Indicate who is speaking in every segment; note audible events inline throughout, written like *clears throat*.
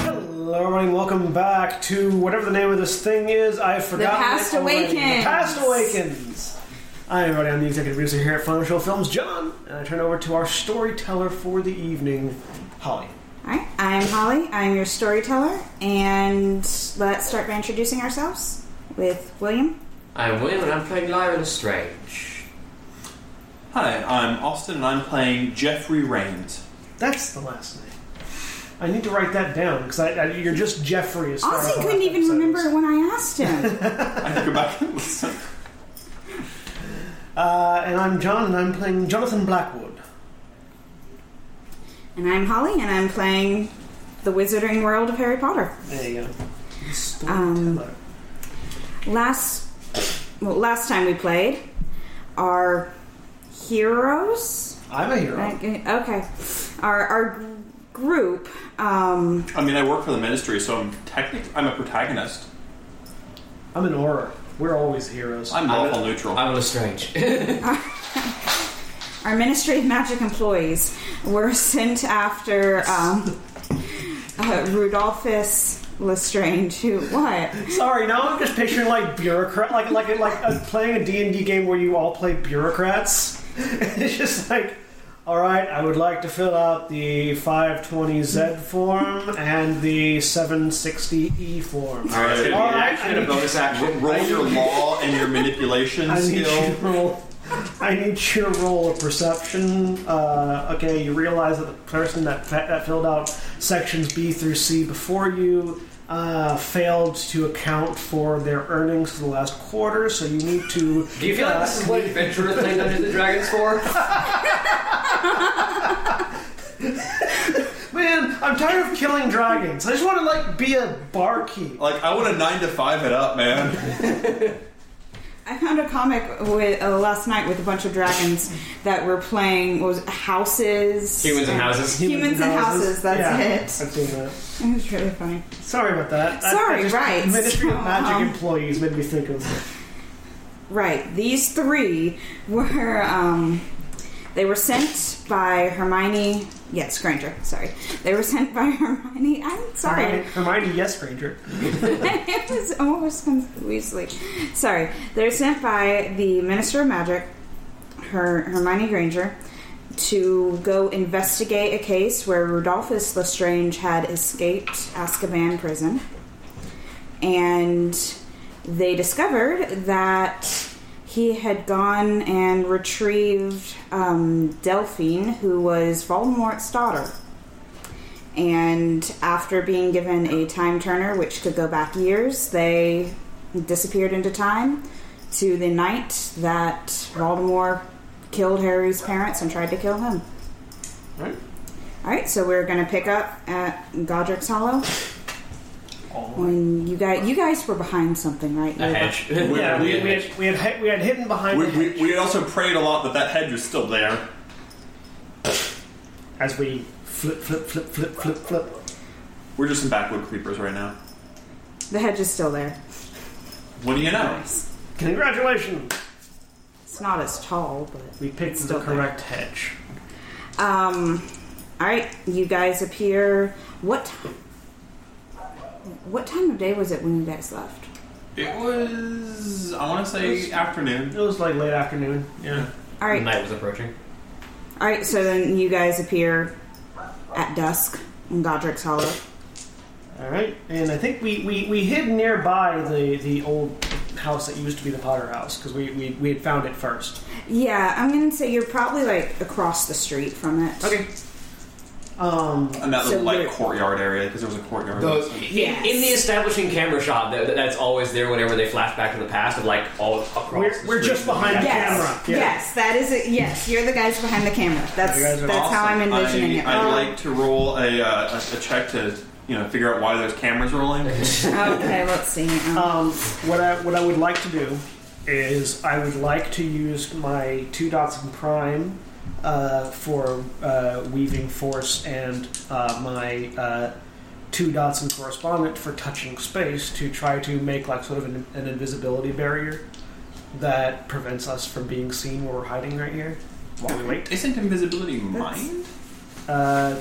Speaker 1: Hello, everybody. and Welcome back to whatever the name of this thing is. I forgot.
Speaker 2: Past Awakens.
Speaker 1: The Past Awakens. Hi, everybody. I'm the executive producer here at Final Show Films, John, and I turn over to our storyteller for the evening, Holly.
Speaker 2: Alright, I'm Holly. I'm your storyteller, and let's start by introducing ourselves with William.
Speaker 3: I'm William and I'm playing Lyra Lestrange.
Speaker 4: Hi, I'm Austin and I'm playing Jeffrey Rains.
Speaker 1: That's the last name. I need to write that down because I, I, you're just Jeffrey. As far as
Speaker 2: Austin
Speaker 1: the
Speaker 2: couldn't
Speaker 1: last
Speaker 2: even
Speaker 1: episode
Speaker 2: remember
Speaker 1: is.
Speaker 2: when I asked him.
Speaker 4: I have to go back and listen.
Speaker 1: Uh, and I'm John, and I'm playing Jonathan Blackwood.
Speaker 2: and I'm Holly, and I'm playing the Wizarding World of Harry Potter.
Speaker 1: There you go.
Speaker 2: Um,
Speaker 1: uh, Storyteller.
Speaker 2: Last, well, last time we played, our heroes.
Speaker 1: I'm a hero.
Speaker 2: Okay, our our group. Um,
Speaker 4: I mean, I work for the ministry, so I'm technically I'm a protagonist.
Speaker 1: I'm an aura. We're always heroes.
Speaker 4: I'm
Speaker 3: I'm-
Speaker 4: lawful neutral.
Speaker 3: I'm *laughs* Lestrange.
Speaker 2: our Ministry of Magic employees were sent after um, uh, Rudolphus Lestrange, who what?
Speaker 1: Sorry, now I'm just picturing like bureaucrat, like like like uh, playing a D and D game where you all play bureaucrats. *laughs* it's just like, all right, I would like to fill out the 520Z form and the 760E form.
Speaker 4: All right, it's gonna be an
Speaker 1: All right,
Speaker 4: action
Speaker 1: I
Speaker 4: and a
Speaker 1: need-
Speaker 4: bonus action. Roll your law and your manipulation
Speaker 1: I need you
Speaker 4: skill.
Speaker 1: to roll. I need you to roll a perception. Uh, okay, you realize that the person that that filled out sections B through C before you uh, failed to account for their earnings for the last quarter, so you need to.
Speaker 3: Do you feel like this is what adventurer played Under the Dragons for?
Speaker 1: Man, I'm tired of killing dragons. I just want to like be a barkeep.
Speaker 4: Like, I want a nine to five it up, man.
Speaker 2: I found a comic with, uh, last night with a bunch of dragons that were playing what was it, houses.
Speaker 3: Humans and Houses.
Speaker 2: Humans and houses. That's
Speaker 1: yeah,
Speaker 2: it.
Speaker 1: I've seen that.
Speaker 2: It was really funny.
Speaker 1: Sorry about that. I-
Speaker 2: Sorry,
Speaker 1: I just-
Speaker 2: right,
Speaker 1: Ministry
Speaker 2: so,
Speaker 1: of Magic
Speaker 2: um,
Speaker 1: employees made me think of.
Speaker 2: Right. These three were um, they were sent by Hermione. Yes, Granger. Sorry, they were sent by *laughs* Hermione. I'm sorry.
Speaker 1: Hermione, yes, Ranger.
Speaker 2: *laughs* it was almost Weasley. Sorry, they're sent by the Minister of Magic, her Hermione Granger, to go investigate a case where Rudolphus Lestrange had escaped Azkaban prison, and they discovered that he had gone and retrieved um, Delphine, who was Voldemort's daughter and after being given a time turner which could go back years they disappeared into time to the night that voldemort killed harry's parents and tried to kill him
Speaker 1: Right.
Speaker 2: all right so we're going to pick up at godric's hollow when you guys you guys were behind something right
Speaker 3: A *laughs* hedge.
Speaker 1: Yeah, we, we,
Speaker 3: hedge.
Speaker 1: had, we, had, hi- we had hidden behind
Speaker 4: We,
Speaker 1: the
Speaker 4: we,
Speaker 1: hedge
Speaker 4: we also prayed a lot that that hedge was still there.
Speaker 1: as we flip, flip, flip, flip, flip, flip.
Speaker 4: We're just some backwood creepers right now.
Speaker 2: the hedge is still there
Speaker 4: What do you know?
Speaker 1: Congratulations!
Speaker 2: it's not as tall but
Speaker 1: We picked
Speaker 2: It's
Speaker 1: the
Speaker 2: still there.
Speaker 1: correct hedge.
Speaker 2: Um, all right, you guys appear. What? What time of day was it when you guys left?
Speaker 4: It was, I want to say, afternoon.
Speaker 1: It was like late afternoon. Yeah.
Speaker 2: All
Speaker 3: The
Speaker 2: right,
Speaker 3: night was approaching.
Speaker 2: all right. So then you guys appear at dusk in Godric's Hollow.
Speaker 1: All right, and I think we, we, we hid nearby the, the old house that used to be the Potter house because we, we, we had found it first.
Speaker 2: Yeah, I'm gonna say you're probably like across the street from it.
Speaker 1: Um,
Speaker 4: And that
Speaker 2: So
Speaker 4: little, like,
Speaker 2: weird.
Speaker 4: courtyard area, because there was a courtyard.
Speaker 3: Those,
Speaker 2: Yes.
Speaker 3: in, in the establishing camera shot that, that's always there whenever they flash back to the past of like all across the
Speaker 1: we're,
Speaker 3: street.
Speaker 1: we're just behind the
Speaker 2: Yes,
Speaker 1: camera. Yeah.
Speaker 2: yes, that is it. Yes, you're the guys behind the camera. That's
Speaker 1: You guys
Speaker 2: that's
Speaker 1: are
Speaker 2: how I'm
Speaker 4: Awesome.
Speaker 2: envisioning it.
Speaker 4: I, I'd like to roll a, uh, a, a check to you know figure out why there's cameras *laughs* rolling.
Speaker 2: okay,
Speaker 1: *laughs*
Speaker 2: let's see. Um,
Speaker 1: Um, what I what I would like to do is I would like to use my two dots and prime uh, for uh, weaving force and uh, my uh, two dots and correspondent for touching space to try to make like sort of an, an invisibility barrier that prevents us from being seen where we're hiding right here while we wait.
Speaker 4: Isn't invisibility mind?
Speaker 1: Uh,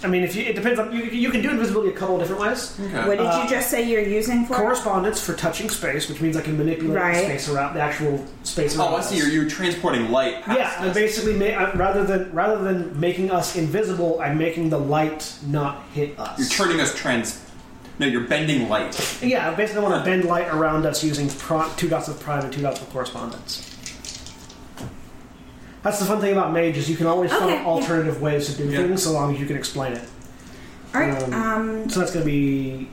Speaker 1: I mean, if you, it depends on you. You can do invisibility a couple of different ways.
Speaker 4: Okay.
Speaker 2: What did
Speaker 1: Uh,
Speaker 2: you just say you're using for?
Speaker 1: Correspondence for touching space, which means I can manipulate the
Speaker 2: Right.
Speaker 1: space around the actual space around.
Speaker 4: Oh, I see.
Speaker 1: us.
Speaker 4: You're, you're transporting light. Past
Speaker 1: Yeah, I'm
Speaker 4: us.
Speaker 1: basically ma- I- rather than rather than making us invisible, I'm making the light not hit us.
Speaker 4: You're turning us trans. No, you're bending light.
Speaker 1: yeah, I basically want to bend light around us using pro- two dots of prime and two dots of correspondence. That's the fun thing about mage is you can always
Speaker 2: Okay,
Speaker 1: find
Speaker 2: yeah.
Speaker 1: alternative ways to do
Speaker 4: Yeah.
Speaker 1: things so long as you can explain it.
Speaker 2: All right.
Speaker 1: um,
Speaker 2: Um,
Speaker 1: So that's going to be.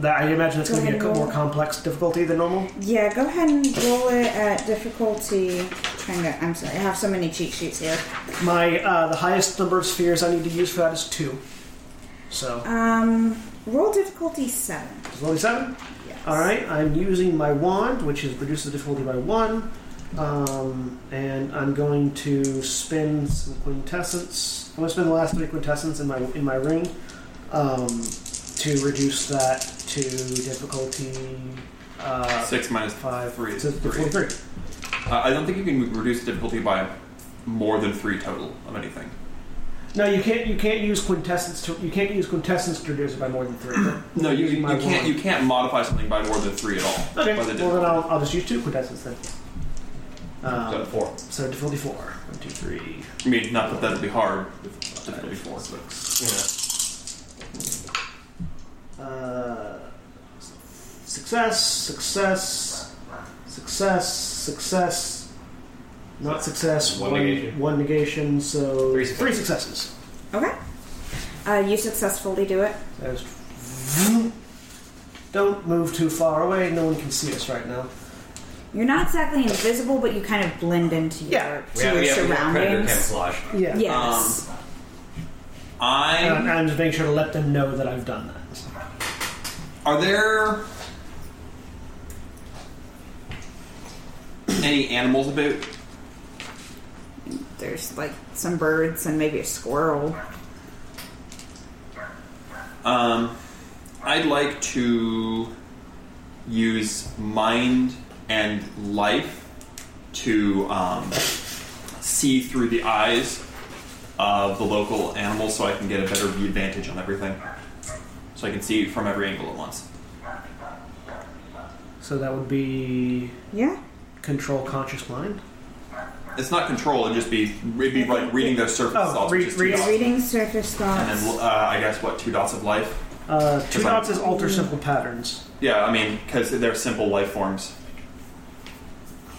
Speaker 1: That, I imagine it's
Speaker 2: Go
Speaker 1: going to be a co-
Speaker 2: ahead and roll.
Speaker 1: more complex difficulty than normal.
Speaker 2: yeah, go ahead and roll it at difficulty. Trying to, I'm sorry, I have so many cheat sheets here.
Speaker 1: My uh, the highest number of spheres I need to use for that is two. So
Speaker 2: Um, roll difficulty seven.
Speaker 1: it's only seven.
Speaker 2: Yes.
Speaker 1: All right, I'm using my wand, which is reduces the difficulty by one, um, and I'm going to spin some quintessence. I'm going to spin the last three quintessence in my in my ring um, to reduce that to difficulty uh,
Speaker 4: Six minus
Speaker 1: five
Speaker 4: three is
Speaker 1: to
Speaker 4: three.
Speaker 1: difficulty three.
Speaker 4: Uh, I don't think you can reduce the difficulty by more than three total of anything.
Speaker 1: No, you can't. You can't use quintessence to. You can't use quintessence to reduce it by more than three.
Speaker 4: No, you,
Speaker 1: Using
Speaker 4: you
Speaker 1: my
Speaker 4: can't.
Speaker 1: wand.
Speaker 4: You can't modify something by more than three at all.
Speaker 1: Okay.
Speaker 4: By
Speaker 1: Well,
Speaker 4: the
Speaker 1: then
Speaker 4: difficulty.
Speaker 1: I'll, I'll just use two quintessence then.
Speaker 4: So
Speaker 1: Um,
Speaker 4: four.
Speaker 1: so difficulty four. One, two, three.
Speaker 4: I mean, not that that'd be hard. If difficulty four. But
Speaker 3: Yeah.
Speaker 1: Uh, success, success, success, success. Not success.
Speaker 3: One
Speaker 1: One, one negation.
Speaker 3: negation.
Speaker 1: So
Speaker 3: Three successes.
Speaker 1: three successes.
Speaker 2: Okay. Uh, you successfully do it.
Speaker 1: There's. Don't move too far away. No one can see us right now.
Speaker 2: You're not exactly invisible, but you kind of blend into your,
Speaker 1: Yeah.
Speaker 2: to
Speaker 3: We have,
Speaker 2: your
Speaker 3: we have, we have predator Um,
Speaker 2: surroundings.
Speaker 3: camouflage.
Speaker 1: Yeah.
Speaker 2: Yes.
Speaker 1: Uh, And I'm-
Speaker 4: I
Speaker 1: I'm just making sure to let them know that I've done that.
Speaker 4: are there any animals about?
Speaker 2: There's like some birds and maybe a squirrel.
Speaker 4: Um, I'd like to use mind and life to um, see through the eyes of the local animals so I can get a better view advantage on everything. So I can see from every angle at once.
Speaker 1: So that would be
Speaker 2: Yeah.
Speaker 1: control conscious mind.
Speaker 4: It's not control, it'd just be, it'd be like reading those surface
Speaker 1: Oh,
Speaker 4: dots.
Speaker 1: re-
Speaker 4: which is two
Speaker 1: read-
Speaker 4: dots.
Speaker 2: Reading surface
Speaker 4: And then,
Speaker 2: thoughts.
Speaker 4: uh, I guess, what, two dots of life?
Speaker 1: Uh, two
Speaker 4: If I-
Speaker 1: dots is alter simple patterns.
Speaker 4: Yeah, I mean, because they're simple life forms.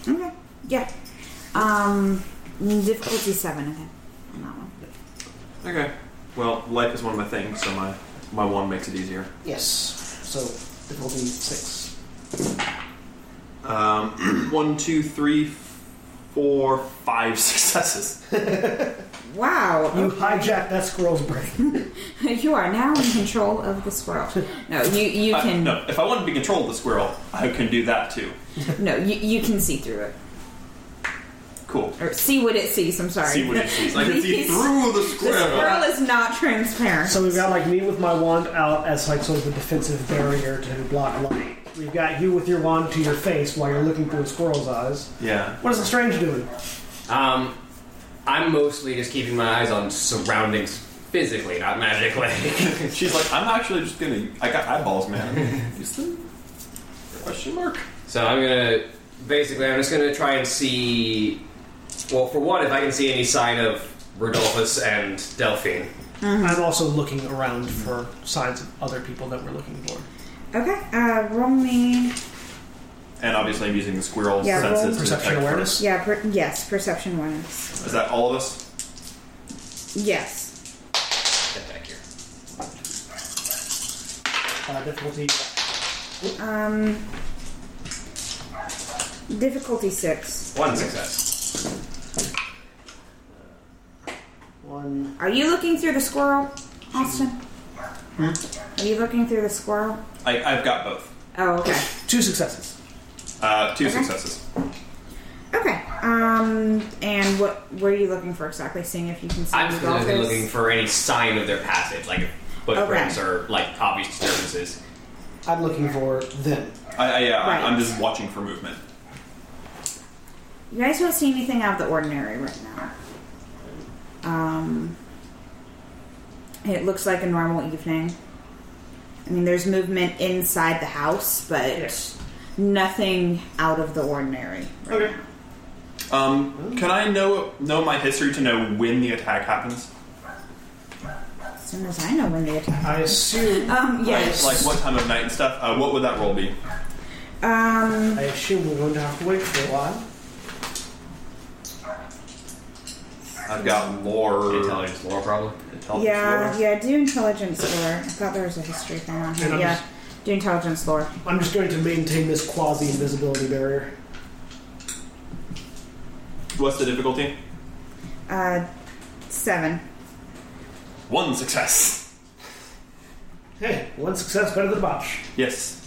Speaker 2: Okay. Yeah. Um, difficulty seven. Okay. On that one.
Speaker 4: Okay. Well, life is one of my things, so my, my wand makes it easier.
Speaker 1: Yes. So it will be six.
Speaker 4: Um, *clears throat* one, two, three, four, five *laughs* successes.
Speaker 1: You
Speaker 2: Wow.
Speaker 1: hijacked that squirrel's brain. *laughs*
Speaker 2: *laughs* you are now in control of
Speaker 3: *laughs*
Speaker 2: the squirrel. No, you you
Speaker 4: I-
Speaker 2: can
Speaker 4: Uh, no, if I want to be controlled the squirrel, I can do that too.
Speaker 2: no you, you can see through it
Speaker 4: Cool.
Speaker 2: or see what it sees. I'm sorry.
Speaker 4: See what it sees. I can see
Speaker 2: These-
Speaker 4: through the
Speaker 2: *laughs* The
Speaker 4: squirrel.
Speaker 2: squirrel is not transparent.
Speaker 1: So we've got like me with my wand out as like sort of a defensive barrier to block light. We've got you with your wand to your face while you're looking through a squirrel's eyes.
Speaker 4: Yeah.
Speaker 1: What is the strange doing?
Speaker 3: Um, I'm mostly just keeping my eyes on surroundings physically, not magically. *laughs*
Speaker 4: She's like, I'm actually just gonna. I got
Speaker 2: *laughs*
Speaker 4: eyeballs, man. Use them? Question mark.
Speaker 3: So I'm gonna basically I'm just gonna try and see. Well, for one, if I can see any sign of Rodolphus and Delphine.
Speaker 1: I'm also looking around for signs of other people that we're looking for.
Speaker 2: Okay, uh, roll me.
Speaker 4: And obviously, I'm using the squirrel's
Speaker 2: Yeah, roll
Speaker 4: senses. to
Speaker 1: Perception
Speaker 4: detect
Speaker 1: awareness.
Speaker 2: Yeah, per- yes, perception ones.
Speaker 4: first. Is that all of us?
Speaker 2: Yes.
Speaker 3: Step back here.
Speaker 1: Uh, difficulty.
Speaker 2: Um, difficulty six.
Speaker 3: One success.
Speaker 1: One.
Speaker 2: Are you looking through the squirrel, Austin?
Speaker 3: Hmm?
Speaker 2: Are you looking through the squirrel?
Speaker 4: I, I've got both.
Speaker 2: Oh, okay.
Speaker 1: Two successes.
Speaker 4: Uh, two
Speaker 2: Okay.
Speaker 4: successes.
Speaker 2: Okay. Um, and what were you looking for exactly? Seeing if you can see
Speaker 3: I'm
Speaker 2: the
Speaker 3: specifically
Speaker 2: dolphins?
Speaker 3: looking for any sign of their passage, like footprints
Speaker 2: Okay.
Speaker 3: or like obvious disturbances.
Speaker 1: I'm looking for them.
Speaker 4: I, I, yeah,
Speaker 2: Right.
Speaker 4: I'm just watching for movement.
Speaker 2: You guys don't see anything out of the ordinary right now. Um, It looks like a normal evening. I mean, there's movement inside the house, but
Speaker 1: Yes.
Speaker 2: nothing out of the ordinary. right
Speaker 1: Okay.
Speaker 2: now.
Speaker 4: Um, can I know know my history to know when the attack happens?
Speaker 2: As soon as I know when they attack.
Speaker 1: I assume.
Speaker 2: Um, yes.
Speaker 4: Like, like what time of night and stuff? Uh, what would that roll be?
Speaker 2: Um,
Speaker 1: I assume we're going to have to wait for a while.
Speaker 4: I've got lore.
Speaker 3: Intelligence lore, probably.
Speaker 4: Intelligence
Speaker 2: yeah,
Speaker 4: lore.
Speaker 2: yeah, do intelligence lore. I thought there was a history thing on here.
Speaker 1: And I'm
Speaker 2: Yeah,
Speaker 1: just-
Speaker 2: do intelligence lore.
Speaker 1: I'm just going to maintain this quasi invisibility barrier.
Speaker 4: What's the difficulty?
Speaker 2: Uh, seven.
Speaker 4: One success.
Speaker 1: Hey, one success better than botch.
Speaker 4: Yes.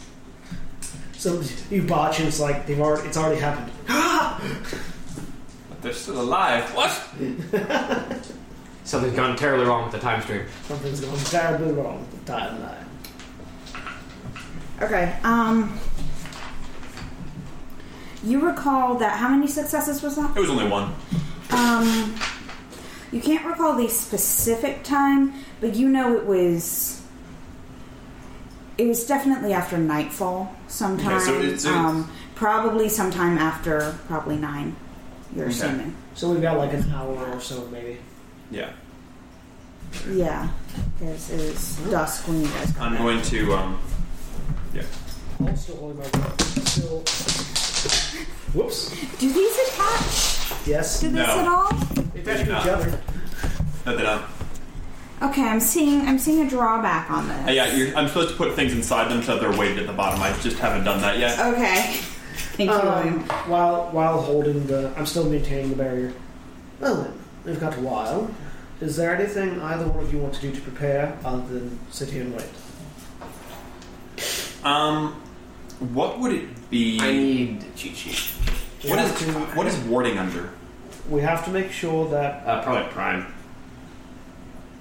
Speaker 1: So you botch, and it's like they've already, it's already happened.
Speaker 4: But they're still alive. What?
Speaker 3: Something's gone terribly wrong with the time stream.
Speaker 1: Something's gone terribly wrong with the timeline.
Speaker 2: Okay. Um, you recall that how many successes was that?
Speaker 4: It was only one.
Speaker 2: Um, you can't recall the specific time, but you know it was. It was definitely after nightfall, sometime.
Speaker 4: Okay, so it's-
Speaker 2: um, probably sometime after probably nine. You're
Speaker 4: Okay.
Speaker 2: assuming,
Speaker 1: So we've got like an hour or so, maybe.
Speaker 4: Yeah.
Speaker 2: yeah, because it was dusk when you guys got
Speaker 4: I'm
Speaker 2: back.
Speaker 4: going to. Um, yeah.
Speaker 1: I'm still holding my breath. Still. Whoops.
Speaker 2: Do these attach
Speaker 1: Yes.
Speaker 2: to this
Speaker 4: No.
Speaker 2: at all?
Speaker 1: They touch each other.
Speaker 4: No, they don't.
Speaker 2: Okay, I'm seeing I'm seeing a drawback on this.
Speaker 4: Uh, yeah, you're, I'm supposed to put things inside them so they're weighted at the bottom. I just haven't done that yet.
Speaker 2: Okay. *laughs* Thank you,
Speaker 1: Um,
Speaker 2: William.
Speaker 1: while while holding the, I'm still maintaining the barrier. Well then, we've got a while. Is there anything either one of you want to do to prepare other than sit here and wait?
Speaker 4: Um, what would it be?
Speaker 3: I need a cheat sheet.
Speaker 1: We
Speaker 4: what is
Speaker 1: have to,
Speaker 4: what is warding under?
Speaker 1: we have to make sure that
Speaker 3: Uh, probably prime.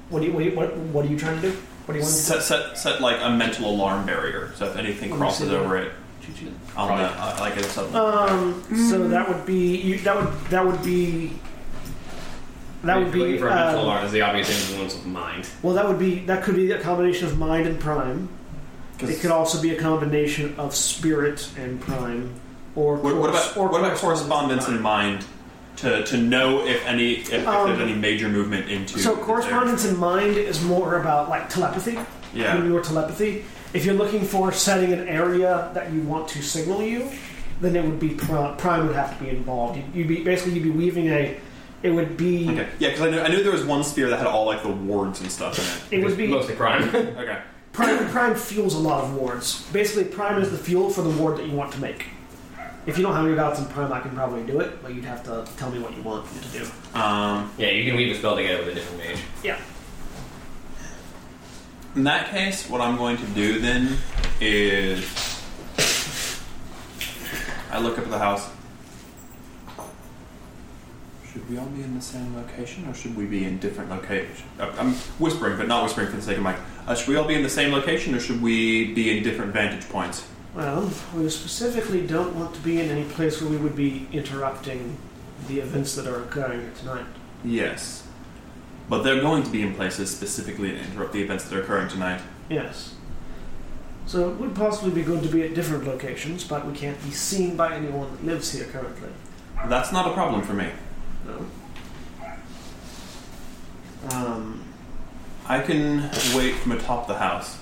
Speaker 1: what do you, what, do you, what, what are you trying to do? What do you want to
Speaker 4: Set, set, set like a mental alarm barrier. So if anything
Speaker 1: Let me
Speaker 4: crosses
Speaker 1: see that.
Speaker 4: over it,
Speaker 3: Cheat sheet.
Speaker 4: I'll
Speaker 3: Probably.
Speaker 4: know, uh, like it's something.
Speaker 1: Um, so that would be you, that would that would be that would
Speaker 3: If you're
Speaker 1: be
Speaker 3: looking for a mental
Speaker 1: uh,
Speaker 3: alarm, is the obvious influence of mind.
Speaker 1: well that would be that could be a combination of mind and prime.
Speaker 4: 'Cause-
Speaker 1: It could also be a combination of spirit and prime, or
Speaker 4: what,
Speaker 1: corres-
Speaker 4: what about
Speaker 1: or
Speaker 4: what about correspondence
Speaker 1: prime.
Speaker 4: in mind? To, to know if any if, if
Speaker 1: Um,
Speaker 4: there's any major movement into
Speaker 1: So
Speaker 4: there?
Speaker 1: correspondence in mind is more about like telepathy.
Speaker 4: Yeah.
Speaker 1: Your telepathy. If you're looking for setting an area that you want to signal you, then it would be prime, prime would have to be involved. You'd, you'd be basically you'd be weaving a. It would be.
Speaker 4: Okay. Yeah, because I knew, I knew there was one spear that had all like the wards and stuff in
Speaker 1: It would be
Speaker 3: mostly prime.
Speaker 4: it. Okay.
Speaker 1: prime. Prime fuels a lot of wards. Basically, prime is the fuel for the ward that you want to make. If you don't have any doubts in prime, I can probably do it, but you'd have to tell me what you want to do.
Speaker 4: Um,
Speaker 3: *laughs* yeah, you can weave a spell together with a different mage.
Speaker 1: Yeah.
Speaker 4: in that case, what I'm going to do then is I look up at the house. Should we all be in the same location, or should we be in different locations? Uh, I'm whispering, but not whispering for the sake of Mike. Uh, should we all be in the same location, or should we be in different vantage points?
Speaker 1: Well, we specifically don't want to be in any place where we would be interrupting the events that are occurring here tonight.
Speaker 4: Yes. But they're going to be in places specifically to interrupt the events that are occurring tonight.
Speaker 1: Yes. So it would possibly be good to be at different locations, but we can't be seen by anyone that lives here currently.
Speaker 4: That's not a problem for me.
Speaker 1: No. Um,
Speaker 4: I can wait from atop the house.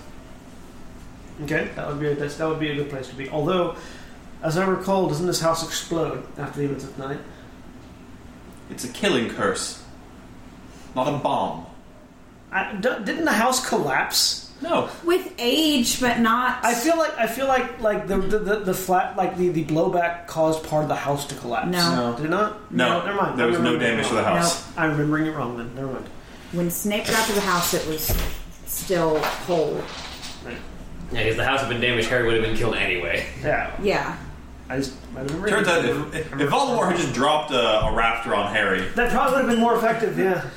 Speaker 1: okay, that would be a, that's, that would be a good place to be. Although, as I recall, doesn't this house explode after the events of night?
Speaker 4: It's a killing curse, not a bomb.
Speaker 1: I, d- didn't the house collapse?
Speaker 4: No.
Speaker 2: With age, but not.
Speaker 1: I feel like I feel like like the the, the, the flat like the, the blowback caused part of the house to collapse.
Speaker 2: No.
Speaker 1: Did it not?
Speaker 4: No.
Speaker 1: Never mind.
Speaker 4: There
Speaker 1: I'm
Speaker 4: was no
Speaker 1: remembering it
Speaker 4: damage to the
Speaker 1: wrong.
Speaker 4: house.
Speaker 1: I'm remembering it wrong then. Never mind.
Speaker 2: When Snape got to the house, it was still whole.
Speaker 3: Yeah, because the house had been damaged, Harry would have been killed anyway.
Speaker 1: Yeah.
Speaker 2: Yeah.
Speaker 1: I just I remember.
Speaker 4: Turns out if,
Speaker 1: remember-
Speaker 4: if if Voldemort had just dropped a, a rafter on Harry,
Speaker 1: that probably would have been more effective. Yeah.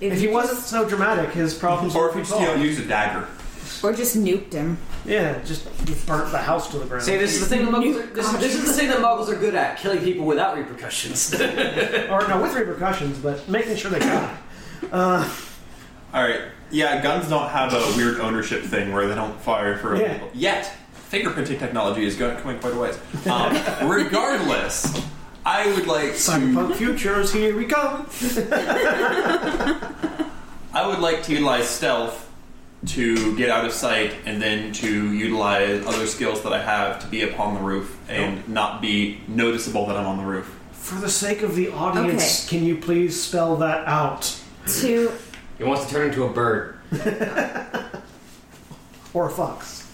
Speaker 1: If, he
Speaker 2: you
Speaker 1: wasn't so dramatic, his problems.
Speaker 4: or if
Speaker 1: would
Speaker 4: he
Speaker 1: be
Speaker 4: just you know,
Speaker 1: solved.
Speaker 4: used a dagger.
Speaker 2: just, or just nuked him.
Speaker 1: Yeah, just he burnt the house to the ground.
Speaker 5: See, this is the thing the muggles are, this, this is the thing that muggles are good at killing people without repercussions. *laughs*
Speaker 1: Or no, with repercussions, but making sure they die.
Speaker 4: All right. Yeah, guns don't have a weird ownership thing where they don't fire for other
Speaker 1: Yeah.
Speaker 4: people. Yet, fingerprinting technology is going, coming quite a ways. Um, regardless, I would like to,
Speaker 1: *coughs* Cyberpunk futures, here we come.
Speaker 4: I would like to utilize stealth to get out of sight, and then to utilize other skills that I have to be upon the roof and not be noticeable that I'm on the roof.
Speaker 1: For the sake of the audience, can you please spell that out?
Speaker 2: To
Speaker 6: He wants to turn into a bird.
Speaker 1: Or a fox.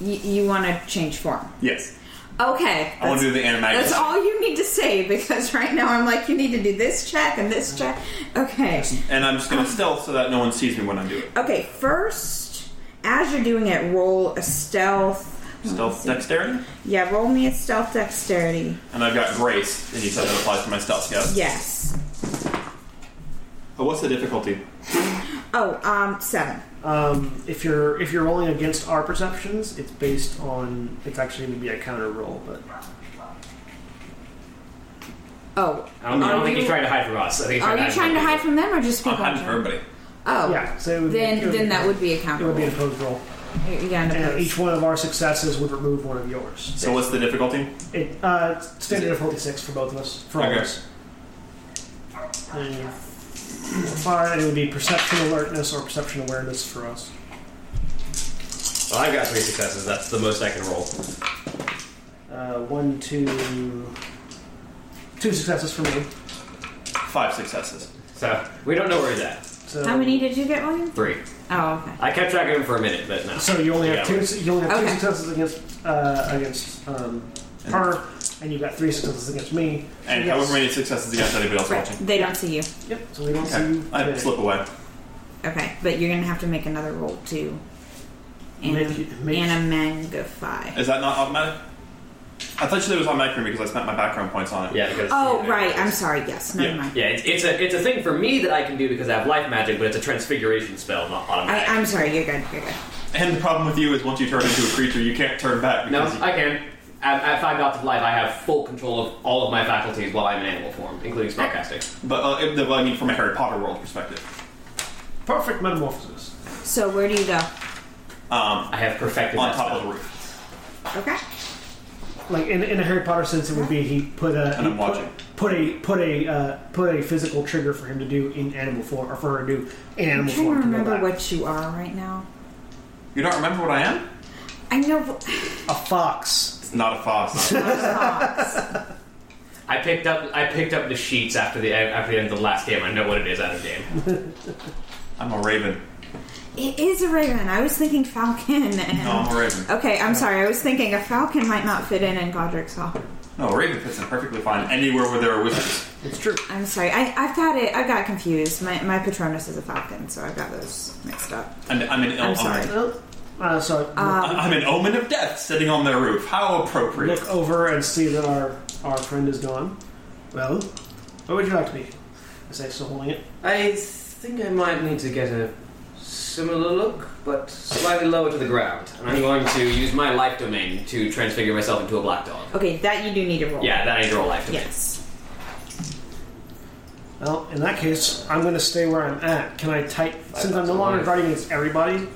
Speaker 2: you, you want to change form.
Speaker 4: Yes,
Speaker 2: Okay.
Speaker 4: I want to do the
Speaker 2: That's
Speaker 4: animagus.
Speaker 2: all you need to say *laughs* because right now I'm like, you need to do this check and this check. Okay.
Speaker 4: And I'm just going to stealth so that no one sees me when I do it.
Speaker 2: Okay, first, as you're doing it, roll a stealth.
Speaker 4: Stealth dexterity,
Speaker 2: Yeah, roll me a stealth dexterity.
Speaker 4: and I've got grace, and you said that applies to my stealth scout.
Speaker 2: Yes.
Speaker 4: Uh, What's the difficulty?
Speaker 2: Oh, um, seven.
Speaker 1: Um, if you're if you're rolling against our perceptions, it's based on it's actually going to be a counter roll, but
Speaker 2: Oh,
Speaker 6: I don't, I don't
Speaker 2: Are
Speaker 6: think
Speaker 2: you-
Speaker 6: he's trying to hide from us. I think he's
Speaker 2: are
Speaker 6: trying
Speaker 2: you trying to hide from them or just
Speaker 4: I'm
Speaker 2: people?
Speaker 4: hiding from everybody.
Speaker 2: Oh,
Speaker 1: yeah. So it would be- it
Speaker 2: then
Speaker 1: would be-
Speaker 2: then that would be a
Speaker 1: it
Speaker 2: counter.
Speaker 1: would be an opposed roll,
Speaker 2: Yeah, an
Speaker 1: and
Speaker 2: opposed.
Speaker 1: each one of our successes would remove one of yours.
Speaker 4: So what's the difficulty?
Speaker 1: It uh, standard of forty six for both of us. For all
Speaker 4: Okay.
Speaker 1: of us. And Fine. It would be perception alertness or perception awareness for us.
Speaker 6: Well, I've got three successes. That's the most I can roll.
Speaker 1: Uh, one, two, two successes for me.
Speaker 4: Five successes.
Speaker 6: So we don't know where he's at.
Speaker 1: So
Speaker 2: How many did you get, William?
Speaker 6: Three.
Speaker 2: Oh, okay.
Speaker 6: I kept track of him for a minute, but no.
Speaker 1: So you only have
Speaker 6: Yeah.
Speaker 1: two. You only have
Speaker 2: Okay.
Speaker 1: two successes against uh, against um, her, and you got three successes against me.
Speaker 4: And
Speaker 1: Yes.
Speaker 4: however many successes against anybody else
Speaker 2: Right.
Speaker 4: watching.
Speaker 2: They don't see you.
Speaker 1: Yep. So we don't see
Speaker 4: Okay.
Speaker 1: you.
Speaker 4: I
Speaker 1: today.
Speaker 4: slip away.
Speaker 2: Okay, but you're gonna have to make another roll to
Speaker 1: Make-
Speaker 2: anim-
Speaker 1: make-
Speaker 2: animangify.
Speaker 4: Is that not automatic? I thought you said it was automatic for me because I spent my background points on it.
Speaker 6: Yeah, because
Speaker 2: Oh, right. I'm sorry. Yes, never
Speaker 4: Yeah.
Speaker 2: mind.
Speaker 6: Yeah, it's, it's a it's a thing for me that I can do because I have life magic, but it's a transfiguration spell, not
Speaker 2: I,
Speaker 6: automatic.
Speaker 2: I'm sorry. You're good. You're good.
Speaker 4: And the problem with you is once you turn into a creature, you can't turn back.
Speaker 6: no,
Speaker 4: Because you,
Speaker 6: I can. At, at five dots of life, I have full control of all of my faculties while I'm in animal form, including spellcasting.
Speaker 4: but uh, if the, I mean, from a Harry Potter world perspective,
Speaker 1: Perfect metamorphosis.
Speaker 2: So where do you go?
Speaker 4: um,
Speaker 6: I have perfected
Speaker 4: on
Speaker 6: that
Speaker 4: top
Speaker 6: spell.
Speaker 4: of the roof,
Speaker 2: Okay.
Speaker 1: Like in, in a Harry Potter sense, it would be he put a
Speaker 4: And I'm
Speaker 1: he put-
Speaker 4: watching.
Speaker 1: Put a put a uh, put a physical trigger for him to do in animal form, or for her to do in
Speaker 2: I'm
Speaker 1: animal
Speaker 2: trying to
Speaker 1: form. go
Speaker 2: remember
Speaker 1: back.
Speaker 2: what you are right now.
Speaker 4: you don't remember what I am?
Speaker 2: I know. *sighs* but-
Speaker 1: a fox.
Speaker 4: It's not a fox.
Speaker 2: Fox.
Speaker 6: I picked up I picked up the sheets after the after the end of the last game. I know what it is out of game.
Speaker 4: I'm a raven.
Speaker 2: it is a raven. I was thinking falcon. And...
Speaker 4: No, I'm a raven.
Speaker 2: Okay, I'm sorry. I was thinking a falcon might not fit in in Godric's Hall.
Speaker 4: No, a raven fits in perfectly fine anywhere where there are wizards.
Speaker 1: It's true.
Speaker 2: I'm sorry. I, I've got it. I got confused. My, my Patronus is a falcon, so I got those mixed up.
Speaker 4: And I'm an
Speaker 2: I'm
Speaker 4: ill
Speaker 2: sorry.
Speaker 4: omen.
Speaker 1: Well, Uh, so
Speaker 4: I- I'm an omen of death sitting on their roof. How appropriate.
Speaker 1: look over and see that our our friend is gone. Well, what would you like to be? I say, still holding it.
Speaker 6: I think I might need to get a similar look, but slightly lower to the ground. And I'm going to use my life domain to transfigure myself into a black dog.
Speaker 2: Okay, that you do need to roll.
Speaker 6: Yeah, that ain't your life domain.
Speaker 2: Yes.
Speaker 1: Well, in that case, I'm going to stay where I'm at. Can I type? since I'm
Speaker 6: that's
Speaker 1: no longer
Speaker 6: alive.
Speaker 1: guarding against everybody,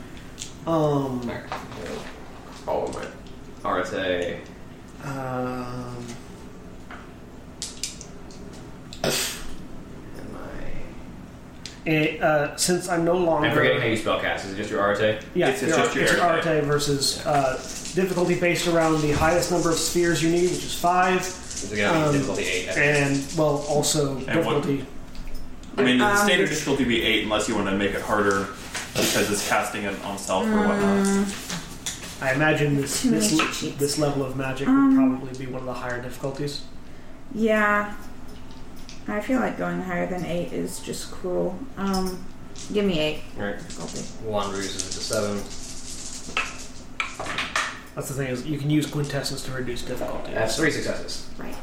Speaker 1: um,
Speaker 6: All of my RSA.
Speaker 1: um,
Speaker 6: and my-
Speaker 1: eh, uh, since I'm no longer.
Speaker 6: I'm forgetting how you spell cast. Is it just your RSA?
Speaker 1: Yeah,
Speaker 4: It's- it's just your
Speaker 1: it's
Speaker 4: area.
Speaker 1: Arte versus uh, difficulty based around the highest number of spheres you need, which is five,
Speaker 6: Is it going to be
Speaker 1: Um,
Speaker 6: difficulty 8? I think.
Speaker 1: and well, also
Speaker 4: And what-
Speaker 1: difficulty.
Speaker 4: I mean, the
Speaker 2: Um,
Speaker 4: standard difficulty would be eight, unless you want to make it harder because it's casting it on self or whatnot.
Speaker 1: I imagine this
Speaker 2: Too many
Speaker 1: this,
Speaker 2: cheat sheets.
Speaker 1: this level of magic
Speaker 2: Um,
Speaker 1: would probably be one of the higher difficulties.
Speaker 2: Yeah. I feel like going higher than eight is just cruel. Um, give me eight.
Speaker 6: Alright.
Speaker 2: difficulty.
Speaker 6: One reason is a 7.
Speaker 1: That's the thing is you can use quintessence to reduce difficulty.
Speaker 6: That's three successes.
Speaker 2: Right.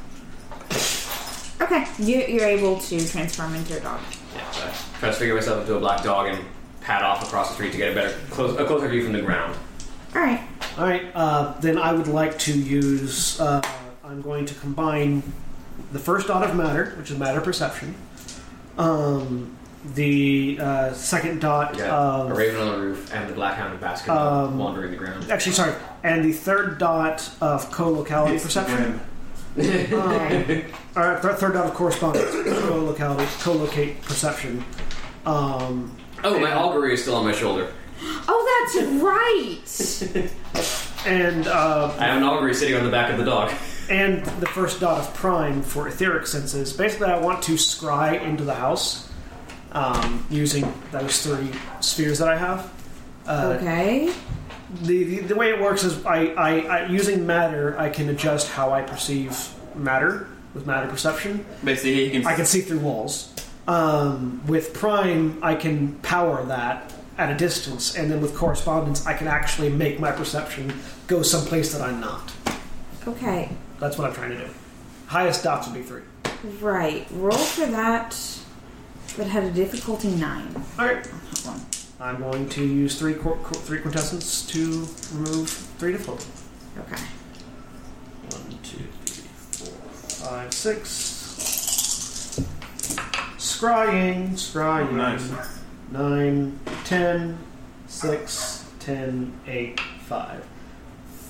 Speaker 2: Okay, you, you're able to transform into a dog.
Speaker 6: Yeah, so I transfigure myself into a black dog and pat off across the street to get a better, close, a closer view from the ground.
Speaker 2: All right.
Speaker 1: All right, uh, then I would like to use. Uh, I'm going to combine the first dot of matter, which is matter perception, um, the uh, second dot
Speaker 3: Yeah, a
Speaker 1: of
Speaker 3: raven on the roof and the black hound in basket
Speaker 1: Um,
Speaker 3: wandering the ground.
Speaker 1: actually sorry, and the third dot of co-locality perception.
Speaker 2: Okay.
Speaker 1: All right, th- third dot of correspondence, co-locality, co-locate perception. Um,
Speaker 3: Oh, my augury is still on my shoulder.
Speaker 2: oh, that's right.
Speaker 1: and uh,
Speaker 3: I have an augury sitting on the back of the dog. *laughs*
Speaker 1: and the first dot of prime for etheric senses. Basically, I want to scry into the house um, using those three spheres that I have. Uh,
Speaker 2: Okay.
Speaker 1: the, the the way it works is I, I, I using matter I can adjust how I perceive matter with matter perception.
Speaker 4: Basically, he can.
Speaker 1: I can see through walls. Um, with prime, I can power that at a distance, and then with correspondence, I can actually make my perception go someplace that I'm not.
Speaker 2: Okay.
Speaker 1: That's what I'm trying to do. Highest dots would be three.
Speaker 2: Right. Roll for that. But had a difficulty nine.
Speaker 1: All right.
Speaker 2: Hold on.
Speaker 1: I'm going to use three qu- qu- three quintessence to remove three difficulty.
Speaker 2: Okay.
Speaker 4: One, two, three, four.
Speaker 1: Five, six. Scrying, scrying.
Speaker 4: Oh, nice.
Speaker 1: Nine, ten, six, ten, eight, five.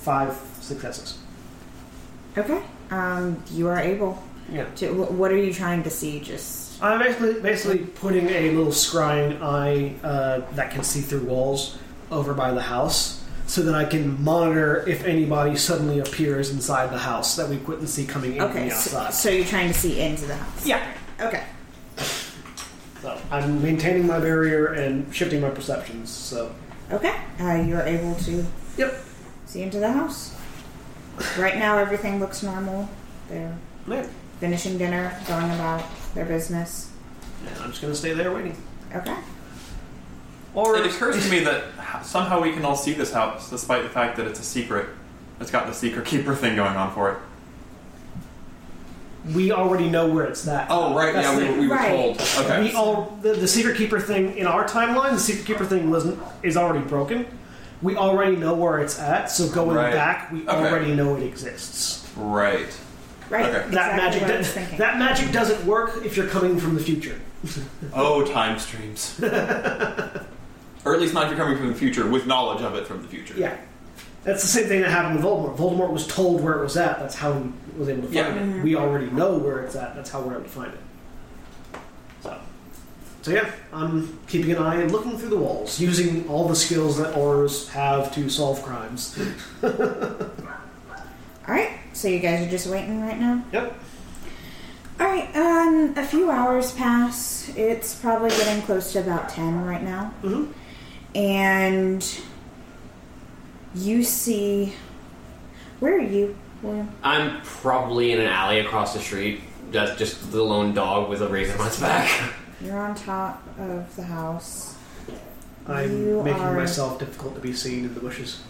Speaker 1: Five successes.
Speaker 2: Okay. Um, you are able
Speaker 1: Yeah.
Speaker 2: to. wh- What are you trying to see? Just
Speaker 1: I'm basically basically putting a little scrying eye uh, that can see through walls over by the house, so that I can monitor if anybody suddenly appears inside the house that we couldn't see coming in from
Speaker 2: okay.
Speaker 1: the
Speaker 2: So,
Speaker 1: outside.
Speaker 2: so you're trying to see into the house.
Speaker 1: yeah.
Speaker 2: Okay.
Speaker 1: So I'm maintaining my barrier and shifting my perceptions. So.
Speaker 2: Okay. Uh, you're able to
Speaker 1: Yep.
Speaker 2: see into the house. Right now, everything looks normal. They're
Speaker 1: Man,
Speaker 2: finishing dinner, going about their business.
Speaker 1: man, I'm just gonna stay there waiting.
Speaker 2: Okay.
Speaker 1: Or
Speaker 4: It occurs to me that h- somehow we can all see this house, despite the fact that it's a secret. It's got the secret keeper thing going on for it.
Speaker 1: we already know where it's at.
Speaker 4: Oh, right,
Speaker 1: That's
Speaker 4: yeah,
Speaker 1: the-
Speaker 4: we, we were
Speaker 2: Right.
Speaker 4: told. Okay.
Speaker 1: We all the, the secret keeper thing in our timeline. The secret keeper thing was is already broken. We already know where it's at. So going
Speaker 4: Right.
Speaker 1: back, we
Speaker 4: Okay.
Speaker 1: already know it exists.
Speaker 4: Right.
Speaker 2: Right.
Speaker 4: Okay.
Speaker 2: Exactly
Speaker 1: That magic
Speaker 2: what I was
Speaker 1: that-
Speaker 2: thinking.
Speaker 1: that magic doesn't work if you're coming from the future.
Speaker 4: Oh, time
Speaker 1: *laughs*
Speaker 4: streams. or at least not if you're coming from the future with knowledge of it from the future.
Speaker 1: Yeah. That's the same thing that happened with Voldemort. Voldemort was told where it was at. That's how he was able to find
Speaker 4: Yeah.
Speaker 1: it. We
Speaker 2: Mm-hmm.
Speaker 1: already know where it's at. That's how we're able to find it. So, so yeah, I'm keeping an eye and looking through the walls, using all the skills that aurors have to solve crimes.
Speaker 2: All right. So you guys are just waiting right now.
Speaker 1: Yep.
Speaker 2: All right. Um, a few hours pass. It's probably getting close to about ten right now,
Speaker 1: hmm
Speaker 2: and you see. Where are you, William?
Speaker 3: I'm probably in an alley across the street. That's just the lone dog with a raven on its back. *laughs*
Speaker 2: You're on top of the house.
Speaker 1: I'm
Speaker 2: You
Speaker 1: making
Speaker 2: are-
Speaker 1: myself difficult to be seen in the bushes.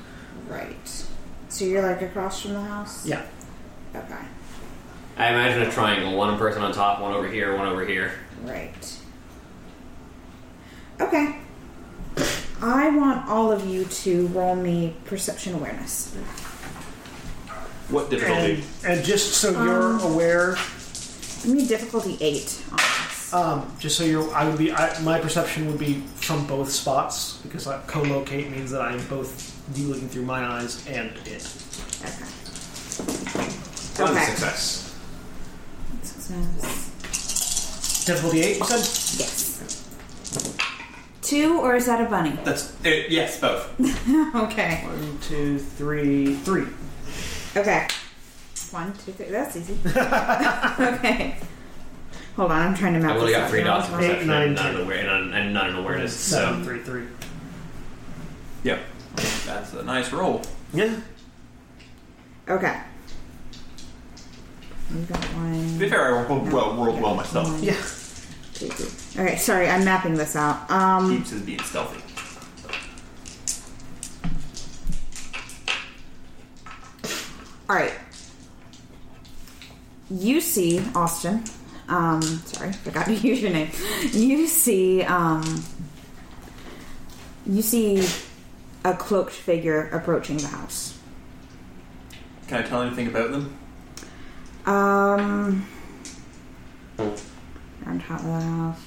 Speaker 2: Right. So you're like across from the house?
Speaker 1: Yeah.
Speaker 2: Okay.
Speaker 3: I imagine a triangle: one person on top, one over here, one over here.
Speaker 2: Right. Okay. I want all of you to roll me perception awareness.
Speaker 4: What difficulty?
Speaker 1: And, and just so you're
Speaker 2: Um.
Speaker 1: aware,
Speaker 2: Give me difficulty eight on this.
Speaker 1: um, just so you're, I would be, I, my perception would be from both spots because I, co-locate means that I'm both looking through my eyes and it.
Speaker 2: Okay.
Speaker 3: One
Speaker 2: Okay.
Speaker 3: success.
Speaker 2: Success.
Speaker 1: Difficulty eight, you said?
Speaker 2: Yes. Two, or is that a bunny?
Speaker 4: That's uh, yes, both.
Speaker 2: *laughs* okay.
Speaker 1: One, two, three, three.
Speaker 2: Okay. One, two, three. That's *laughs* easy. okay. Hold on, I'm trying to map
Speaker 3: I've only
Speaker 2: this
Speaker 3: got
Speaker 2: out.
Speaker 3: three dots of
Speaker 1: Eight,
Speaker 3: perception
Speaker 1: nine,
Speaker 3: and none
Speaker 1: ten.
Speaker 3: in aware- and none- and none in awareness.
Speaker 1: Seven,
Speaker 3: So
Speaker 1: three, three.
Speaker 4: Yep. That's a nice roll.
Speaker 1: Yeah.
Speaker 2: Okay. We've got one.
Speaker 4: To be fair, I rolled well, rolled well myself.
Speaker 2: One,
Speaker 1: Yeah.
Speaker 2: two, three. All right, sorry, I'm mapping this out. Um,
Speaker 4: Keeps is being stealthy.
Speaker 2: all right. You see, Austin. Um, sorry, forgot *laughs* to use your name. You see, um, you see a cloaked figure approaching the house.
Speaker 4: Can I tell anything about them?
Speaker 2: Um, on top of the house.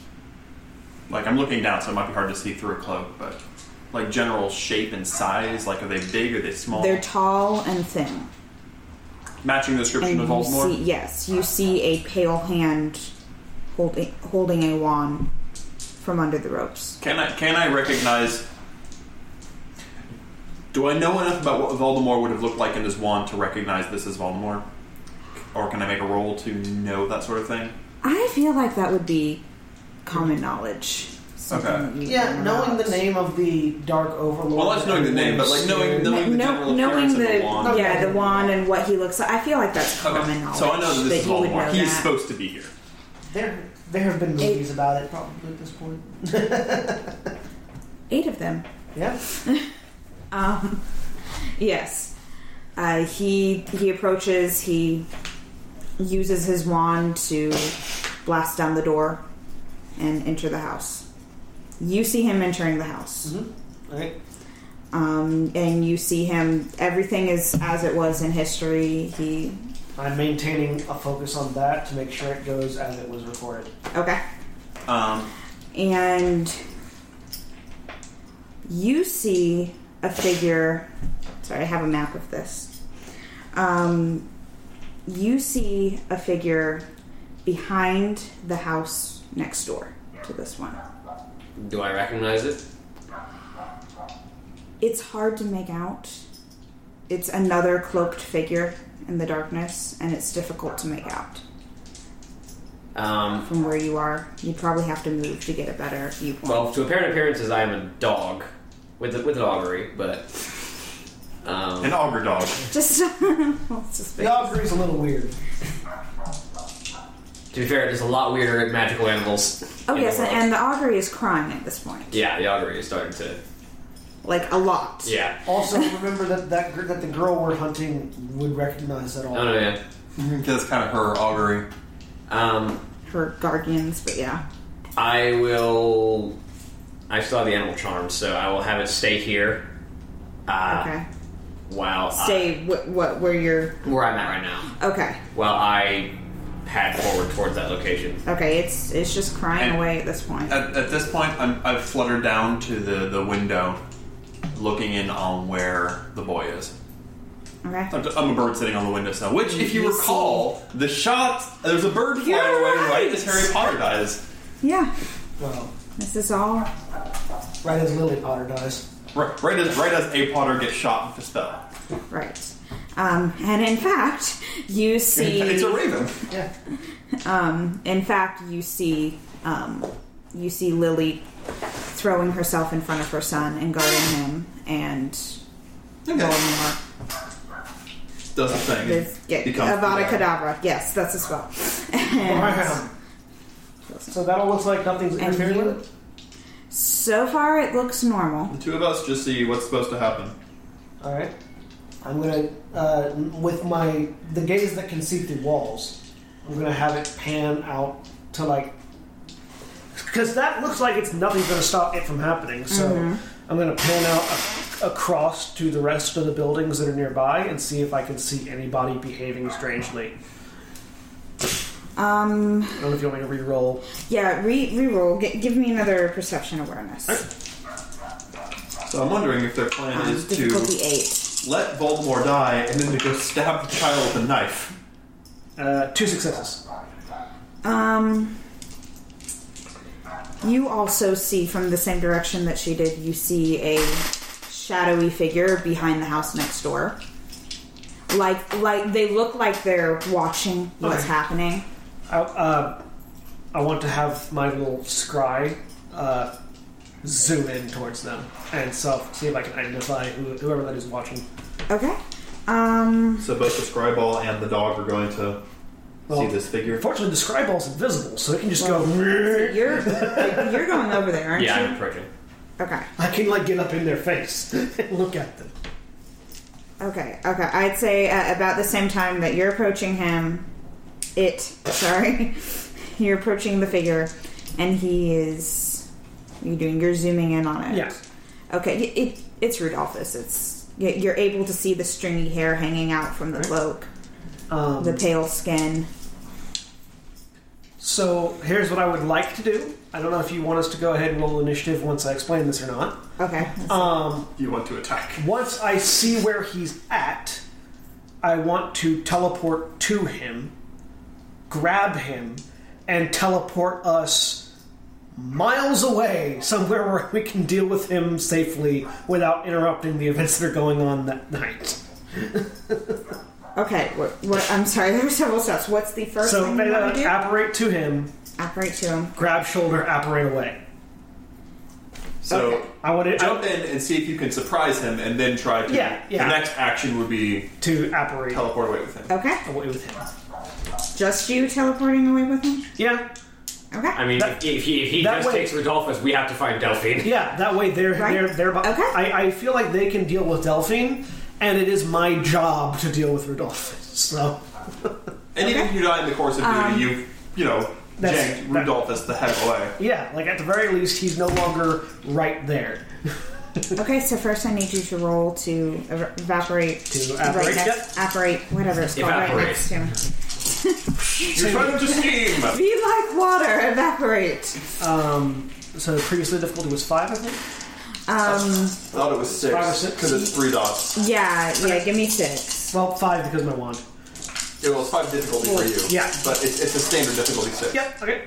Speaker 4: Like I'm looking down, so it might be hard to see through a cloak, but like general shape and size, like are they big? Are they small?
Speaker 2: They're tall and thin.
Speaker 4: Matching the description
Speaker 2: And
Speaker 4: of
Speaker 2: you
Speaker 4: Voldemort.
Speaker 2: see, yes, you see a pale hand holding holding a wand from under the ropes.
Speaker 4: Can I can I recognize? Do I know enough about what Voldemort would have looked like in his wand to recognize this as Voldemort, or can I make a roll to know that sort of thing?
Speaker 2: I feel like that would be common knowledge. something
Speaker 4: Okay.
Speaker 2: that you
Speaker 1: Yeah,
Speaker 2: learn
Speaker 1: knowing
Speaker 2: about.
Speaker 1: the name of the Dark Overlord.
Speaker 4: Well, that's knowing the name, but like knowing knowing the
Speaker 2: No,
Speaker 4: general appearance
Speaker 2: knowing the,
Speaker 4: of the wand.
Speaker 2: yeah the wand and what he looks like, I feel like that's common
Speaker 4: Okay.
Speaker 2: knowledge.
Speaker 4: So I know that this is
Speaker 2: you would
Speaker 4: Voldemort.
Speaker 2: know
Speaker 4: He's
Speaker 2: that.
Speaker 4: supposed to be here.
Speaker 1: There, there have been movies about it probably at this point.
Speaker 2: eight of them.
Speaker 1: Yeah.
Speaker 2: Um, *laughs* yes, uh, he he approaches. He uses his wand to blast down the door and enter the house. You see him entering the house.
Speaker 1: All right.
Speaker 2: um, and you see him. Everything is as it was in history. He
Speaker 1: I'm maintaining a focus on that to make sure it goes as it was recorded.
Speaker 2: okay,
Speaker 4: Um,
Speaker 2: and you see a figure. Sorry, I have a map of this. Um, you see a figure behind the house next door to this one.
Speaker 3: Do I recognize it?
Speaker 2: It's hard to make out. It's another cloaked figure in the darkness, and it's difficult to make out.
Speaker 3: Um,
Speaker 2: from where you are. You probably have to move to get a better viewpoint.
Speaker 3: well, to apparent appearances, I am a dog with a, with an augury, but um,
Speaker 4: an auger dog.
Speaker 2: just, *laughs* well, it's just
Speaker 1: The augury's a little weird.
Speaker 3: to be fair, there's a lot weirder magical animals.
Speaker 2: oh
Speaker 3: in the
Speaker 2: yes, and,
Speaker 3: world.
Speaker 2: and the augury is crying at this point,
Speaker 3: yeah, the augury is starting to
Speaker 2: like a lot.
Speaker 3: yeah.
Speaker 1: Also, remember that that gr- that the girl we're hunting would recognize that all.
Speaker 3: Oh no, yeah.
Speaker 4: That's kind of her augury.
Speaker 3: Um,
Speaker 2: Her guardians, but yeah,
Speaker 3: I will. I still have the animal charm, so I will have it stay here. Uh,
Speaker 2: okay.
Speaker 3: While
Speaker 2: Stay what, what where you're.
Speaker 3: I, where I'm at right now,
Speaker 2: Okay,
Speaker 3: while I pad forward towards that location.
Speaker 2: okay. It's it's just crying
Speaker 4: And-
Speaker 2: away at this point.
Speaker 4: At, at this point, I'm, I've fluttered down to the, the window, looking in on where the boy is.
Speaker 2: okay.
Speaker 4: I'm I'm a bird sitting on the windowsill, which, if you
Speaker 2: You
Speaker 4: recall, the shot there's a bird flying
Speaker 2: You're
Speaker 4: away
Speaker 2: right.
Speaker 4: right as Harry Potter dies.
Speaker 2: Yeah.
Speaker 1: Well,
Speaker 2: This is all.
Speaker 1: right as Lily Potter dies.
Speaker 4: Right, right as right as a Potter gets shot with the spell.
Speaker 2: Right. Um, and in fact, you see.
Speaker 4: It's a raven.
Speaker 1: Yeah.
Speaker 2: Um, in fact, you see um, you see Lily throwing herself in front of her son and guarding him, and
Speaker 4: Okay.
Speaker 2: Voldemort
Speaker 4: Does the thing.
Speaker 2: is get
Speaker 4: Becomes
Speaker 2: Avada
Speaker 4: the-
Speaker 2: Kedavra. Yes, that's a spell. And
Speaker 1: Wow. So that all looks like nothing's
Speaker 2: And
Speaker 1: interfering
Speaker 2: you-
Speaker 1: with it.
Speaker 2: so far, it looks normal.
Speaker 4: The two of us just see what's supposed to happen.
Speaker 1: All right. I'm gonna uh, with my the gaze that can see through walls. I'm gonna have it pan out to like because that looks like it's nothing's gonna stop it from happening. So I'm gonna pan out a- across to the rest of the buildings that are nearby and see if I can see anybody behaving strangely.
Speaker 2: Um,
Speaker 1: I don't know if you want me to re-roll.
Speaker 2: yeah, re reroll. G- give me another perception awareness.
Speaker 4: So I'm wondering if their plan
Speaker 2: Um,
Speaker 4: is
Speaker 2: difficulty
Speaker 4: to
Speaker 2: eight.
Speaker 4: let Voldemort die and then to go stab the child with a knife.
Speaker 1: Uh, two successes.
Speaker 2: Um, you also see from the same direction that she did. You see a shadowy figure behind the house next door. Like, like they look like they're watching what's
Speaker 1: Okay.
Speaker 2: happening.
Speaker 1: I, uh, I want to have my little scry uh, zoom in towards them and so see if I can identify who, whoever that is watching.
Speaker 2: Okay. Um.
Speaker 4: So both the scry ball and the dog are going to see
Speaker 1: Well-
Speaker 4: this figure.
Speaker 1: Unfortunately, the scry ball's invisible, so it can just go.
Speaker 2: You're you're going over there, aren't
Speaker 3: Yeah,
Speaker 2: you?
Speaker 3: I'm approaching.
Speaker 2: Okay.
Speaker 1: I can like get up in their face *laughs* and look at them.
Speaker 2: Okay. Okay. I'd say uh, about the same time that you're approaching him, it. Sorry, *laughs* you're approaching the figure, and he is. You doing? You're zooming in on it.
Speaker 1: Yeah.
Speaker 2: Okay. y- It, it's Rudolphus. It's y- you're able to see the stringy hair hanging out from the cloak,
Speaker 1: Um,
Speaker 2: the pale skin.
Speaker 1: So here's what I would like to do. I don't know if you want us to go ahead and roll initiative once I explain this or not.
Speaker 2: Okay.
Speaker 1: Um,
Speaker 4: You want to attack?
Speaker 1: once I see where he's at, I want to teleport to him, grab him, and teleport us miles away, somewhere where we can deal with him safely without interrupting the events that are going on that night.
Speaker 2: Okay. What, what, I'm sorry. *laughs* There were several steps. What's the first
Speaker 1: so
Speaker 2: thing you
Speaker 1: uh,
Speaker 2: want to do?
Speaker 1: apparate to him,
Speaker 2: Operate to him.
Speaker 1: grab shoulder, apparate away.
Speaker 4: So
Speaker 2: Okay.
Speaker 1: I want to,
Speaker 4: jump in and see if you can surprise him, and then try to.
Speaker 1: Yeah, yeah.
Speaker 4: The next action would be
Speaker 1: to apparate
Speaker 4: teleport away with him.
Speaker 2: Okay.
Speaker 1: away with him.
Speaker 2: Just you teleporting away with him.
Speaker 1: Yeah,
Speaker 2: Okay.
Speaker 3: I mean,
Speaker 1: That-
Speaker 3: if, if he, if he
Speaker 1: that
Speaker 3: just
Speaker 1: way-
Speaker 3: takes Rodolphus, we have to find Delphine. *laughs*
Speaker 1: Yeah, that way they're
Speaker 2: Right.
Speaker 1: they're they're.
Speaker 2: Okay.
Speaker 1: I, I feel like they can deal with Delphine, and it is my job to deal with Rudolphus. So
Speaker 4: And even if you die in the course of duty,
Speaker 2: Um,
Speaker 4: you you know
Speaker 1: That's-
Speaker 4: janked
Speaker 1: that-
Speaker 4: Rudolphus the heck away.
Speaker 1: yeah, like at the very least, he's no longer right there
Speaker 2: Okay, so first I need you to roll to ev- evaporate.
Speaker 1: To evaporate,
Speaker 2: Right next, Evaporate, whatever it's called,
Speaker 3: Evaporate.
Speaker 2: right next to him.
Speaker 4: You're trying to scheme.
Speaker 2: Be like water, evaporate.
Speaker 1: Um, so previously difficulty was five, I think.
Speaker 2: Um,
Speaker 4: Thought it was
Speaker 1: Five or
Speaker 4: six
Speaker 1: six.
Speaker 4: because it's three dots.
Speaker 2: yeah, yeah, give me six.
Speaker 1: Well, five because of my wand.
Speaker 4: It was five difficulty for you.
Speaker 1: Yeah.
Speaker 4: but it's, it's a standard difficulty six.
Speaker 1: Yep. Okay.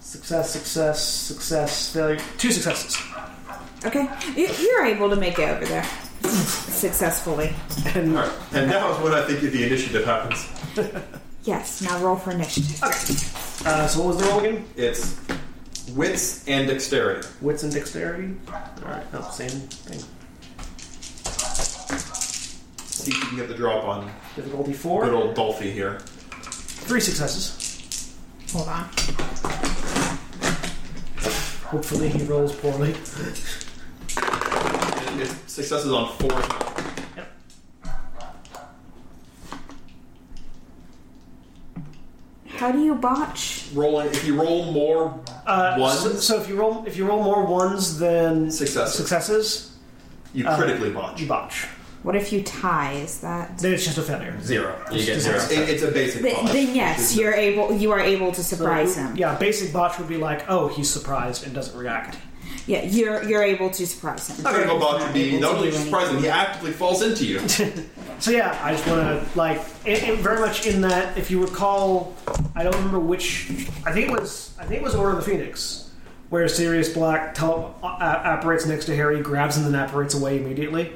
Speaker 1: Success, success, success, failure. Two successes,
Speaker 2: Okay, you, you're able to make it over there successfully.
Speaker 1: and
Speaker 4: All right, and now is when I think the initiative happens.
Speaker 2: Yes, now roll for initiative.
Speaker 1: uh, so what was the roll again?
Speaker 4: It's wits and dexterity.
Speaker 1: Wits and dexterity. All right, no, same thing.
Speaker 4: See if you can get the drop on
Speaker 1: Difficulty four.
Speaker 4: good old Dolphy here.
Speaker 1: Three successes.
Speaker 2: Hold on.
Speaker 1: Hopefully he rolls poorly.
Speaker 4: And It's successes on four. counts.
Speaker 1: Yep.
Speaker 2: How do you botch?
Speaker 4: Rolling. If you roll more
Speaker 1: Uh,
Speaker 4: ones,
Speaker 1: So, so if you roll if you roll more ones than
Speaker 4: Successes.
Speaker 1: successes,
Speaker 4: you
Speaker 1: uh,
Speaker 4: critically botch.
Speaker 1: you botch.
Speaker 2: What if you tie? Is that.
Speaker 1: Then it's just a failure.
Speaker 3: Zero. You get
Speaker 1: Just
Speaker 3: zero.
Speaker 1: zero.
Speaker 4: It- it's a basic
Speaker 2: Th-
Speaker 4: botch.
Speaker 2: then yes, you're able. You are able to
Speaker 1: So,
Speaker 2: surprise him.
Speaker 1: Yeah, basic botch would be like, oh, he's surprised and doesn't react.
Speaker 2: Yeah, you're you're able to surprise him.
Speaker 4: Critical botch would be
Speaker 2: Able to
Speaker 4: not only
Speaker 2: do anything.
Speaker 4: surprising, he actively falls into
Speaker 2: *laughs*
Speaker 4: you.
Speaker 1: So yeah, I just want to like it, it very much in that. If you recall, I don't remember which. I think it was I think it was Order of the Phoenix, where Sirius Black tele- uh, apparates next to Harry, grabs him, and then apparates away immediately.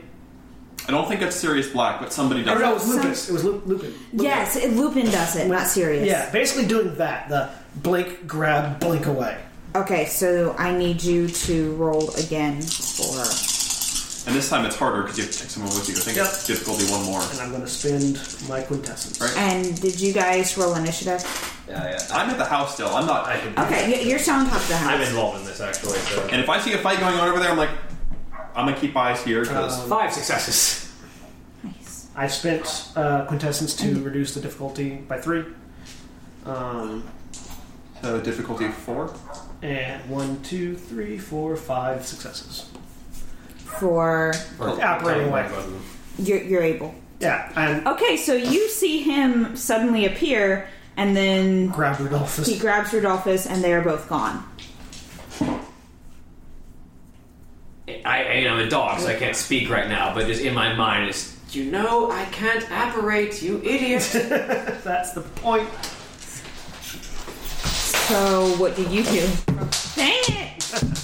Speaker 4: I don't think it's Sirius Black, but somebody
Speaker 1: Or
Speaker 4: does.
Speaker 1: Oh, no, it was
Speaker 2: Sounds-
Speaker 1: Lupus. It was Lu- Lupin.
Speaker 2: Yes, it, Lupin does it. Not serious.
Speaker 1: Yeah, basically doing that. The blink, grab, blink away.
Speaker 2: Okay, so I need you to roll again for.
Speaker 4: And this time it's harder because you have to take someone with you. I think
Speaker 1: Yep.
Speaker 4: it's difficulty one more.
Speaker 1: And I'm going to spend my quintessence.
Speaker 4: Right.
Speaker 2: And did you guys roll initiative?
Speaker 3: Yeah, yeah.
Speaker 4: I'm at the house still. I'm not.
Speaker 3: I can,
Speaker 2: Okay, y- you're still on top of the
Speaker 3: I'm
Speaker 2: house.
Speaker 3: involved in this actually. So.
Speaker 4: And if I see a fight going on over there, I'm like, I'm gonna keep eyes here because
Speaker 1: Um,
Speaker 3: Five successes.
Speaker 2: Nice.
Speaker 1: I spent uh, quintessence to reduce the difficulty by three. Um,
Speaker 4: so difficulty four.
Speaker 1: and one, two, three, four, five successes.
Speaker 2: For
Speaker 3: Or-
Speaker 1: Operating away.
Speaker 2: you're, you're able.
Speaker 1: Yeah, and
Speaker 2: Okay, so you see him suddenly appear, and then
Speaker 1: grab
Speaker 2: he *laughs*
Speaker 1: Rudolphus.
Speaker 2: grabs Rudolphus, and they are both gone.
Speaker 3: I, I, you know, I'm a dog, so I can't speak right now, but just in my mind is, you know, I can't apparate, you idiot.
Speaker 1: That's the point.
Speaker 2: So what do you do? Dang it! *laughs*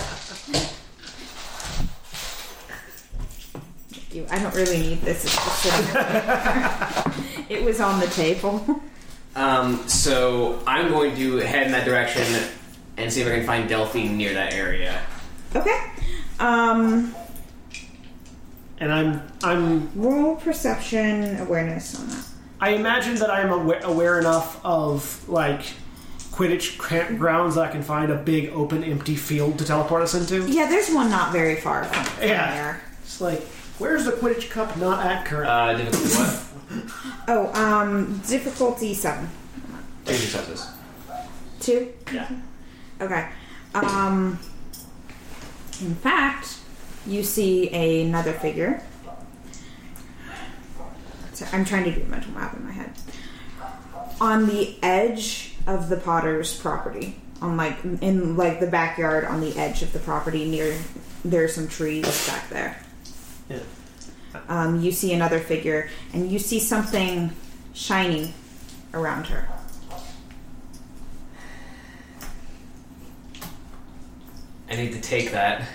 Speaker 2: you, I don't really need this. It's just sitting- *laughs* it was on the table.
Speaker 3: um, so I'm going to head in that direction and see if I can find Delphine near that area.
Speaker 2: Okay. Um,
Speaker 1: And I'm I'm
Speaker 2: roll perception awareness on that.
Speaker 1: I imagine that I'm aware, aware enough of like Quidditch campgrounds that I can find a big open empty field to teleport us into.
Speaker 2: Yeah, there's one not very far from, from
Speaker 1: Yeah.
Speaker 2: there.
Speaker 1: It's like, where's the Quidditch Cup not at currently?
Speaker 3: Uh, difficulty what?
Speaker 2: Oh, um, difficulty seven,
Speaker 3: Two successes.
Speaker 2: two.
Speaker 1: yeah.
Speaker 2: Okay. Um, in fact, you see another figure. So I'm trying to do a mental map in my head. On the edge of the Potter's property on like in like the backyard on the edge of the property near there are some trees back there.
Speaker 1: Yeah.
Speaker 2: Um, you see another figure and you see something shiny around her.
Speaker 3: I need to take that.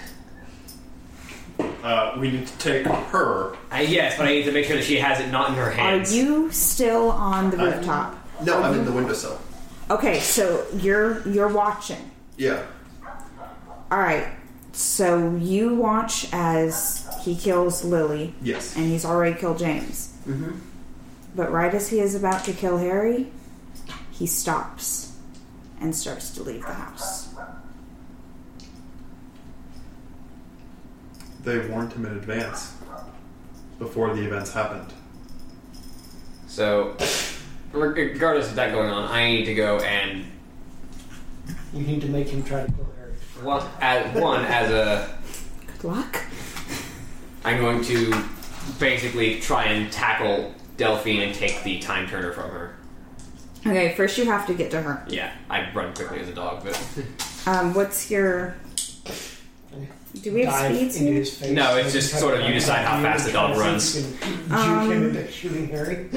Speaker 4: Uh, we need to take her.
Speaker 3: I, yes, but I need to make sure that she has it not in her hands.
Speaker 2: Are you still on the
Speaker 7: I'm-
Speaker 2: rooftop?
Speaker 7: No, I'm in the windowsill.
Speaker 2: Okay, so you're you're watching.
Speaker 7: Yeah.
Speaker 2: All right. So you watch as he kills Lily
Speaker 7: Yes.
Speaker 2: and he's already killed James.
Speaker 7: Mhm.
Speaker 2: But right as he is about to kill Harry, he stops and starts to leave the house.
Speaker 7: They warned him in advance before the events happened.
Speaker 3: So, re- regardless of that going on, I need to go and
Speaker 1: You need to make him try to kill Harry.
Speaker 3: one as one as a.
Speaker 2: Good luck.
Speaker 3: I'm going to basically try and tackle Delphine and take the time turner from her.
Speaker 2: Okay, first you have to get to her.
Speaker 3: Yeah, I run quickly as a dog, but
Speaker 2: Um, what's your? Do we have
Speaker 1: Dive
Speaker 2: speeds
Speaker 1: into
Speaker 2: here?
Speaker 1: his face.
Speaker 3: No, it's just sort of you decide how fast the dog runs.
Speaker 1: You can
Speaker 2: Um,
Speaker 1: juke him into shooting Harry.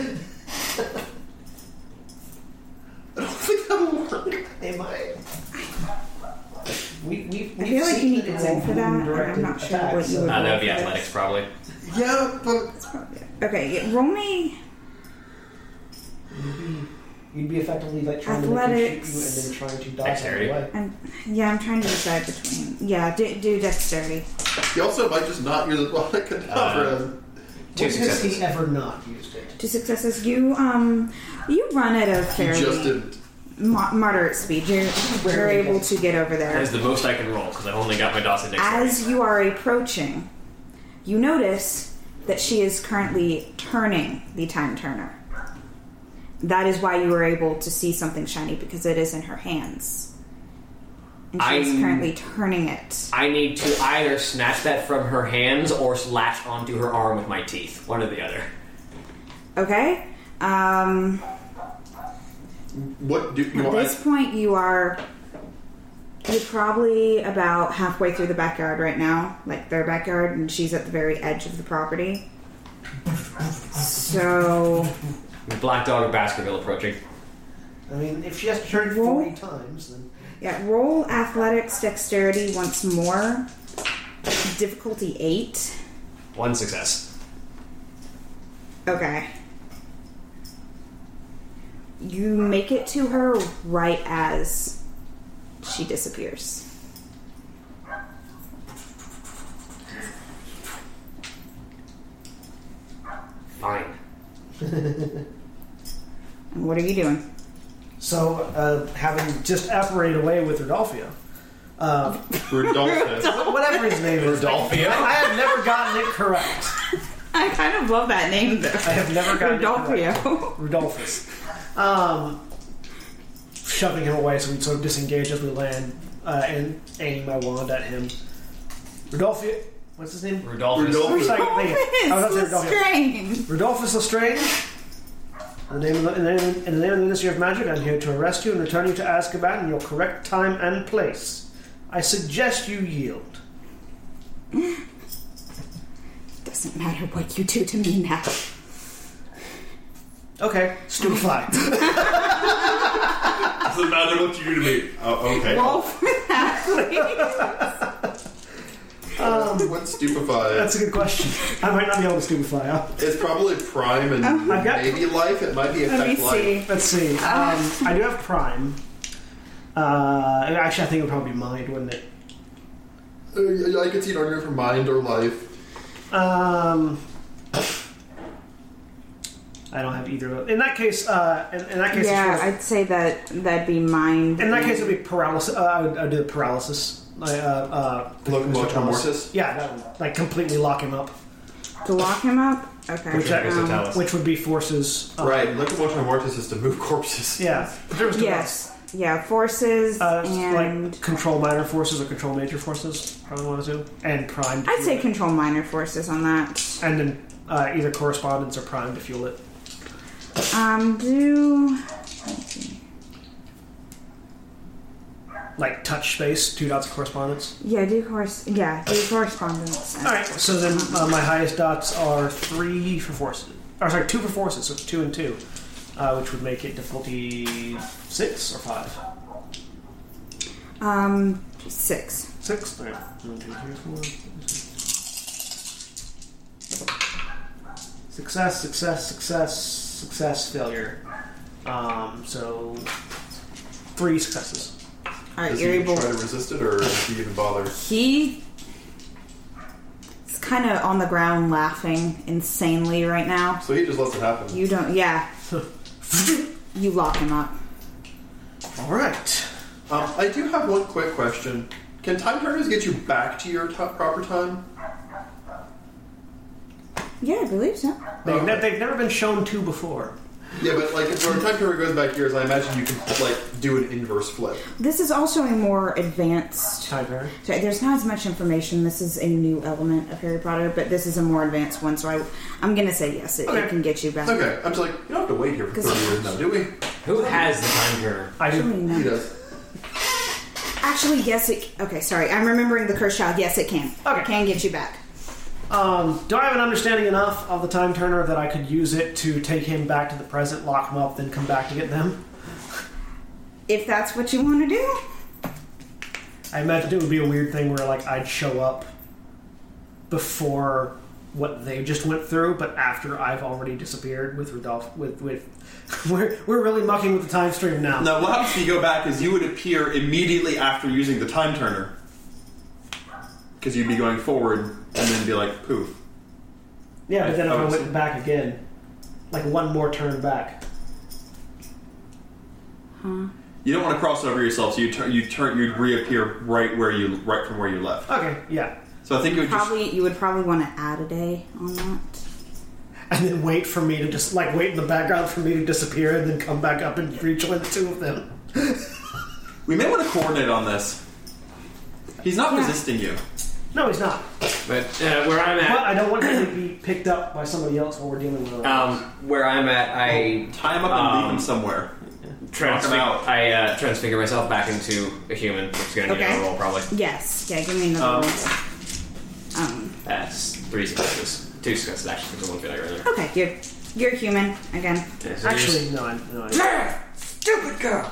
Speaker 7: I don't think that'll work.
Speaker 1: Am I? We, we,
Speaker 2: I feel like you need to roll for that, and I'm not sure what you would
Speaker 3: uh, that would be
Speaker 2: roll for
Speaker 3: athletics probably.
Speaker 7: Yeah, but
Speaker 2: this. Okay, yeah, roll me.
Speaker 1: You'd be effectively like trying to make him shoot
Speaker 2: Athletics.
Speaker 1: you and then trying to dodge
Speaker 3: Dexterity.
Speaker 1: out of the way.
Speaker 2: I'm, yeah, I'm trying to decide between. Yeah, do, do dexterity.
Speaker 7: he also might just not use it while I could cover
Speaker 3: Uh,
Speaker 7: him.
Speaker 3: Two
Speaker 1: When has
Speaker 3: successes.
Speaker 1: he ever not used it?
Speaker 2: Two successes. You um, you run at a
Speaker 7: He
Speaker 2: fairly
Speaker 7: just didn't.
Speaker 2: mo- moderate speed. You're, you're
Speaker 1: Rarely
Speaker 2: able
Speaker 1: does.
Speaker 2: to get over
Speaker 3: That is
Speaker 2: there.
Speaker 3: the most I can roll because I've only got my DOS index.
Speaker 2: As you are approaching, you notice that she is currently turning the time turner. That is why you were able to see something shiny because it is in her hands, and she is
Speaker 3: I'm-
Speaker 2: currently turning it.
Speaker 3: I need to either snatch that from her hands or latch onto her arm with my teeth. One or the other.
Speaker 2: Okay. Um,
Speaker 7: What do you
Speaker 2: At
Speaker 7: want?
Speaker 2: this point, you are. You're probably about halfway through the backyard right now, like their backyard, and she's at the very edge of the property. So,
Speaker 3: Black dog of Baskerville approaching.
Speaker 1: I mean, if she has to turn it
Speaker 2: Roll.
Speaker 1: 40 times, then
Speaker 2: yeah, roll athletics dexterity once more. Difficulty 8.
Speaker 3: One success.
Speaker 2: Okay. You make it to her right as she disappears.
Speaker 3: Fine.
Speaker 2: And what are you doing?
Speaker 1: So, uh, having just apparated away with Rodolphia, uh,
Speaker 7: Rodolphus.
Speaker 1: whatever his name is,
Speaker 7: Rodolphia?
Speaker 1: I, I have never gotten it correct.
Speaker 2: I kind of love that name though.
Speaker 1: I have never gotten it correct.
Speaker 2: Rodolphio.
Speaker 1: Rodolphus. Um, shoving him away so we sort of disengage as we land uh, and aiming my wand at him. Rodolphia, what's his name?
Speaker 3: Rudolphus.
Speaker 7: Rudolphus.
Speaker 1: Sorry, thank
Speaker 2: Oh,
Speaker 1: you. I was about to say
Speaker 2: It's
Speaker 1: Rodolphia.
Speaker 2: strange.
Speaker 1: Rodolphus Lestrange. In the, name of the, in, the name, in the name of the Ministry of Magic, I'm here to arrest you and return you to Azkaban in your correct time and place. I suggest you yield.
Speaker 2: Doesn't matter what you do to me now.
Speaker 1: Okay, stupefy.
Speaker 4: Doesn't matter what you do to me.
Speaker 7: Oh, okay.
Speaker 2: Roll for that, please.
Speaker 7: What's stupefied?
Speaker 1: That's a good question. I might not be able to stupefy. Huh?
Speaker 7: It's probably prime and
Speaker 1: I've got-
Speaker 7: maybe life. It might be
Speaker 2: Let me
Speaker 7: effect life.
Speaker 2: see. Uh,
Speaker 1: Let's see. Um, I do have Prime. Uh, actually, I think it would probably be mind, wouldn't it?
Speaker 7: Uh, yeah, I could see an argument for mind or life.
Speaker 1: Um, I don't have either of those. In that case, uh, in, in that case, it's
Speaker 2: yeah,
Speaker 1: sort of-
Speaker 2: I'd say that that'd be mine.
Speaker 1: in that case, it would be paralysis. Uh, I, would, I would do the paralysis. Like, uh, uh,
Speaker 7: Locomotor mortis.
Speaker 1: Yeah, that would, like completely lock him up,
Speaker 2: to lock him up. Okay.
Speaker 1: Which I guess
Speaker 2: um,
Speaker 1: which would be forces. um,
Speaker 7: Right. Locomotor mortis is to move corpses.
Speaker 1: Yeah. But there was two
Speaker 2: yes. Yeah, forces
Speaker 1: Uh,
Speaker 2: and
Speaker 1: like control minor forces or control major forces, probably one of the two, and prime. to
Speaker 2: I'd
Speaker 1: fuel
Speaker 2: say
Speaker 1: it.
Speaker 2: control minor forces on that.
Speaker 1: and then uh, either correspondence or prime to fuel it.
Speaker 2: Um, do
Speaker 1: Like touch space, two dots of correspondence.
Speaker 2: Yeah, do course. Yeah, do correspondence.
Speaker 1: All right, so then uh, my highest dots are three for forces. Or sorry, two for forces, so it's two and two, uh, which would make it difficulty six or five.
Speaker 2: Um, six.
Speaker 1: Six. All right. One, two, three, four. five, six. Success, success, success, success, failure. Um, so three successes.
Speaker 2: All right,
Speaker 7: Does
Speaker 2: you're
Speaker 7: he
Speaker 2: able.
Speaker 7: try to resist it, or does he even bother?
Speaker 2: He is kind of on the ground laughing insanely right now.
Speaker 7: So he just lets it happen.
Speaker 2: You don't, yeah. you lock him up.
Speaker 1: All right.
Speaker 7: Um, I do have one quick question. Can time turners get you back to your top proper time?
Speaker 2: Yeah, I believe so.
Speaker 1: They've,
Speaker 7: Okay.
Speaker 1: ne- they've never been shown two before.
Speaker 7: Yeah, but like if a time turner goes back years, I imagine you can like do an inverse flip.
Speaker 2: This is also a more advanced.
Speaker 1: Time Fairy.
Speaker 2: so There's not as much information. This is a new element of Harry Potter, but this is a more advanced one. So I, I'm gonna say yes. It,
Speaker 7: Okay.
Speaker 2: it can get you back.
Speaker 7: Okay, I'm just like you don't have to wait here for
Speaker 2: 'Cause-
Speaker 7: thirty years now, do we?
Speaker 3: Who has the time turner?
Speaker 1: I do.
Speaker 2: Actually, no.
Speaker 7: He does.
Speaker 2: uh, Actually, yes. It. Okay, sorry. I'm remembering the curse child. Yes, it can.
Speaker 1: Okay.
Speaker 2: It can get you back.
Speaker 1: Um, do I have an understanding enough of the time turner that I could use it to take him back to the present, lock him up, then come back to get them?
Speaker 2: If that's what you want to do.
Speaker 1: I imagine it would be a weird thing where like I'd show up before what they just went through, but after I've already disappeared with Rudolph. With with *laughs* we're we're really mucking with the time stream now.
Speaker 4: *laughs* Now, what happens if you go back is you would appear immediately after using the time turner. Because you'd be going forward and then be like, poof.
Speaker 1: Yeah, but then if
Speaker 4: I
Speaker 1: I
Speaker 4: would
Speaker 1: went
Speaker 4: say-
Speaker 1: back again, like one more turn back.
Speaker 4: You don't want to cross over yourself, so you turn, you turn, you'd reappear right where you, right from where you left.
Speaker 1: Okay, yeah,
Speaker 4: So I think it would just
Speaker 2: Probably you would probably want to add a day on that.
Speaker 1: and then wait for me to just like wait in the background for me to disappear and then come back up and rejoin the two of them.
Speaker 4: We may want to coordinate on this. He's not
Speaker 2: Yeah.
Speaker 4: resisting you.
Speaker 1: No, he's not.
Speaker 3: But uh, where I'm
Speaker 1: But
Speaker 3: at,
Speaker 1: I don't want him to be picked up by somebody else while we're dealing with.
Speaker 4: Oh.
Speaker 1: him.
Speaker 3: um, where I'm at, I
Speaker 4: Tie him up and leave
Speaker 3: Um,
Speaker 4: him somewhere.
Speaker 3: transfig-
Speaker 4: Knock 'em out.
Speaker 3: I uh, transfigure myself back into a human. It's gonna need
Speaker 2: Okay.
Speaker 3: a roll probably.
Speaker 2: Yes. Yeah. Give me another.
Speaker 3: Um,
Speaker 2: one. um
Speaker 3: That's three successes. Two successes actually. There's one good right there.
Speaker 2: Okay, you're you're human again.
Speaker 3: Yeah, so
Speaker 1: Actually, no, I'm, no, I'm,
Speaker 5: Stupid girl.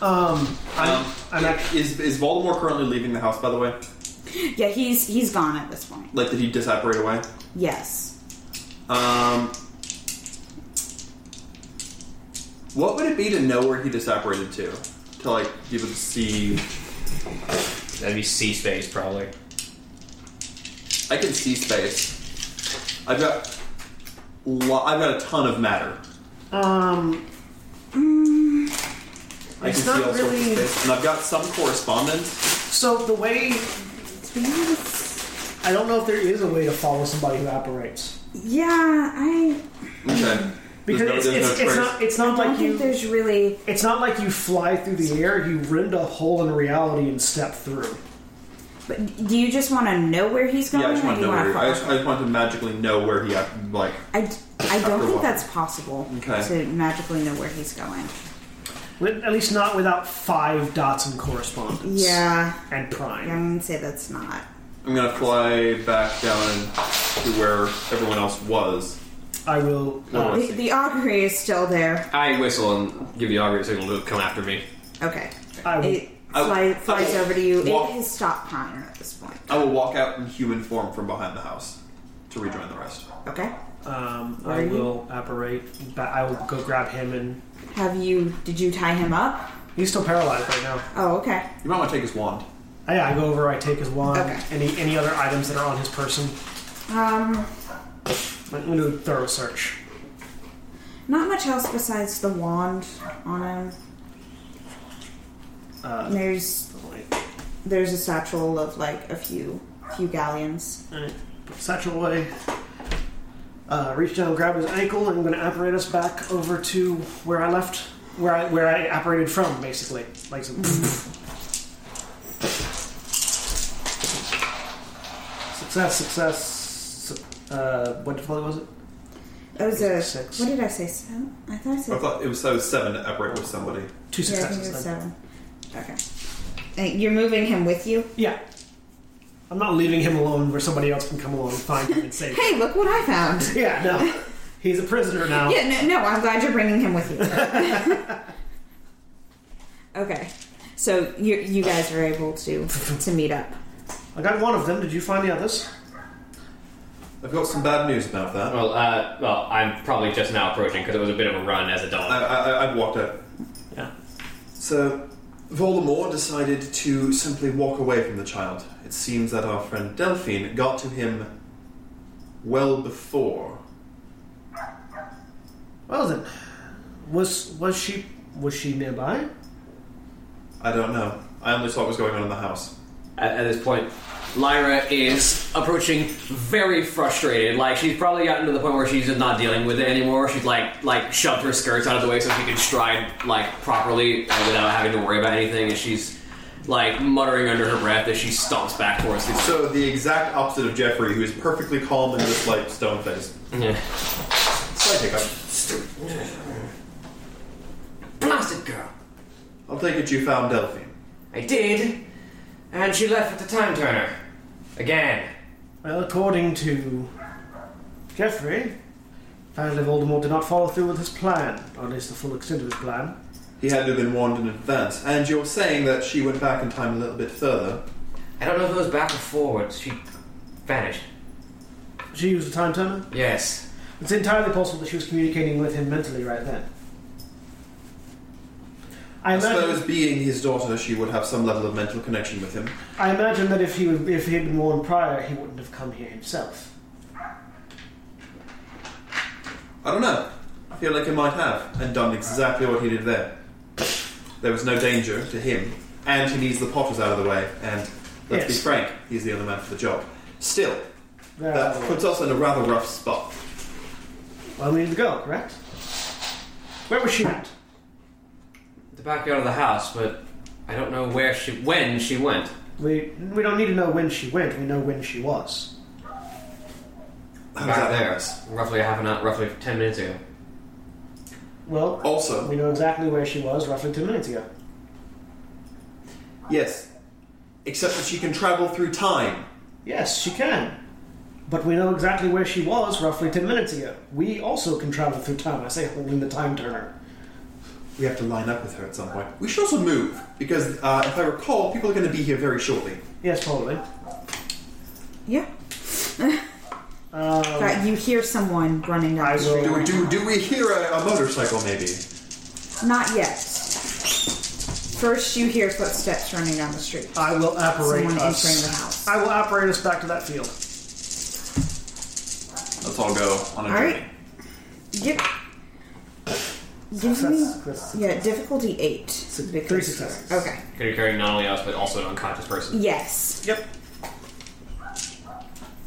Speaker 1: um, I'm,
Speaker 4: Um,
Speaker 1: I'm actually.
Speaker 4: Is, is Voldemort currently leaving the house, by the way?
Speaker 2: Yeah, he's he's gone at this point.
Speaker 4: Like, did he disapparate away?
Speaker 2: Yes.
Speaker 4: Um, what would it be to know where he disapparated to? To, like, be able to see...
Speaker 3: That'd be C space probably.
Speaker 4: I can see space. I've got... Lo- I've got a ton of matter.
Speaker 1: Um,
Speaker 4: I
Speaker 1: It's
Speaker 4: can see
Speaker 1: not
Speaker 4: all
Speaker 1: really-
Speaker 4: sorts of space. And I've got some correspondence.
Speaker 1: so the way
Speaker 2: To be honest,
Speaker 1: I don't know if there is a way to follow somebody who apparates
Speaker 2: yeah, I
Speaker 1: Mm-hmm.
Speaker 4: Okay.
Speaker 1: because
Speaker 4: There's no-
Speaker 1: it's, it's, it's
Speaker 4: there's no trace.
Speaker 1: not it's
Speaker 2: I
Speaker 1: not
Speaker 2: don't
Speaker 1: like
Speaker 2: think
Speaker 1: you
Speaker 2: there's really
Speaker 1: it's not like you fly through the air. You rend a hole in reality and step through.
Speaker 2: but do you just want to know where he's going
Speaker 4: Yeah, I just
Speaker 2: or
Speaker 4: want
Speaker 2: do
Speaker 4: to know
Speaker 2: you
Speaker 4: where.
Speaker 2: want
Speaker 4: he-
Speaker 2: to
Speaker 4: I just, I just want to magically know where he like.
Speaker 2: I, d- I don't
Speaker 4: After
Speaker 2: think
Speaker 4: what?
Speaker 2: that's possible
Speaker 4: Okay.
Speaker 2: to magically know where he's going.
Speaker 1: With- At least not without five dots and correspondence.
Speaker 2: Yeah,
Speaker 1: And
Speaker 2: I'm
Speaker 1: prime.
Speaker 2: gonna say that's not.
Speaker 4: I'm gonna fly back down to where everyone else was.
Speaker 1: I will.
Speaker 4: Well,
Speaker 1: Uh,
Speaker 2: The, the augury is still there.
Speaker 3: I whistle and give the augur a signal to come after me.
Speaker 2: Okay,
Speaker 1: I will.
Speaker 2: it
Speaker 4: I will- I
Speaker 2: fly,
Speaker 4: will
Speaker 2: flies over to you.
Speaker 4: walk-
Speaker 2: It has stopped prying at this point.
Speaker 4: I will walk out in human form from behind the house to rejoin the rest.
Speaker 2: Okay,
Speaker 1: Um,
Speaker 2: Where
Speaker 1: I
Speaker 2: are you?
Speaker 1: will apparate. But I will go grab him and
Speaker 2: have you? Did you tie him up?
Speaker 1: he's still paralyzed right now.
Speaker 2: Oh, okay.
Speaker 4: You might want to take his wand.
Speaker 1: Uh, Yeah, I go over. I take his wand.
Speaker 2: Okay.
Speaker 1: Any any other items that are on his person.
Speaker 2: Um,
Speaker 1: I'm gonna do a thorough search.
Speaker 2: Not much else besides the wand on him.
Speaker 1: Uh,
Speaker 2: There's there's a satchel of like a few few galleons.
Speaker 1: Alright, put the satchel away. Uh, reach down, grab his ankle, and I'm going to apparate us back over to where I left, where I where I apparated from, basically. Like some success, success. su- Uh, what difficulty was it?
Speaker 2: That was a
Speaker 1: Six.
Speaker 2: what did I say? Seven? I thought I
Speaker 4: I
Speaker 2: said
Speaker 4: thought it was, that was seven to operate with somebody.
Speaker 1: Two
Speaker 2: yeah, I think it
Speaker 1: successes.
Speaker 2: was
Speaker 1: then.
Speaker 2: seven. Okay. Uh, You're moving him with you?
Speaker 1: Yeah. I'm not leaving him alone where somebody else can come along and find him and save him.
Speaker 2: Hey, look what I found.
Speaker 1: *laughs* Yeah, no. He's a prisoner now.
Speaker 2: Yeah, no, no, I'm glad you're bringing him with you. *laughs* okay. So you, you guys are able to to meet up.
Speaker 1: I got one of them. Did you find the others?
Speaker 7: I've got some bad news about that.
Speaker 3: Well, uh, well, I'm probably just now approaching because it was a bit of a run as a dog.
Speaker 7: I, I, I've walked out.
Speaker 1: Yeah.
Speaker 7: So, Voldemort decided to simply walk away from the child. It seems that our friend Delphine got to him well before.
Speaker 1: Well then, was was she was she nearby?
Speaker 7: I don't know. I only saw what was going on in the house.
Speaker 3: at, at this point. Lyra is approaching very frustrated. Like she's probably gotten to the point where she's just not dealing with it anymore. She's like like shoved her skirts out of the way so she can stride like properly uh, without having to worry about anything. And she's like muttering under her breath as she stomps back towards the.
Speaker 7: So, the exact opposite of Jeffrey, who is perfectly calm and just like stone faced.
Speaker 3: Yeah.
Speaker 7: Slight hiccup.
Speaker 5: Blasted girl.
Speaker 7: I'll take it you found Delphine.
Speaker 5: I did, and she left with the time turner. Again.
Speaker 1: Well, according to Jeffrey, apparently Voldemort did not follow through with his plan, or at least the full extent of his plan.
Speaker 7: He had to have been warned in advance. And you're saying that she went back in time a little bit further.
Speaker 5: I don't know if it was back or forwards. She vanished.
Speaker 1: She used a time turner.
Speaker 5: Yes.
Speaker 1: It's entirely possible that she was communicating with him mentally right then. I
Speaker 7: I
Speaker 1: imagine,
Speaker 7: suppose, being his daughter, she would have some level of mental connection with him.
Speaker 1: I imagine that if he would, if he had been warned prior, he wouldn't have come here himself.
Speaker 7: I don't know. I feel like he might have, and done exactly what he did there. There was no danger to him, and he needs the Potters out of the way, and let's be
Speaker 1: Yes.
Speaker 7: frank, he's the only man for the job. Still,
Speaker 1: There
Speaker 7: that
Speaker 1: are-
Speaker 7: puts us in a rather rough spot.
Speaker 1: well, we need to go, correct? Where was she at?
Speaker 3: The backyard of the house, but I don't know where she when she went.
Speaker 1: We we don't need to know when she went. We know when she was.
Speaker 7: How does
Speaker 3: Back
Speaker 7: that
Speaker 3: there,
Speaker 7: help us?
Speaker 3: roughly half an hour, roughly ten minutes ago.
Speaker 1: Well,
Speaker 7: Also,
Speaker 1: we know exactly where she was roughly two minutes ago.
Speaker 7: yes, except that she can travel through time.
Speaker 1: Yes, she can. But we know exactly where she was roughly ten minutes ago. We also can travel through time. I say holding the time turner.
Speaker 7: We have to line up with her at some point. We should also move, because uh, if I recall, people are going to be here very shortly.
Speaker 1: Yes, probably.
Speaker 2: Yeah.
Speaker 1: Um,
Speaker 2: But you hear someone running down
Speaker 1: I
Speaker 2: the street.
Speaker 1: will-
Speaker 7: Do, do, do we hear a, a motorcycle, maybe?
Speaker 2: Not yet. First, you hear footsteps running down the street.
Speaker 1: I will operate
Speaker 2: Someone entering the
Speaker 1: us.
Speaker 2: house.
Speaker 1: I will operate us back to that field.
Speaker 4: Let's all go on a
Speaker 2: All
Speaker 4: journey.
Speaker 2: right. Give, give me.
Speaker 1: That's, that's
Speaker 2: Yeah, difficulty eight.
Speaker 1: three
Speaker 2: because-
Speaker 1: successes.
Speaker 2: Okay.
Speaker 3: Could be carrying not only us but also an unconscious person.
Speaker 2: Yes.
Speaker 1: Yep.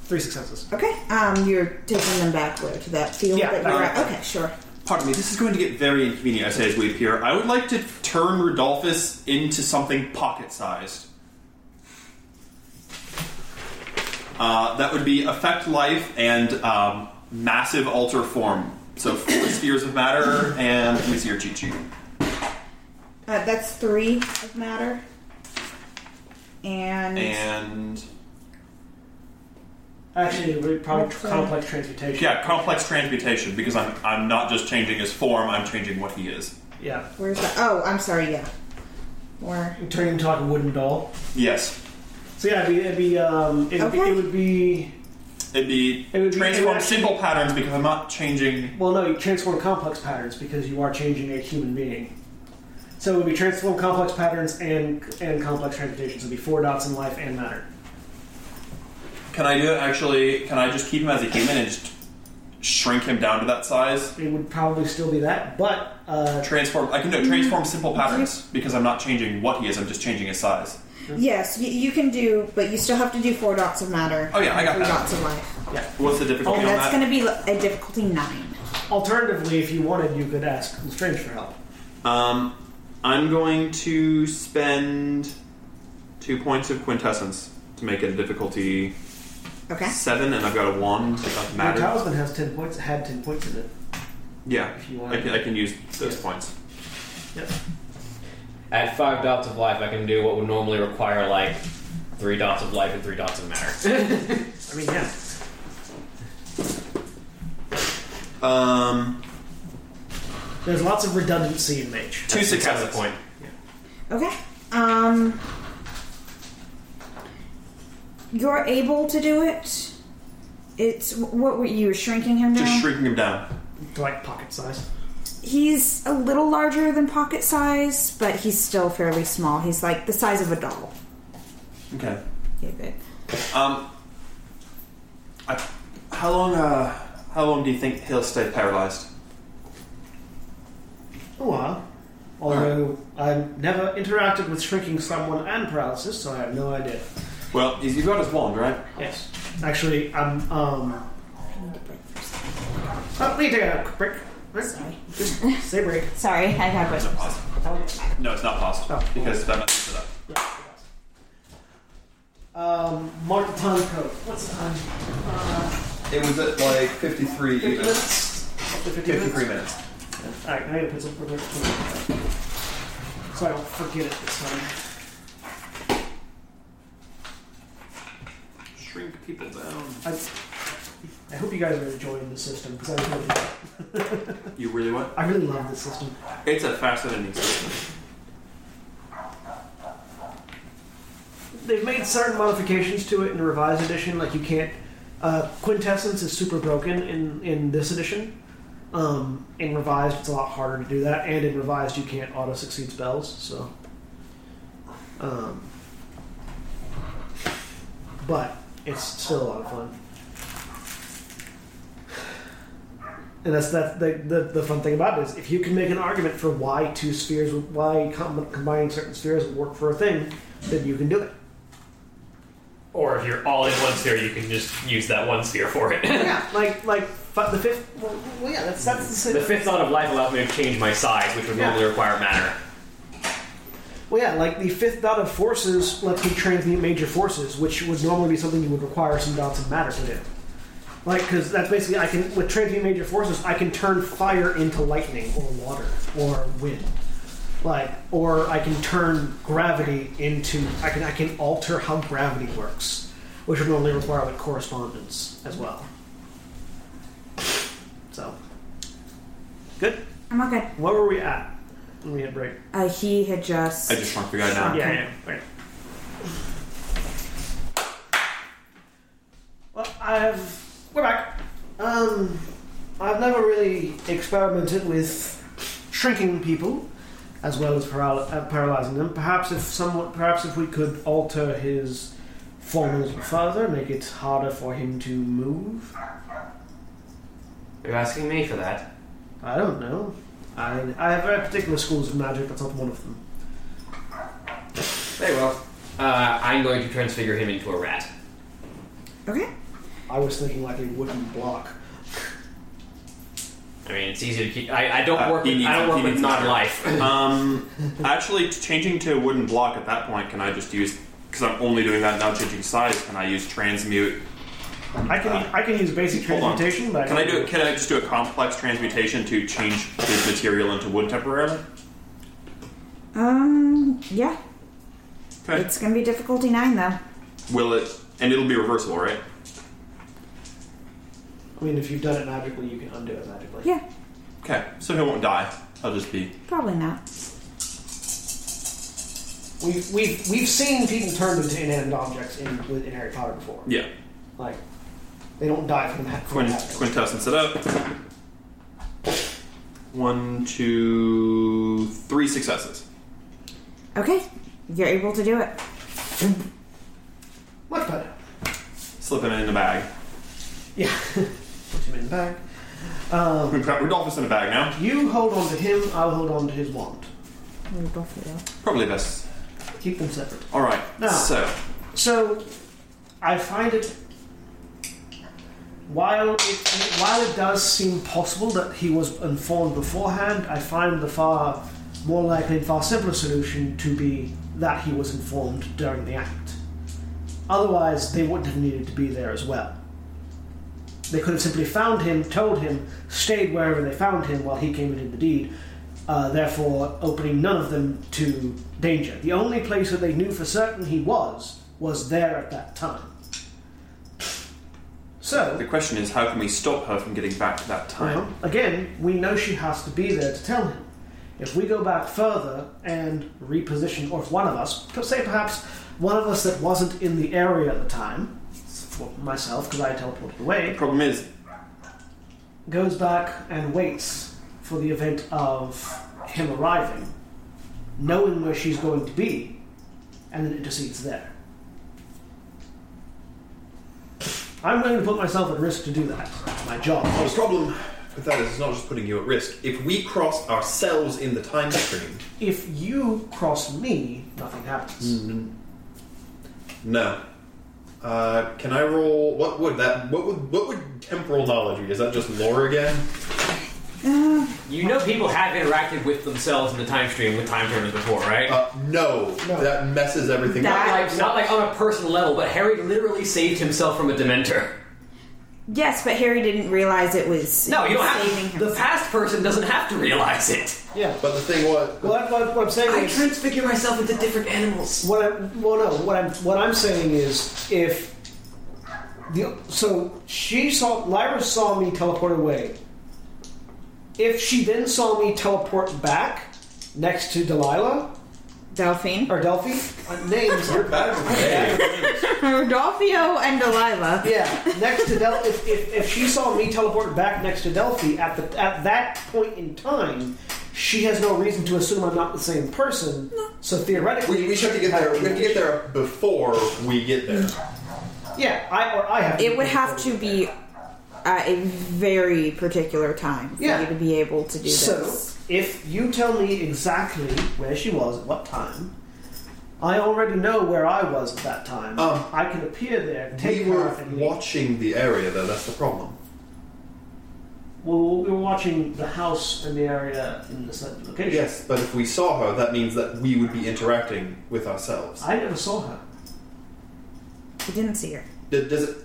Speaker 1: Three successes.
Speaker 2: Okay. Um, you're taking them back where to that field
Speaker 1: Yeah,
Speaker 2: that you're
Speaker 1: back.
Speaker 2: at. Okay, sure.
Speaker 4: Pardon me, this is going to get very inconvenient, I say as we appear. I would like to turn Rudolphus into something pocket sized. Uh, that would be affect life and um, massive alter form. So four *coughs* spheres of matter, and let me see your cheat sheet.
Speaker 2: Uh, that's three of matter. And,
Speaker 4: And
Speaker 1: Actually, we probably
Speaker 2: What's that?
Speaker 1: complex transmutation.
Speaker 4: yeah, complex transmutation because I'm I'm not just changing his form; I'm changing what he is.
Speaker 1: Yeah.
Speaker 2: where's that? Oh, I'm sorry. Yeah. Or
Speaker 1: Turning into like a wooden doll.
Speaker 4: Yes,
Speaker 1: So yeah, it'd be, it'd be um, it'd be,
Speaker 2: Okay.
Speaker 1: it would be
Speaker 4: it'd be
Speaker 1: It would be- it would
Speaker 4: transform
Speaker 1: actually-
Speaker 4: simple patterns because I'm not changing.
Speaker 1: well, no, you transform complex patterns because you are changing a human being. So it would be transform complex patterns and and complex transmutations. It'd be four dots in life and matter.
Speaker 4: Can I do it? Actually, can I just keep him as a human and just shrink him down to that size?
Speaker 1: It would probably still be that, but uh,
Speaker 4: Transform. I can do transform simple patterns because I'm not changing what he is; I'm just changing his size.
Speaker 2: yes, you, you can do, but you still have to do four dots of matter.
Speaker 4: Oh, yeah, I got
Speaker 2: three
Speaker 4: that.
Speaker 2: dots of life.
Speaker 4: What's the difficulty
Speaker 2: And
Speaker 4: on
Speaker 2: Oh, that's
Speaker 4: that?
Speaker 2: going to be a difficulty nine.
Speaker 1: alternatively, if you wanted, you could ask the strange for help.
Speaker 4: Um, I'm going to spend two points of quintessence to make it a difficulty
Speaker 2: Okay.
Speaker 4: seven, and I've got a wand of
Speaker 1: Your
Speaker 4: matter.
Speaker 1: talisman has ten points. Had ten points in it.
Speaker 4: Yeah,
Speaker 1: If you want.
Speaker 4: I can, I can use those points.
Speaker 1: Yep.
Speaker 6: At five dots of life, I can do what would normally require like three dots of life and three dots of matter. *laughs*
Speaker 1: I mean, yeah.
Speaker 4: Um,
Speaker 1: There's lots of redundancy in mage.
Speaker 4: two
Speaker 6: That's the
Speaker 4: successes.
Speaker 6: point.
Speaker 2: Okay. Um, you're able to do it. It's what were you were shrinking him down?
Speaker 4: Just shrinking him down.
Speaker 1: To like pocket size.
Speaker 2: he's a little larger than pocket size, but he's still fairly small. He's like the size of a doll.
Speaker 4: Okay.
Speaker 2: Yeah, good.
Speaker 4: Um, I, how long? Uh, how long do you think he'll stay paralyzed?
Speaker 1: A while. Oh, Although I've never interacted with shrinking someone and paralysis, so I have no idea.
Speaker 4: Well, he's, you've got his wand, right?
Speaker 1: Yes. Actually, I'm, um. I need to get a quick break.
Speaker 2: Sorry.
Speaker 1: Just say break.
Speaker 2: Sorry, I have questions.
Speaker 4: No, it's not past
Speaker 1: Oh.
Speaker 4: because that messes it up.
Speaker 1: Um, mark the time code. What's the time?
Speaker 7: It was at like 53
Speaker 1: 50
Speaker 7: even.
Speaker 1: minutes? 50 minutes?
Speaker 7: 53 minutes.
Speaker 1: Alright, I need a pencil for quick. So I don't forget it this time.
Speaker 4: Shrink people down.
Speaker 1: I, I hope you guys are enjoying the system, because I really,
Speaker 4: You really what?
Speaker 1: I really love this system.
Speaker 4: It's a fascinating system.
Speaker 1: they've made certain modifications to it in the revised edition. Like you can't uh, quintessence is super broken in in this edition. Um, in revised, it's a lot harder to do that, and in revised, you can't auto succeed spells. So, um, but it's still a lot of fun. And that's that's the, the, the fun thing about it is if you can make an argument for why two spheres, why com- combining certain spheres would work for a thing, then you can do it.
Speaker 6: Or if you're all in one sphere, you can just use that one sphere for it. *laughs*
Speaker 1: yeah, like like fi- the fifth. Well, well, yeah, that's that's the same.
Speaker 6: the fifth dot of life allows me to change my size, which would
Speaker 1: Yeah.
Speaker 6: normally require matter.
Speaker 1: well, yeah, like the fifth dot of forces lets me transmute major forces, which would normally be something you would require some dots of matter to do. Like, because that's basically I can with transmute major forces, I can turn fire into lightning or water or wind. Like, or I can turn gravity into I can I can alter how gravity works, which would normally require like correspondence as well. So, good.
Speaker 2: I'm okay.
Speaker 1: Where were we at when we had break?
Speaker 2: Uh, he had just.
Speaker 4: I just shrunk the guy down.
Speaker 2: Yeah,
Speaker 1: Right. Well, I've we're back. Um, I've never really experimented with shrinking people as well as paral- uh, paralyzing them. Perhaps if somewhat, perhaps if we could alter his form a little further, make it harder for him to move.
Speaker 6: You're asking me for that.
Speaker 1: I don't know. I I have very particular schools of magic. That's not one of them.
Speaker 6: Very well. Uh, I'm going to transfigure him into a rat.
Speaker 2: Okay.
Speaker 1: I was thinking like a wooden block.
Speaker 6: I mean, it's easy to keep. I, I don't
Speaker 4: Uh,
Speaker 6: work.
Speaker 4: he
Speaker 6: With,
Speaker 4: needs-
Speaker 6: I don't
Speaker 4: he
Speaker 6: work with
Speaker 4: needs
Speaker 6: non
Speaker 4: matter.
Speaker 6: life. *laughs*
Speaker 4: Um, actually, changing to a wooden block at that point, can I just use? Because I'm only doing that now, changing size. Can I use transmute?
Speaker 1: I can I can use basic
Speaker 4: Uh, Hold on.
Speaker 1: transmutation, but
Speaker 4: Can I do? Can I just do a complex transmutation to change his material into wood temporarily?
Speaker 2: Um. Yeah.
Speaker 4: Okay.
Speaker 2: It's gonna be difficulty nine though.
Speaker 4: Will it? And it'll be reversible, right?
Speaker 1: I mean, if you've done it magically, you can undo it magically.
Speaker 2: Yeah.
Speaker 4: Okay. So he won't die. I'll just be.
Speaker 2: Probably not.
Speaker 1: We've, we've we've seen people turned into inanimate objects in with- in Harry Potter before.
Speaker 4: Yeah.
Speaker 1: Like they don't die from that. From
Speaker 4: Quint-
Speaker 1: that.
Speaker 4: quintessence it up. One, two, three successes.
Speaker 2: Okay. You're able to do it.
Speaker 1: Much better.
Speaker 4: Slip him in the bag.
Speaker 1: Yeah. *laughs* Put him in the bag. Um,
Speaker 4: We've got Rodolphus in a bag now.
Speaker 1: you hold on to him. I'll hold on to his wand.
Speaker 2: We both do it.
Speaker 4: Probably best.
Speaker 1: Keep them separate.
Speaker 4: All right.
Speaker 1: No.
Speaker 4: So
Speaker 1: So I find it while it, while it does seem possible that he was informed beforehand, I find the far more likely and far simpler solution to be that he was informed during the act. Otherwise, they wouldn't have needed to be there as well. They could have simply found him, told him, stayed wherever they found him while he came and did the deed, uh, therefore opening none of them to danger. The only place that they knew for certain he was was there at that time. So,
Speaker 4: The question is, how can we stop her from getting back to that time?
Speaker 1: uh, again, we know she has to be there to tell him. If we go back further and reposition, or if one of us, per- say perhaps one of us that wasn't in the area at the time, for myself, because I teleported away,
Speaker 4: The problem is,
Speaker 1: goes back and waits for the event of him arriving, knowing where she's going to be, and then intercedes there. I'm willing to put myself at risk to do that. It's my job.
Speaker 7: Well, the problem with that is it's not just putting you at risk. If we cross ourselves in the time stream,
Speaker 1: If you cross me, nothing happens.
Speaker 7: no. Uh, can I roll? What would that? What would? What would temporal knowledge be? Is that just lore again?
Speaker 3: You know, people have interacted with themselves in the time stream with time travelers before, right?
Speaker 7: Uh, no,
Speaker 1: No.
Speaker 7: that messes everything
Speaker 2: That-
Speaker 7: up.
Speaker 3: like, not like on a personal level, but Harry literally saved himself from a dementor.
Speaker 2: Yes, but Harry didn't realize it was.
Speaker 3: No, you don't
Speaker 2: saving
Speaker 3: have. The
Speaker 2: himself.
Speaker 3: past person doesn't have to realize it.
Speaker 1: Yeah.
Speaker 7: But the thing was,
Speaker 1: Well, I- what, what I'm saying
Speaker 5: I
Speaker 1: is,
Speaker 5: transfigure myself into different animals.
Speaker 1: what I, well, no, what I'm what I'm saying is, if the so she saw Lyra saw me teleport away. If she then saw me teleport back next to Delilah
Speaker 2: Delphine,
Speaker 1: or Delphi, uh, names
Speaker 7: you're bad with names.
Speaker 2: Rodolfo, and Delilah.
Speaker 1: Yeah, next to Del. If, if, if she saw me teleport back next to Delphi at the at that point in time, she has no reason to assume I'm not the same person. So theoretically,
Speaker 7: We, we should have to get there. We have to get there before we get there.
Speaker 1: Yeah, I or I have. to
Speaker 2: It would have to be at a very particular time for
Speaker 1: Yeah.
Speaker 2: you to be able to do
Speaker 1: So,
Speaker 2: this.
Speaker 1: if you tell me exactly where she was at what time, I already know where I was at that time.
Speaker 7: Um,
Speaker 1: I can appear there,
Speaker 7: We
Speaker 1: take her,
Speaker 7: were
Speaker 1: and leave.
Speaker 7: watching the area, though. That's the problem.
Speaker 1: Well, we were watching the house in the area in the certain location.
Speaker 7: Yes, but if we saw her, that means that we would be interacting with ourselves.
Speaker 1: I never saw her.
Speaker 2: I didn't see her.
Speaker 7: D- does it?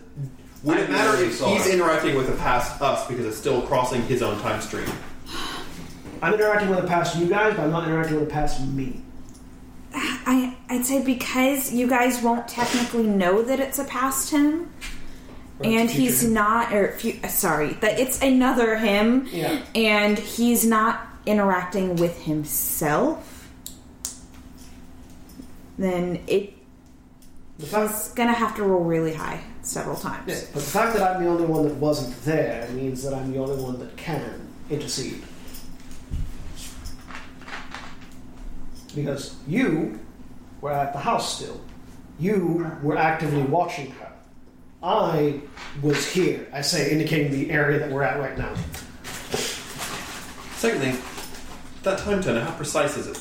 Speaker 7: Would it
Speaker 4: I
Speaker 7: matter
Speaker 4: really
Speaker 7: if
Speaker 4: saw
Speaker 7: he's
Speaker 4: her.
Speaker 7: interacting with the past us because it's still crossing his own time stream?
Speaker 1: I'm interacting with the past you guys, but I'm not interacting with the past me.
Speaker 2: I I'd say because you guys won't technically know that it's a past him, and he's not or fu- uh, sorry that it's another him,
Speaker 1: Yeah.
Speaker 2: and he's not interacting with himself. Then it's
Speaker 1: The fact,
Speaker 2: gonna have to roll really high several times.
Speaker 1: yeah, but the fact that I'm the only one that wasn't there means that I'm the only one that can intercede. Because you were at the house still. You were actively watching her. I was here, I say, indicating the area that we're at right now.
Speaker 7: Secondly, that time turner, how precise is it?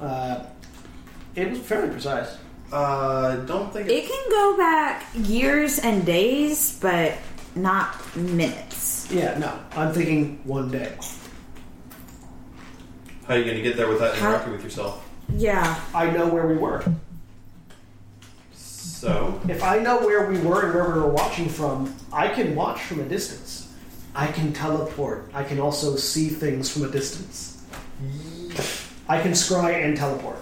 Speaker 1: Uh, it was fairly precise.
Speaker 7: Uh, don't think
Speaker 2: It can go back years and days, but not minutes.
Speaker 1: Yeah, no. I'm thinking one day.
Speaker 7: How are you going to get there without
Speaker 2: How-
Speaker 7: interacting with yourself?
Speaker 2: Yeah.
Speaker 1: I know where we were.
Speaker 7: So,
Speaker 1: If I know where we were and where we were watching from, I can watch from a distance. I can teleport. I can also see things from a distance. I can scry and teleport.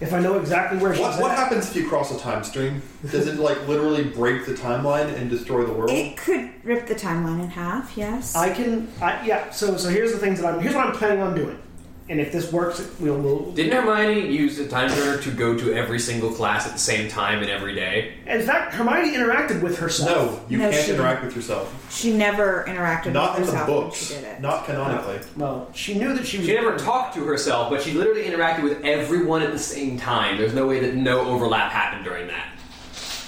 Speaker 1: If I know exactly where
Speaker 7: what,
Speaker 1: she's
Speaker 7: what
Speaker 1: at,
Speaker 7: happens if you cross a time stream? Does it like literally break the timeline and destroy the world?
Speaker 2: It could rip the timeline in half, yes.
Speaker 1: I can. I, yeah. So so here's the things that I'm. Here's what I'm planning on doing. And if this works, we'll. we'll
Speaker 3: Didn't Hermione use the time turner to go to every single class at the same time and every day?
Speaker 1: in fact, Hermione interacted with herself.
Speaker 7: No, you
Speaker 2: No,
Speaker 7: can't
Speaker 2: she-
Speaker 7: interact with yourself.
Speaker 2: She never interacted
Speaker 7: Not in
Speaker 2: with
Speaker 7: the
Speaker 2: herself when
Speaker 7: books.
Speaker 2: she did it.
Speaker 7: Not canonically.
Speaker 1: Well, she knew that she was.
Speaker 3: She never talked to herself, but she literally interacted with everyone at the same time. There's no way that no overlap happened during that.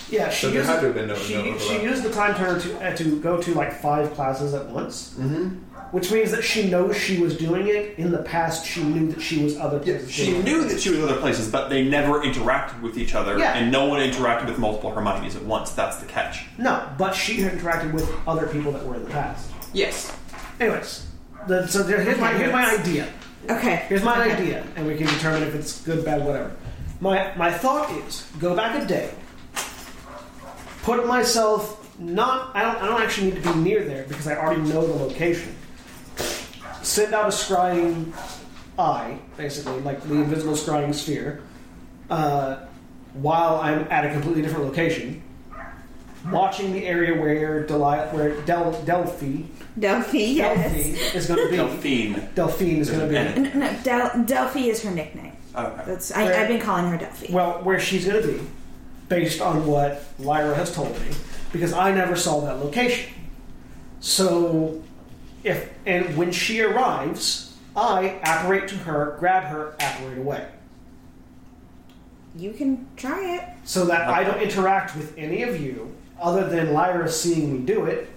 Speaker 1: Yeah, she
Speaker 7: So there
Speaker 1: used,
Speaker 7: had to have been no-
Speaker 1: she,
Speaker 7: no overlap.
Speaker 1: she used the time turner to uh, to go to like five classes at once, mm-hmm. which means that she knows she was doing it in the past. She knew that she was other
Speaker 7: Yeah,
Speaker 1: places.
Speaker 7: she
Speaker 1: doing it.
Speaker 4: knew that she was in other places, but they never interacted with each other,
Speaker 1: Yeah.
Speaker 4: and no one interacted with multiple Hermiones at once. That's the catch.
Speaker 1: No, but she interacted with other people that were in the past.
Speaker 5: Yes.
Speaker 1: Anyways, the, so there, here's my here's my idea.
Speaker 2: Okay.
Speaker 1: Here's my idea, and we can determine if it's good, bad, whatever. My my thought is go back a day, put myself not I don't I don't actually need to be near there because I already know the location. send out a scrying eye, basically, like the invisible scrying sphere, uh, while I'm at a completely different location, watching the area where, Deli- where Del- Delphi,
Speaker 2: Delphi, yes.
Speaker 1: Delphi is going to be.
Speaker 4: Delphine.
Speaker 1: Delphine is going to be.
Speaker 4: Delphine.
Speaker 2: No, no, Del- Delphi is her nickname.
Speaker 4: Okay.
Speaker 2: That's I, I've been calling her Delphi.
Speaker 1: Well, where she's going to be, based on what Lyra has told me, because I never saw that location. So, if and when she arrives, I apparate to her, grab her, apparate away,
Speaker 2: You can try it.
Speaker 1: so that I don't interact with any of you other than Lyra seeing me do it,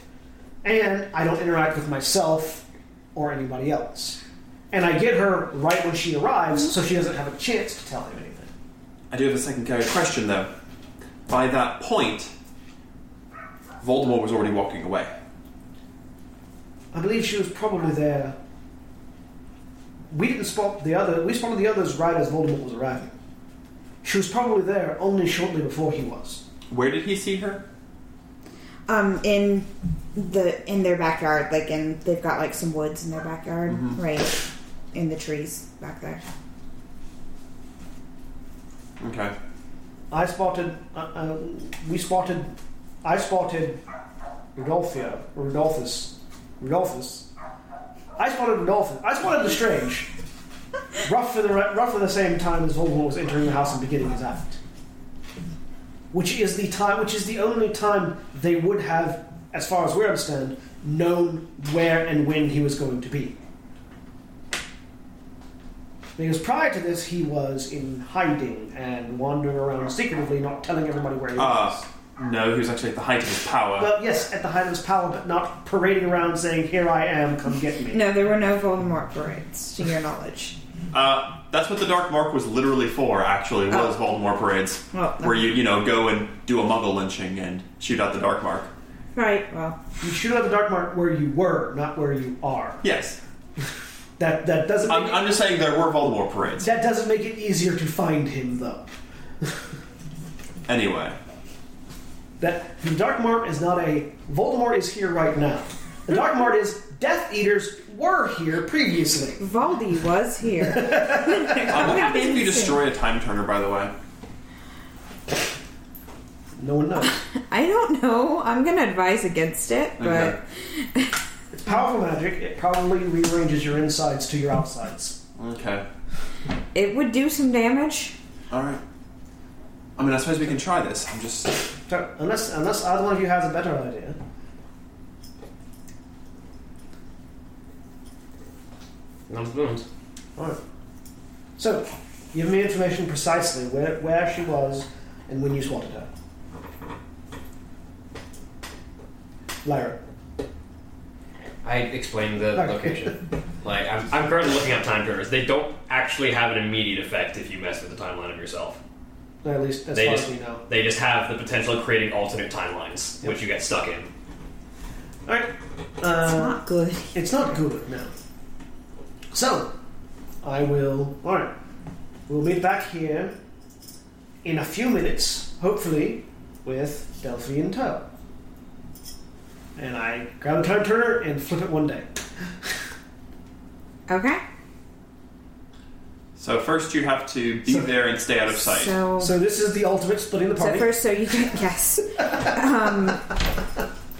Speaker 1: and I don't interact with myself or anybody else. And I get her right when she arrives, so she doesn't have a chance to tell him anything.
Speaker 4: I do have a secondary question, though. By that point, Voldemort was already walking away.
Speaker 1: I believe she was probably there. We didn't spot the other. We spotted the others right as Voldemort was arriving. She was probably there only shortly before he was.
Speaker 4: Where did he see her?
Speaker 2: Um, in the in their backyard, like in they've got like some woods in their backyard,
Speaker 7: Mm-hmm.
Speaker 2: right in the trees back there.
Speaker 4: Okay.
Speaker 1: I spotted. Uh, uh, we spotted. I spotted Rodolphia, Rodolphus, Rodolphus. I spotted Rodolphus. I spotted Lestrange. roughly the roughly the same time as Voldemort was entering the house and beginning his act, which is the time, which is the only time they would have, as far as we understand, known where and when he was going to be. Because prior to this, he was in hiding and wandering around secretively, not telling everybody where he was.
Speaker 4: Ah, no, he was actually at the height of his power.
Speaker 1: Well, yes, at the height of his power, but not parading around saying, "Here I am, come get me."
Speaker 2: No, there were no Voldemort parades, to your knowledge.
Speaker 4: Uh, that's what the Dark Mark was literally for, actually, was Voldemort parades.
Speaker 2: Well,
Speaker 4: Where you, you know, go and do a muggle lynching and shoot out the Dark Mark.
Speaker 2: Right. Well,
Speaker 1: You should have the dark mark where you were, not where you are.
Speaker 4: Yes.
Speaker 1: That that doesn't
Speaker 4: I'm,
Speaker 1: make it,
Speaker 4: I'm just saying there were Voldemort parades.
Speaker 1: that doesn't make it easier to find him, though.
Speaker 4: Anyway.
Speaker 1: That the dark mark is not a Voldemort is here right now. The dark mark is Death Eaters were here previously.
Speaker 2: Valdi was
Speaker 7: *laughs*
Speaker 2: here.
Speaker 4: Uh, what happens if you
Speaker 2: Amazing.
Speaker 4: destroy a time turner, by the way?
Speaker 1: No one knows.
Speaker 2: I don't know. I'm gonna advise against it, but
Speaker 4: Okay.
Speaker 1: It's powerful magic. It probably rearranges your insides to your outsides.
Speaker 4: Okay.
Speaker 2: it would do some damage.
Speaker 4: Alright. I mean, I suppose we can try this. I'm just.
Speaker 1: So, unless unless either one of you has a better idea.
Speaker 6: None of them.
Speaker 1: Alright. So, give me information precisely where, where she was and when you spotted her. Lyra.
Speaker 6: I explained the
Speaker 1: Okay.
Speaker 6: location. Like, I'm, I'm currently looking up time turners. They don't actually have an immediate effect if you mess with the timeline of yourself.
Speaker 1: Or at least as
Speaker 6: They
Speaker 1: far
Speaker 6: just-
Speaker 1: as we know.
Speaker 6: They just have the potential of creating alternate timelines,
Speaker 1: Yep.
Speaker 6: which you get stuck in.
Speaker 1: Alright.
Speaker 2: It's
Speaker 1: Uh,
Speaker 2: not good.
Speaker 1: it's not good now. So, I will. Alright. We'll meet back here in a few minutes, hopefully, with Delphi in tow. And I grab the time turner and flip it one day.
Speaker 2: Okay.
Speaker 4: So, first you have to be
Speaker 1: So-
Speaker 4: there and stay out of sight.
Speaker 2: So, so,
Speaker 1: So, this is the ultimate splitting the party.
Speaker 2: first, so you can
Speaker 1: *laughs*
Speaker 2: *laughs* yes.
Speaker 4: the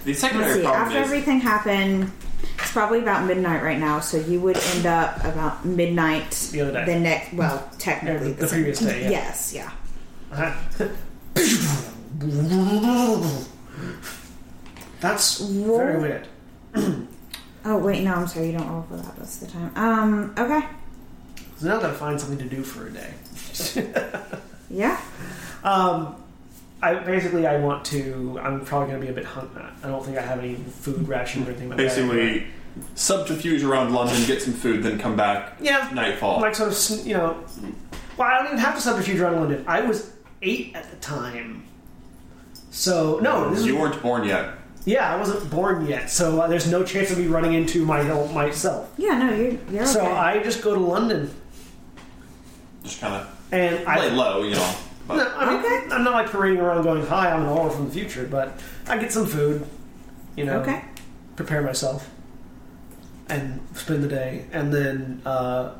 Speaker 2: Let's
Speaker 4: secondary
Speaker 2: see. After
Speaker 4: problem is.
Speaker 2: everything happened, it's probably about midnight right now. So you would end up about midnight
Speaker 1: The other day.
Speaker 2: next. Well, technically,
Speaker 1: Yeah, the
Speaker 2: same-
Speaker 1: previous day, yeah.
Speaker 2: Yes. Yeah.
Speaker 1: *laughs* That's
Speaker 2: Roll.
Speaker 1: very weird.
Speaker 2: Oh wait, no. I'm sorry. You don't roll for that. That's the time. Um. Okay.
Speaker 1: So now I gotta find something to do for a day.
Speaker 2: Yeah.
Speaker 1: Um, I basically I want to. I'm probably gonna be a bit hungry. I don't think I have any food ration or anything. Like that.
Speaker 4: basically subterfuge around London, get some food, then come back
Speaker 1: yeah,
Speaker 4: nightfall.
Speaker 1: like sort of sn- you know. Well, I don't even have to subterfuge around London. I was eight at the time, so no, this is
Speaker 4: you weren't born yet.
Speaker 1: yeah. I wasn't born yet, so uh, there's no chance of me running into my hill myself.
Speaker 2: Yeah. No. You're. You're
Speaker 1: So
Speaker 2: okay.
Speaker 1: I just go to London
Speaker 4: Just kind of
Speaker 1: and I
Speaker 4: lay low, you know. But
Speaker 1: No, I mean,
Speaker 2: Okay.
Speaker 1: I'm not like parading around going, "Hi, I'm an aura from the future," but I get some food, you know,
Speaker 2: okay.
Speaker 1: prepare myself, and spend the day, and then uh,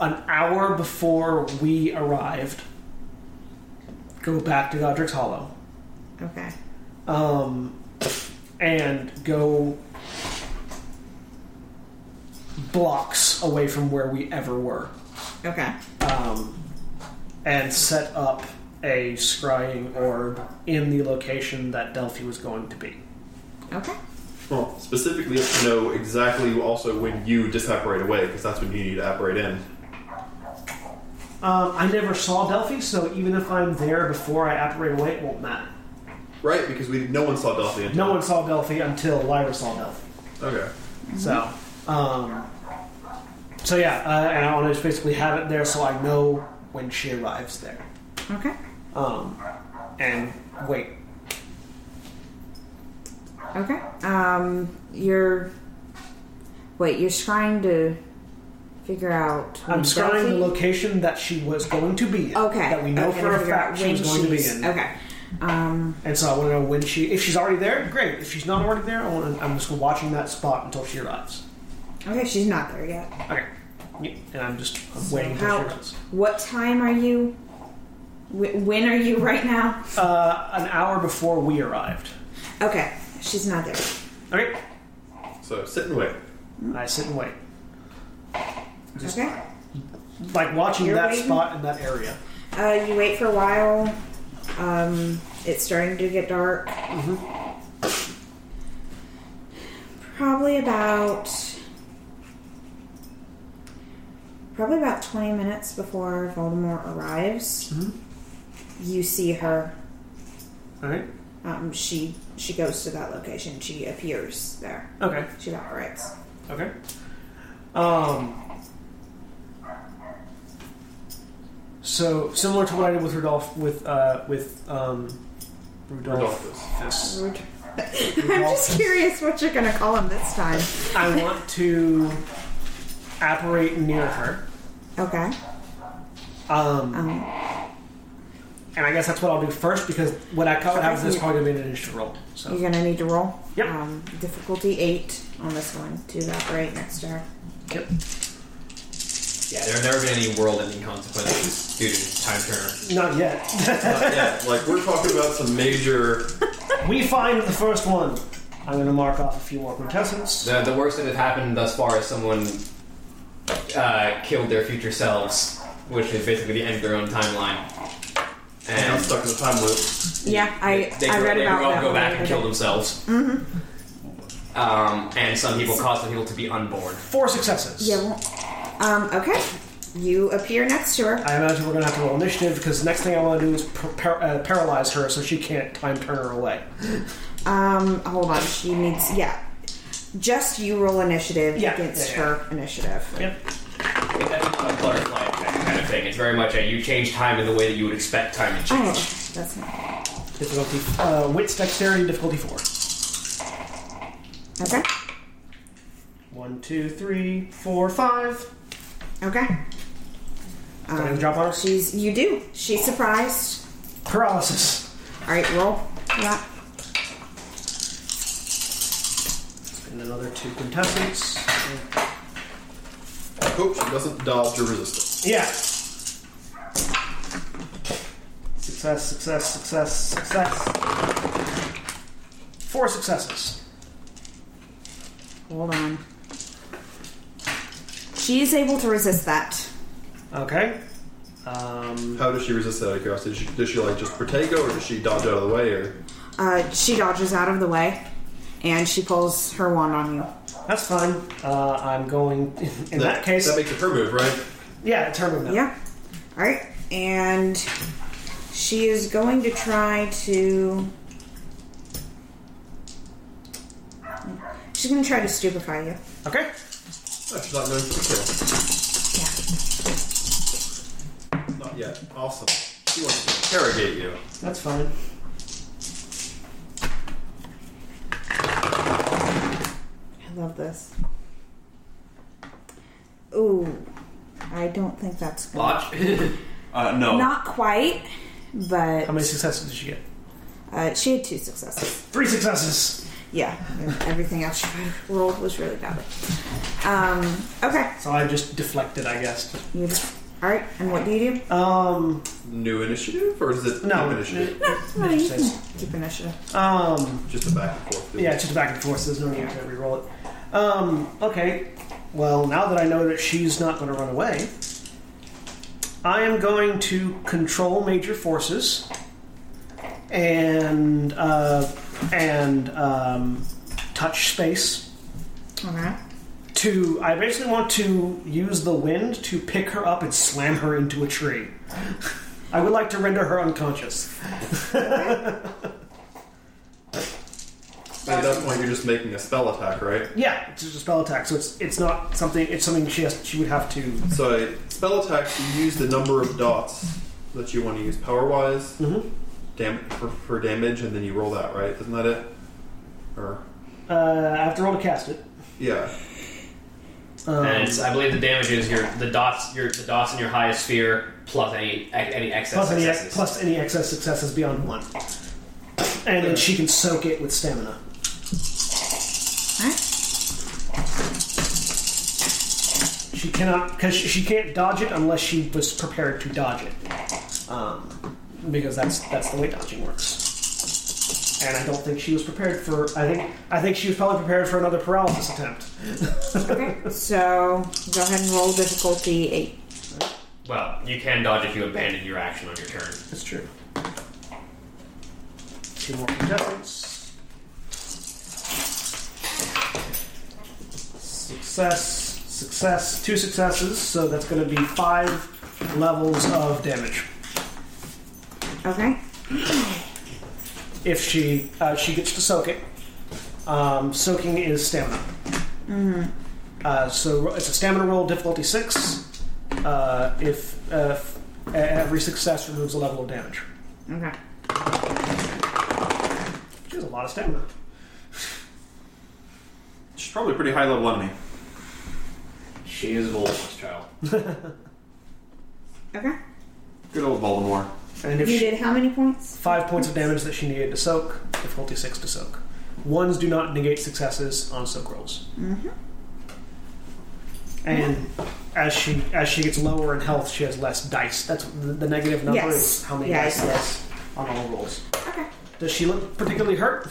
Speaker 1: an hour before we arrived, go back to Godric's Hollow
Speaker 2: Okay.
Speaker 1: um, and go blocks away from where we ever were
Speaker 2: Okay.
Speaker 1: um, and set up a scrying orb in the location that Delphi was going to be.
Speaker 2: Okay.
Speaker 7: Well, specifically to know exactly also when you disapparate away, because that's when you need to apparate in.
Speaker 1: Um, I never saw Delphi, so even if I'm there before I apparate away, it won't matter.
Speaker 7: Right, because we no one saw Delphi. Until
Speaker 1: No one saw Delphi until Lyra saw Delphi.
Speaker 7: Okay.
Speaker 2: Mm-hmm.
Speaker 1: So, um, so yeah, uh, and I want to just basically have it there so I know when she arrives there.
Speaker 2: Okay.
Speaker 1: Um, and wait,
Speaker 2: Okay. Um, you're. Wait, you're trying to figure out. when
Speaker 1: I'm scrying
Speaker 2: Delphi-
Speaker 1: the location that she was going to be. in,
Speaker 2: Okay.
Speaker 1: That we know
Speaker 2: okay,
Speaker 1: for
Speaker 2: to
Speaker 1: a
Speaker 2: figure out
Speaker 1: fact she was
Speaker 2: when
Speaker 1: going to be
Speaker 2: she's-
Speaker 1: in.
Speaker 2: Okay. Um,
Speaker 1: And so I want to know when she, if she's already there, great. If she's not already there, I want to, I'm just watching that spot until she arrives.
Speaker 2: okay, she's not there yet.
Speaker 1: Okay. Yeah, And I'm just I'm waiting until
Speaker 2: How,
Speaker 1: she arrives.
Speaker 2: what time are you? Wh- when are you right now?
Speaker 1: Uh, an hour before we arrived.
Speaker 2: Okay, she's not there.
Speaker 1: Okay.
Speaker 7: So sit and wait.
Speaker 1: I sit and wait,
Speaker 2: okay.
Speaker 1: like watching
Speaker 2: You're
Speaker 1: that
Speaker 2: waiting?
Speaker 1: spot in that area.
Speaker 2: Uh, you wait for a while. Um, it's starting to get dark.
Speaker 1: Mm-hmm.
Speaker 2: Probably about probably about twenty minutes before Voldemort arrives.
Speaker 1: Mm-hmm.
Speaker 2: You see her.
Speaker 1: All right.
Speaker 2: Um, she she goes to that location. She appears there.
Speaker 1: Okay.
Speaker 2: She *laughs* operates.
Speaker 1: Okay. Um. So similar to what I did with Rudolph, with uh, with um, Rudolphus.
Speaker 2: I'm *laughs* just curious what you're gonna call him this time.
Speaker 1: I want to apparate near her.
Speaker 2: Okay.
Speaker 1: Um,
Speaker 2: Um,
Speaker 1: and I guess that's what I'll do first because what I cut out of this is probably gonna be an initiative roll.
Speaker 2: You're
Speaker 1: So
Speaker 2: gonna need to roll.
Speaker 1: Yep.
Speaker 2: Um, difficulty eight on this one to evaporate next to her.
Speaker 1: yep.
Speaker 6: Yeah, there have never been any world-ending consequences due to time turner.
Speaker 1: not yet. *laughs*
Speaker 7: yeah, like we're talking about some major.
Speaker 1: we find the first one. I'm gonna mark off a few more contestants.
Speaker 6: The, the worst that has happened thus far is someone uh, killed their future selves, which is basically the end of their own timeline.
Speaker 7: I'm
Speaker 6: And
Speaker 7: stuck in the time loop.
Speaker 2: Yeah, I
Speaker 6: they,
Speaker 2: I
Speaker 6: grow-
Speaker 2: read Mm-hmm.
Speaker 6: they
Speaker 2: about
Speaker 6: grow up,
Speaker 2: that.
Speaker 6: go
Speaker 2: one
Speaker 6: back
Speaker 2: the
Speaker 6: and
Speaker 2: other
Speaker 6: kill
Speaker 2: day.
Speaker 6: themselves. Um, and some people cause the people to be unborn.
Speaker 1: Four successes.
Speaker 2: Yeah. Well, um. Okay. You appear next to her.
Speaker 1: I imagine we're gonna have to roll initiative because the next thing I want to do is per- par- uh, paralyze her so she can't time turn her away.
Speaker 2: Um. Hold on. She needs. Yeah. Just you roll initiative
Speaker 1: Yeah,
Speaker 2: against
Speaker 1: yeah, yeah.
Speaker 2: her initiative.
Speaker 1: Yep.
Speaker 6: It's not a butterfly effect kind of thing. It's very much a you change time in the way that you would expect time to
Speaker 2: Oh,
Speaker 6: change.
Speaker 2: that's not
Speaker 1: Difficulty. Uh, wits, dexterity, difficulty four.
Speaker 2: okay.
Speaker 1: One, two, three, four, five.
Speaker 2: Okay.
Speaker 1: Go ahead and
Speaker 2: Um,
Speaker 1: drop on her.
Speaker 2: she's. You do. She's surprised.
Speaker 1: Paralysis.
Speaker 2: All right. Roll. Yeah.
Speaker 1: And another two contestants.
Speaker 7: I hope oh, she doesn't dodge your resistance.
Speaker 1: Yeah. Success, success, success, success. Four successes.
Speaker 2: Hold on. She is able to resist that.
Speaker 1: Okay. Um,
Speaker 7: How does she resist that? Out of curiosity, does she, does she like just protego, or does she dodge out of the way, or
Speaker 2: Uh, she dodges out of the way, and she pulls her wand on you.
Speaker 1: that's fine. Uh, I'm going. *laughs* In that case,
Speaker 7: that makes it her move, right?
Speaker 1: yeah, it's her move now.
Speaker 2: Yeah. All right. And she is going to try to. She's going to try to stupefy you.
Speaker 1: Okay.
Speaker 7: No, Oh, she's not known for
Speaker 2: Yeah.
Speaker 7: the kill. Not yet. Awesome. She wants to interrogate you.
Speaker 1: That's fine.
Speaker 2: I love this. Ooh. I don't think that's good.
Speaker 3: Watch.
Speaker 6: *laughs*
Speaker 4: Uh, no.
Speaker 2: Not quite,
Speaker 1: Oh. How many
Speaker 2: but
Speaker 1: successes did she get?
Speaker 2: uh, she had two successes.
Speaker 1: Three successes.
Speaker 2: yeah, everything else you rolled was really valid. Um, okay,
Speaker 1: So I just deflected, I guess.
Speaker 2: you all right? And what do you do?
Speaker 1: Um,
Speaker 7: New initiative, or is it
Speaker 1: no.
Speaker 7: new initiative?
Speaker 2: Oh, you can keep initiative.
Speaker 1: Um,
Speaker 7: Just a back and forth.
Speaker 1: yeah, it's just back and forth. So there's no need to reroll it. Um, okay. Well, now that I know that she's not going to run away, I am going to control major forces and uh, and um, touch space.
Speaker 2: Okay.
Speaker 1: to I basically want to use the wind to pick her up and slam her into a tree. *laughs* I would like to render her unconscious.
Speaker 7: At that point, you're just making a spell attack, right?
Speaker 1: Yeah, it's just a spell attack, so it's it's not something. It's something she has. She would have to.
Speaker 7: So, spell attacks, you use the number of dots that you want to use power wise
Speaker 2: Mm-hmm.
Speaker 1: Mhm.
Speaker 7: dam- for, for damage, and then you roll that, right? Isn't that it? Or,
Speaker 1: Uh, I have to roll to cast it.
Speaker 7: yeah.
Speaker 1: Um,
Speaker 6: and it's, I believe the damage is your the dots your the dots in your highest sphere plus any any excess
Speaker 1: plus any
Speaker 6: successes.
Speaker 1: plus any excess successes beyond one, and then she can soak it with stamina. She cannot because she, she can't dodge it unless she was prepared to dodge it, um, because that's that's the way dodging works. And I don't think she was prepared for. I think I think she was probably prepared for another paralysis attempt.
Speaker 2: Okay. So go ahead and roll difficulty eight.
Speaker 6: Well, you can dodge if you abandon your action on your turn.
Speaker 1: That's true. Two more contestants. Success, success, two successes, so that's going to be five levels of damage.
Speaker 2: Okay.
Speaker 1: If she uh, she gets to soak it, um, soaking is stamina. Uh, so ro- it's a stamina roll, difficulty six. Uh, if uh, f- every success removes a level of damage,
Speaker 2: Okay.
Speaker 1: she has a lot of stamina.
Speaker 7: She's probably a pretty high level enemy.
Speaker 6: She is Voldemort's child.
Speaker 2: Okay.
Speaker 7: Good old Voldemort.
Speaker 1: And if
Speaker 2: You
Speaker 1: she,
Speaker 2: did how many points?
Speaker 1: five points of damage that she needed to soak, difficulty six to soak. Ones do not negate successes on soak rolls. Mm-hmm. And as she as she gets lower in health, she has less dice. That's the, the negative number
Speaker 2: Yes.
Speaker 1: is how many
Speaker 2: Yeah, I
Speaker 1: dice
Speaker 2: see that.
Speaker 1: less on all rolls.
Speaker 2: Okay.
Speaker 1: Does she look particularly hurt?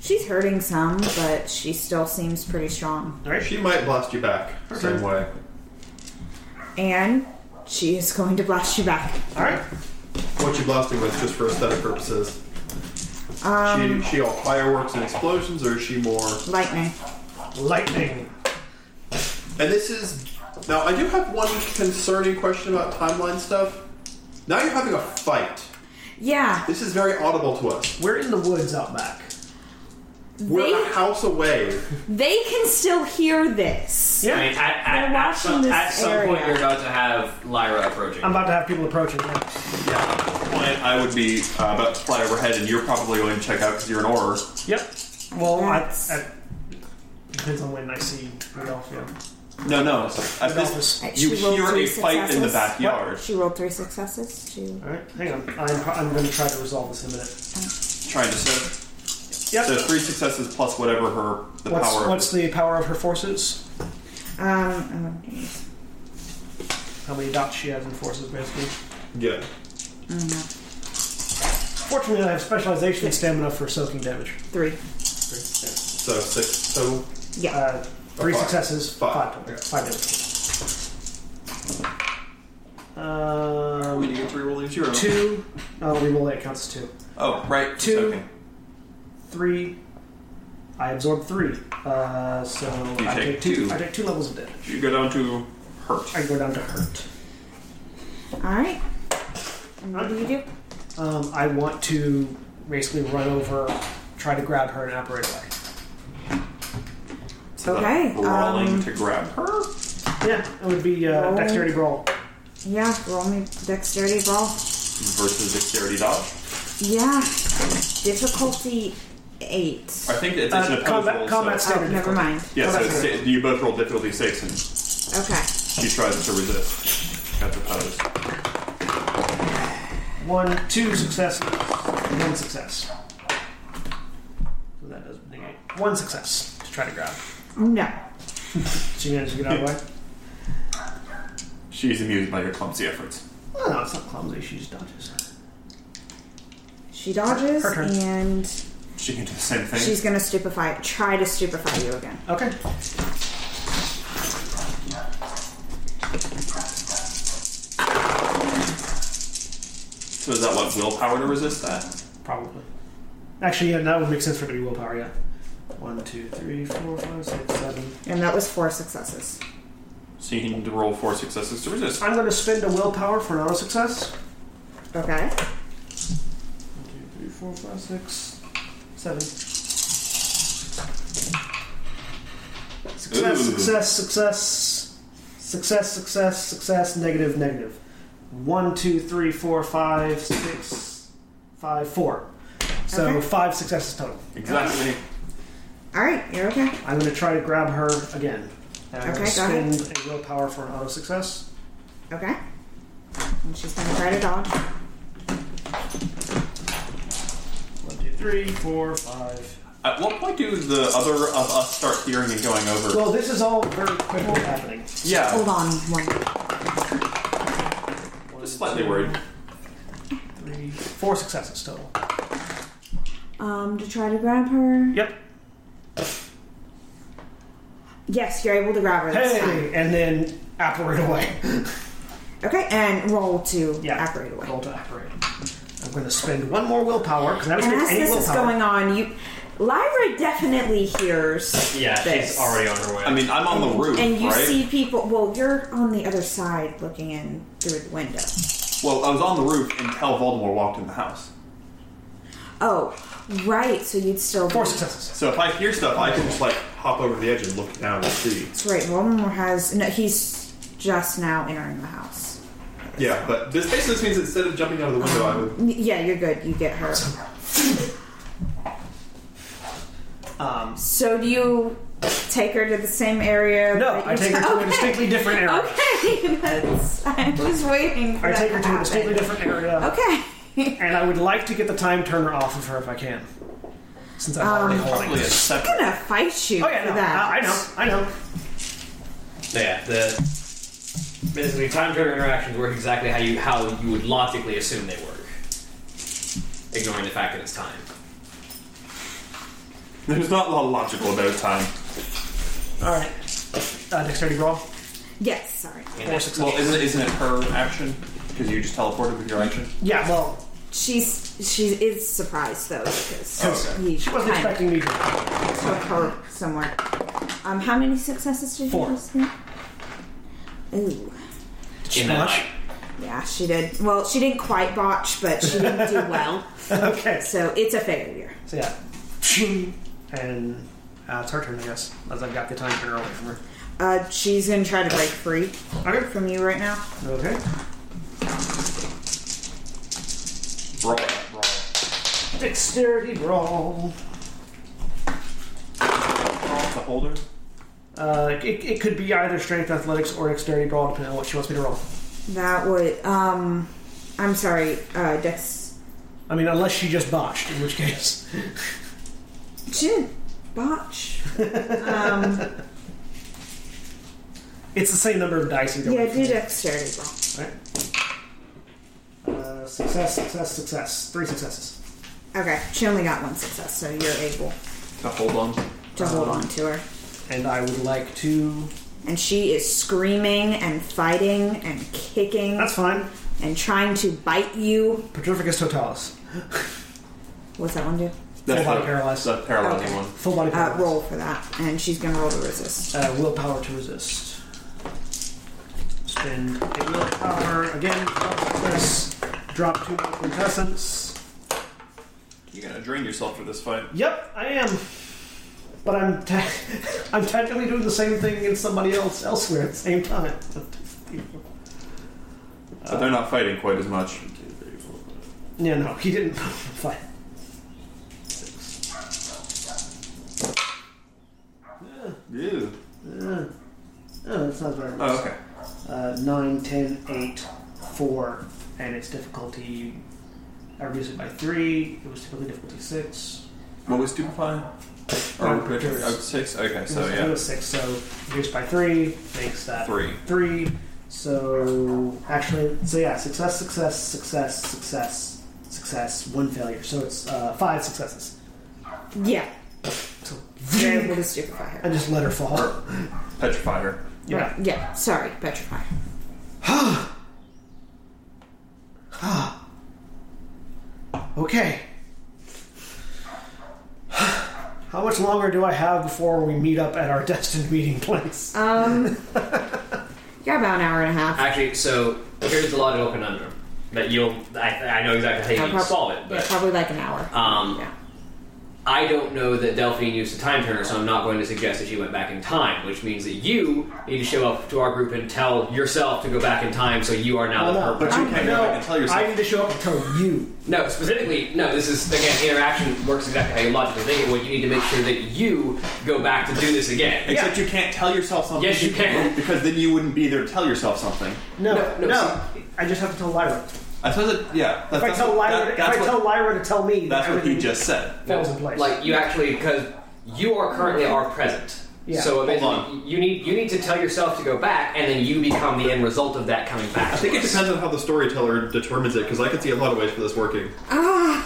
Speaker 2: She's hurting some, but she still seems pretty strong.
Speaker 1: All right.
Speaker 7: She might blast you back, same way.
Speaker 2: And she is going to blast you back.
Speaker 1: All right.
Speaker 7: What you blasting with, just for aesthetic purposes.
Speaker 2: Um,
Speaker 7: she, she all fireworks and explosions, or is she more.
Speaker 2: lightning.
Speaker 1: Lightning.
Speaker 7: And this is now. I do have one concerning question about timeline stuff. Now you're having a fight.
Speaker 2: Yeah.
Speaker 7: This is very audible to us.
Speaker 1: We're in the woods out back.
Speaker 7: We're
Speaker 2: They-
Speaker 7: a house away.
Speaker 2: They can still hear this.
Speaker 1: Yeah.
Speaker 6: I mean, at, at,
Speaker 2: They're
Speaker 6: at
Speaker 2: watching
Speaker 6: some,
Speaker 2: this
Speaker 6: at some point,
Speaker 2: area.
Speaker 6: you're about to have Lyra approaching.
Speaker 1: I'm about to have people approaching. yeah.
Speaker 4: Point, I would be uh, about to fly overhead, and you're probably going to check out because you're an aura.
Speaker 1: Yep. Well, I,
Speaker 2: That's-
Speaker 1: I, depends on when I see Rudolph. Yeah.
Speaker 4: No, no. it's- At
Speaker 1: Rudolph
Speaker 4: this,
Speaker 1: is-
Speaker 4: you
Speaker 2: She rolled
Speaker 4: hear
Speaker 2: three
Speaker 4: a fight in the
Speaker 2: successes.
Speaker 4: backyard.
Speaker 2: She rolled three successes. Two.
Speaker 1: All right. Hang on. I'm, I'm going to try to resolve this in a minute.
Speaker 4: Trying to serve.
Speaker 1: Yep.
Speaker 4: So three successes plus whatever her the
Speaker 1: what's
Speaker 4: power.
Speaker 1: what's the power of her forces?
Speaker 2: Um, oh,
Speaker 1: How many dots she has in forces, basically.
Speaker 7: Yeah.
Speaker 1: Fortunately, I have specialization in stamina for soaking damage.
Speaker 2: three.
Speaker 7: So six total.
Speaker 2: Yeah.
Speaker 1: Uh, three
Speaker 7: Five.
Speaker 1: successes,
Speaker 7: Five.
Speaker 1: five, points, five damage. Um,
Speaker 4: When you get three rolling zero.
Speaker 1: two. Oh, we roll it. Counts as two.
Speaker 4: Oh, right.
Speaker 1: Two.
Speaker 4: Okay.
Speaker 1: Three. I absorb three. Uh, so
Speaker 4: You
Speaker 1: I
Speaker 4: take
Speaker 1: two.
Speaker 4: two.
Speaker 1: I take two levels of damage.
Speaker 4: You go down to hurt.
Speaker 1: I go down to hurt.
Speaker 2: All right. And what do you do?
Speaker 1: Um, I want to basically run over, try to grab her and apparate away.
Speaker 4: So uh,
Speaker 2: Okay,
Speaker 4: Rolling
Speaker 2: um,
Speaker 4: to grab her.
Speaker 1: Yeah, it would be uh,
Speaker 2: Roll.
Speaker 1: dexterity brawl.
Speaker 2: Yeah. Roll me dexterity roll.
Speaker 4: versus dexterity dodge.
Speaker 2: Yeah. Difficulty eight.
Speaker 4: I think it's, it's
Speaker 1: Uh,
Speaker 4: an opposed
Speaker 1: combat-
Speaker 4: roll.
Speaker 1: combat
Speaker 4: so.
Speaker 1: skill.
Speaker 2: Oh, never mind.
Speaker 4: Yeah, so
Speaker 1: combat
Speaker 4: it's,
Speaker 1: skill.
Speaker 4: you both roll difficulty six, and
Speaker 2: Okay.
Speaker 4: she tries to resist at the pose.
Speaker 1: One, two successes, one success. So that does negate. one success to try to grab.
Speaker 2: No.
Speaker 1: So you manage to get out of the way?
Speaker 4: She's amused by your clumsy efforts.
Speaker 1: *laughs* Oh, no, it's not clumsy. She just dodges.
Speaker 2: She dodges
Speaker 1: Her turn.
Speaker 2: and
Speaker 4: She can do the same thing.
Speaker 2: she's gonna stupefy try to stupefy you again.
Speaker 1: Okay.
Speaker 4: so is that what willpower to resist that?
Speaker 1: Probably. Actually, yeah, that would make sense for it to be willpower, yeah. One, two, three, four, five, six, seven.
Speaker 2: And that was four successes.
Speaker 4: So you need to roll four successes to resist.
Speaker 1: I'm going to spend a willpower for an auto success.
Speaker 2: Okay.
Speaker 1: One, two, three, four, five, six, seven. Success,
Speaker 4: Ooh.
Speaker 1: success, success, success, success, success, negative, negative. One, two, three, four, five, six, five, four. So
Speaker 2: Okay.
Speaker 1: five successes total.
Speaker 4: Exactly.
Speaker 2: Alright, you're okay.
Speaker 1: I'm going to try to grab her again. And I'm
Speaker 2: Okay,
Speaker 1: going to
Speaker 2: go ahead.
Speaker 1: spend a willpower for an auto success.
Speaker 2: Okay. And she's gonna try to dodge.
Speaker 1: One, two, three, four, five.
Speaker 4: At what point do the other of us start hearing and going over?
Speaker 1: Well, this is all very quickly happening.
Speaker 4: yeah,
Speaker 2: Hold on one.
Speaker 4: just slightly worried.
Speaker 1: Three, four successes total.
Speaker 2: Um to try to grab her.
Speaker 1: Yep.
Speaker 2: Yes, you're able to grab her this time.
Speaker 1: Hey! And then apparate
Speaker 2: *laughs*
Speaker 1: away.
Speaker 2: Okay, and roll to
Speaker 1: Yeah.
Speaker 2: operate away.
Speaker 1: Roll to apparate. I'm going to spend one more willpower because I don't
Speaker 2: And
Speaker 1: spend
Speaker 2: as
Speaker 1: any
Speaker 2: this
Speaker 1: willpower.
Speaker 2: is going on, you Lyra definitely hears
Speaker 6: Yeah,
Speaker 2: this.
Speaker 6: she's already on her way.
Speaker 4: I mean, I'm on the roof,
Speaker 2: and you
Speaker 4: right?
Speaker 2: see people well, you're on the other side looking in through the window.
Speaker 4: well, I was on the roof until Voldemort walked in the house.
Speaker 2: Oh, right, so you'd still
Speaker 1: Four successes.
Speaker 4: So if I hear stuff, I can just like hop over the edge and look down and see.
Speaker 2: That's right, Voldemort has no he's just now entering the house.
Speaker 7: Yeah, but this basically means instead of jumping out of the window, I would.
Speaker 2: N- Yeah, you're good. You get her.
Speaker 1: Um,
Speaker 2: So do you take her to the same area?
Speaker 1: no,
Speaker 2: that
Speaker 1: I
Speaker 2: you
Speaker 1: take her to a distinctly different area.
Speaker 2: Okay, *laughs* that's, I was waiting. For
Speaker 1: I
Speaker 2: that
Speaker 1: take her to a
Speaker 2: happen.
Speaker 1: distinctly different area.
Speaker 2: Okay. *laughs*
Speaker 1: And I would like to get the time turner off of her if I can. Since I'm already holding
Speaker 4: Probably
Speaker 1: it.
Speaker 4: a separate.
Speaker 2: I'm gonna fight you
Speaker 1: Oh, yeah,
Speaker 2: for
Speaker 1: no.
Speaker 2: Um, that.
Speaker 1: I, I know. I know.
Speaker 6: yeah, the basically time turner interactions work exactly how you how you would logically assume they work, ignoring the fact that it's time.
Speaker 4: *laughs* There's not a lot of logical about time.
Speaker 1: All right. Uh, dexterity roll.
Speaker 2: Yes, sorry.
Speaker 1: Four successes.
Speaker 4: Well, isn't it, isn't it her action? Because you just teleported with your action.
Speaker 1: yeah, well,
Speaker 2: She's she is surprised though because
Speaker 4: Okay.
Speaker 2: he
Speaker 1: Oh, she wasn't
Speaker 2: kind of
Speaker 1: expecting me to.
Speaker 2: took her somewhere. Um, how many successes did
Speaker 1: Four.
Speaker 2: you just get? Ooh,
Speaker 1: She
Speaker 6: In that
Speaker 1: botch?
Speaker 2: yeah, she did. Well, she didn't quite botch, but she
Speaker 1: *laughs*
Speaker 2: didn't do well.
Speaker 1: *laughs* Okay.
Speaker 2: So it's a failure.
Speaker 1: So yeah, and uh, it's her turn, I guess, as I've got the time turner away from her.
Speaker 2: Uh, she's gonna try to break free
Speaker 1: Okay.
Speaker 2: from you right now.
Speaker 1: Okay.
Speaker 4: Brawl, brawl.
Speaker 1: Dexterity roll.
Speaker 4: Brawl to hold her.
Speaker 1: Uh, it, it could be either strength, athletics, or dexterity roll, depending on what she wants me to roll.
Speaker 2: That would um, I'm sorry. Uh, Dex.
Speaker 1: I mean, unless she just botched, in which case. *laughs*
Speaker 2: She didn't botch. Um,
Speaker 1: It's the same number of dice either
Speaker 2: yeah,
Speaker 1: way.
Speaker 2: do dexterity roll.
Speaker 1: Uh, success, success, success. Three successes.
Speaker 2: Okay, she only got one success, so you're able
Speaker 4: To hold on.
Speaker 2: to
Speaker 1: Um,
Speaker 2: hold on to her.
Speaker 1: And I would like to.
Speaker 2: And she is screaming and fighting and kicking
Speaker 1: That's fine.
Speaker 2: and trying to bite you.
Speaker 1: Petrificus totalis.
Speaker 2: What's that one do?
Speaker 4: That's
Speaker 1: Full body
Speaker 4: the-
Speaker 1: paralyzed.
Speaker 4: The paralyzing
Speaker 2: Okay.
Speaker 4: one.
Speaker 1: Full body
Speaker 2: Uh,
Speaker 1: paralysis.
Speaker 2: roll for that, and she's gonna roll to resist.
Speaker 1: uh, willpower to resist. Spend a willpower again. This drop two more quintessence.
Speaker 4: You're gonna drain yourself for this fight.
Speaker 1: Yep, I am. But I'm te- *laughs* I'm technically doing the same thing against somebody else elsewhere at the same time.
Speaker 4: But they're not fighting quite as much.
Speaker 1: yeah, no, he didn't *laughs* fight. Six.
Speaker 4: Ew.
Speaker 1: Uh, oh, that's not very much.
Speaker 4: Oh, okay.
Speaker 1: uh, 9, 10, 8, 4, and its difficulty. I reduced it by 3. It was typically difficulty 6.
Speaker 4: What was stupefy?
Speaker 1: Oh,
Speaker 4: Oh, good.
Speaker 1: yours.
Speaker 4: Oh, six? Okay,
Speaker 1: So
Speaker 4: so yeah.
Speaker 1: six, so reduced by three makes that
Speaker 4: Three.
Speaker 1: Three. So actually, so yeah, success, success, success, success, success, one failure. So it's uh, five successes.
Speaker 2: Yeah.
Speaker 1: So
Speaker 2: You're *laughs* able to stupefy
Speaker 1: I
Speaker 2: her.
Speaker 1: just let her fall.
Speaker 4: Petrify her.
Speaker 1: Yeah.
Speaker 2: Right. Yeah. Sorry, petrify.
Speaker 1: Okay. How much longer do I have before we meet up at our *laughs* destined meeting place?
Speaker 2: *laughs* Um. got about an hour and a half.
Speaker 6: Actually, so here's the logical conundrum that you'll. I, I know exactly how
Speaker 2: I'll
Speaker 6: you need to
Speaker 2: prob-
Speaker 6: solve it,
Speaker 2: yeah,
Speaker 6: but
Speaker 2: probably like an hour.
Speaker 6: Um,
Speaker 2: yeah.
Speaker 6: I don't know that Delphine used a time turner, so I'm not going to suggest that she went back in time, which means that you need to show up to our group and tell yourself to go back in time, so you are now
Speaker 1: Oh,
Speaker 6: the
Speaker 1: no.
Speaker 6: perp.
Speaker 4: But you can't go back and tell yourself.
Speaker 1: I need to show up and tell you.
Speaker 6: No, specifically, no. This is again interaction works exactly how you logically think it would. You need to make sure that you go back to do this again.
Speaker 4: Except you can't tell yourself something.
Speaker 6: Yes, you can.
Speaker 4: Because then you wouldn't be there to tell yourself something.
Speaker 1: No,
Speaker 6: No,
Speaker 1: no.
Speaker 6: no,
Speaker 1: I just have to tell Lyra.
Speaker 4: I suppose it, yeah. That,
Speaker 1: If I
Speaker 4: that's
Speaker 1: tell
Speaker 4: what,
Speaker 1: Lyra,
Speaker 4: that-
Speaker 1: if
Speaker 4: that's
Speaker 1: I
Speaker 4: what,
Speaker 1: tell Lyra to tell me,
Speaker 4: that's what he
Speaker 1: everything
Speaker 4: just said.
Speaker 1: falls in place.
Speaker 6: Like you actually because you are currently our present.
Speaker 1: Yeah.
Speaker 6: So
Speaker 4: on.
Speaker 6: basically, you need you need to tell yourself to go back, and then you become the end result of that coming back.
Speaker 4: I
Speaker 7: I think it depends on how the storyteller determines it, because I could see a lot of ways for this working.
Speaker 1: My,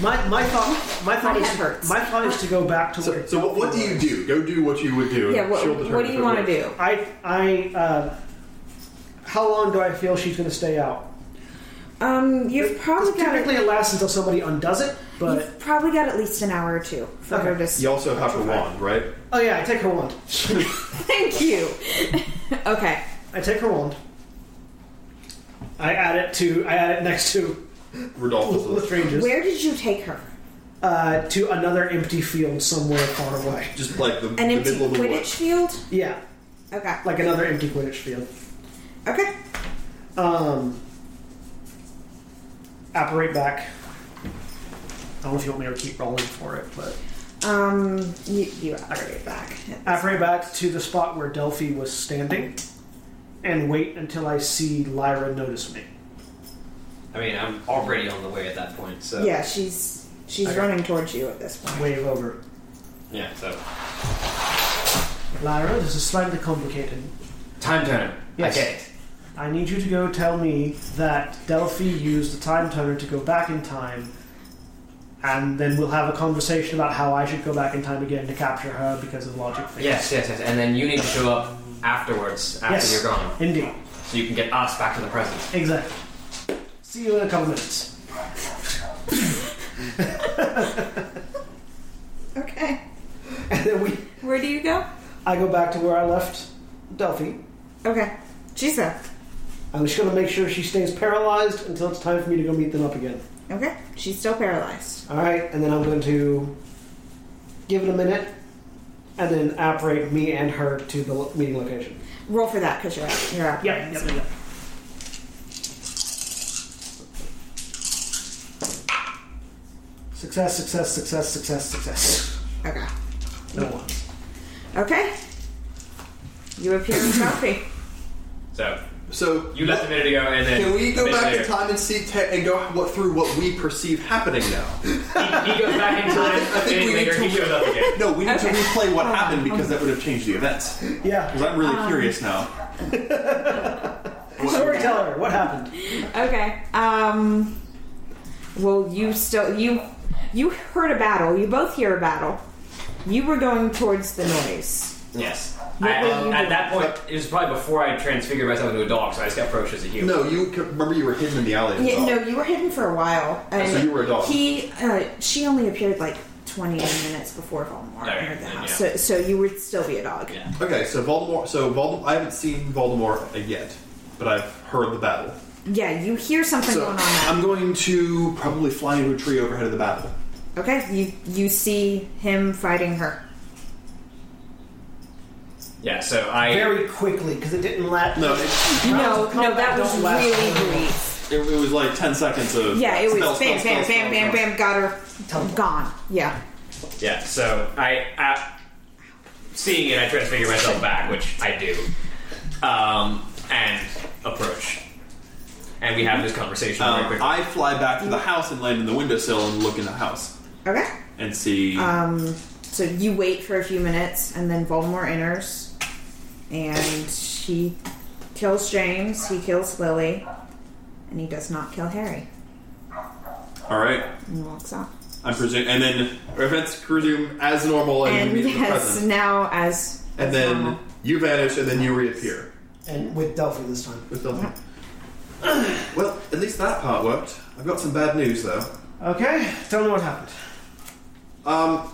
Speaker 1: my thought, my thought
Speaker 2: My
Speaker 1: is
Speaker 2: head hurts.
Speaker 1: my thought is to go back to where.
Speaker 7: So what, what do you do? Go do what you would do. and
Speaker 2: Yeah. What,
Speaker 7: she'll determine
Speaker 2: what do
Speaker 7: if
Speaker 2: you
Speaker 7: it
Speaker 2: want to
Speaker 7: works.
Speaker 2: do?
Speaker 1: I I uh, how long do I feel she's going to stay out?
Speaker 2: Um, you've probably got
Speaker 1: Typically, it lasts until somebody undoes it. But
Speaker 2: you've probably got at least an hour or two for her
Speaker 1: Okay.
Speaker 2: to. s-
Speaker 7: You also have her wand, right?
Speaker 1: oh yeah, I take her wand.
Speaker 2: *laughs* Thank
Speaker 7: *laughs*
Speaker 2: you. okay.
Speaker 1: I take her wand. I add it to I add it next to
Speaker 7: Rodolphus.
Speaker 1: Lestrange's
Speaker 2: Where did you take her?
Speaker 1: uh, to another empty field somewhere far away.
Speaker 7: Just like the, the
Speaker 2: An empty
Speaker 7: middle of the
Speaker 2: Quidditch
Speaker 7: woods.
Speaker 2: field.
Speaker 1: Yeah,
Speaker 2: Okay.
Speaker 1: like another empty Quidditch field.
Speaker 2: Okay.
Speaker 1: Um, apparate back. I don't know if you want me to keep rolling for it, but
Speaker 2: Um, you, you operate back.
Speaker 1: apparate back to the spot where Delphi was standing, and wait until I see Lyra notice me.
Speaker 6: I mean, I'm already on the way at that point. So
Speaker 2: Yeah, she's she's
Speaker 1: Okay.
Speaker 2: running towards you at this point.
Speaker 1: Wave over.
Speaker 6: yeah. So
Speaker 1: Lyra, this is slightly complicated.
Speaker 6: time turner.
Speaker 1: Yes.
Speaker 6: I get it.
Speaker 1: I need you to go tell me that Delphi used the time turner to go back in time, and then we'll have a conversation about how I should go back in time again to capture her because of logic. things.
Speaker 6: Yes, yes, yes. And then you need to show up afterwards after
Speaker 1: Yes.
Speaker 6: you're gone,
Speaker 1: Indeed.
Speaker 6: so you can get us back to the present.
Speaker 1: Exactly. See you in a couple minutes.
Speaker 2: Okay.
Speaker 1: *laughs* And then we,
Speaker 2: Where do you go?
Speaker 1: I go back to where I left Delphi.
Speaker 2: Okay. She's up.
Speaker 1: I'm just going to make sure she stays paralyzed until it's time for me to go meet them up again.
Speaker 2: Okay. She's still paralyzed.
Speaker 1: All right, and then I'm going to give it a minute, and then apparate me and her to the lo- meeting location.
Speaker 2: Roll for that because you're up. You're up.
Speaker 1: Yeah, yep, yep, yep. Success, success, success, success, success.
Speaker 2: Okay.
Speaker 1: No ones.
Speaker 2: Okay. You appear in coffee.
Speaker 6: So
Speaker 7: So
Speaker 6: you left a minute ago, and then
Speaker 7: Can we
Speaker 6: a
Speaker 7: go
Speaker 6: bit
Speaker 7: back
Speaker 6: later.
Speaker 7: in time and see te- and go what, through what we perceive happening now?
Speaker 6: He, he goes back in time.
Speaker 7: I think
Speaker 6: and
Speaker 7: we need
Speaker 6: later he
Speaker 7: to-
Speaker 6: shows up again.
Speaker 7: No, we need to
Speaker 2: Okay.
Speaker 7: replay what happened because that would have changed the events.
Speaker 1: Yeah.
Speaker 7: Because I'm really
Speaker 2: Um,
Speaker 7: curious now.
Speaker 1: Storyteller, what happened?
Speaker 2: Okay. Um. Well, you still you you heard a battle. You both hear a battle. You were going towards the noise.
Speaker 6: Yes.
Speaker 2: What
Speaker 6: I- um,
Speaker 2: were you
Speaker 6: at
Speaker 2: doing?
Speaker 6: that point, it was probably before I transfigured myself into a dog, so I just got approached as a human.
Speaker 7: No, you c- remember you were hidden in the alley. as
Speaker 2: Yeah,
Speaker 7: well.
Speaker 2: no, you were hidden for a while. And
Speaker 7: So you were a dog.
Speaker 2: He, uh, she only appeared like twenty minutes before Voldemort
Speaker 6: Alright,
Speaker 2: entered the
Speaker 6: then,
Speaker 2: house.
Speaker 6: yeah.
Speaker 2: So, so you would still be a dog.
Speaker 6: Yeah.
Speaker 7: Okay, so Voldemort. So Voldemort. I haven't seen Voldemort uh, yet, but I've heard the battle.
Speaker 2: Yeah, you hear something
Speaker 7: So um,
Speaker 2: going on. Now.
Speaker 7: I'm going to probably fly into a tree overhead of the battle.
Speaker 2: okay, you you see him fighting her.
Speaker 6: Yeah, so I.
Speaker 1: Very quickly, because it didn't last.
Speaker 7: No, it,
Speaker 2: No,
Speaker 1: Rounds of
Speaker 2: no, that
Speaker 1: combat
Speaker 2: was
Speaker 1: don't last
Speaker 2: really
Speaker 1: long.
Speaker 2: brief.
Speaker 7: it, it was like ten seconds of
Speaker 2: Yeah, it was
Speaker 7: spell, spell,
Speaker 2: bam,
Speaker 7: spell,
Speaker 2: bam,
Speaker 7: spell,
Speaker 2: bam, bam,
Speaker 7: spell.
Speaker 2: bam, got her gone. Yeah.
Speaker 6: Yeah, so I. Uh, seeing it, I transfigure myself back, which I do. Um, and approach. And we have this conversation very
Speaker 7: Um,
Speaker 6: quickly.
Speaker 7: I fly back to the house and land in the windowsill and look in the house.
Speaker 2: Okay.
Speaker 4: and see.
Speaker 2: Um, so you wait for a few minutes, and then Voldemort enters, and he kills James. He kills Lily, and he does not kill Harry,
Speaker 4: all right,
Speaker 2: and walks off.
Speaker 4: I'm presuming, and then events resume as normal, and,
Speaker 2: And
Speaker 4: Oh, you meet in
Speaker 2: *laughs*
Speaker 4: the
Speaker 2: yes,
Speaker 4: present.
Speaker 2: now as
Speaker 7: And
Speaker 2: as
Speaker 7: then
Speaker 2: normal.
Speaker 7: you vanish, and then you reappear
Speaker 1: and with Delphi this time.
Speaker 7: with Delphi. well, at least that part worked. I've got some bad news though.
Speaker 1: Okay, tell me what happened.
Speaker 7: Um.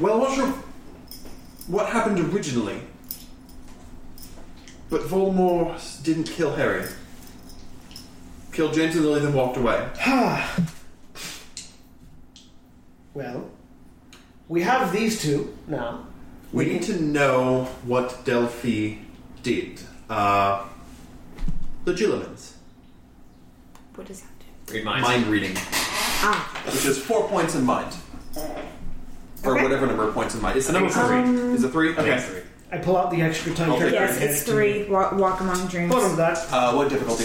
Speaker 7: Well, I'm not sure what happened originally, but Voldemort didn't kill Harry. Killed James and Lily, then walked away.
Speaker 1: Well, we have these two now.
Speaker 7: We need to know what Delphi did. Uh, legilimens.
Speaker 2: what does that do?
Speaker 6: Read mine.
Speaker 7: Mind reading.
Speaker 2: Ah,
Speaker 7: Which is four points in mind. Or
Speaker 2: Okay. Um,
Speaker 7: whatever number of points in mind. It's the number
Speaker 2: it's three.
Speaker 7: three. Is it three? Okay.
Speaker 6: three.
Speaker 1: I pull out the extra time
Speaker 7: Okay.
Speaker 1: character.
Speaker 2: yes,
Speaker 1: and hand
Speaker 2: it's
Speaker 1: it to you.
Speaker 2: three. Walk, walk among dreams.
Speaker 1: Hold on to that.
Speaker 7: Uh, what difficulty?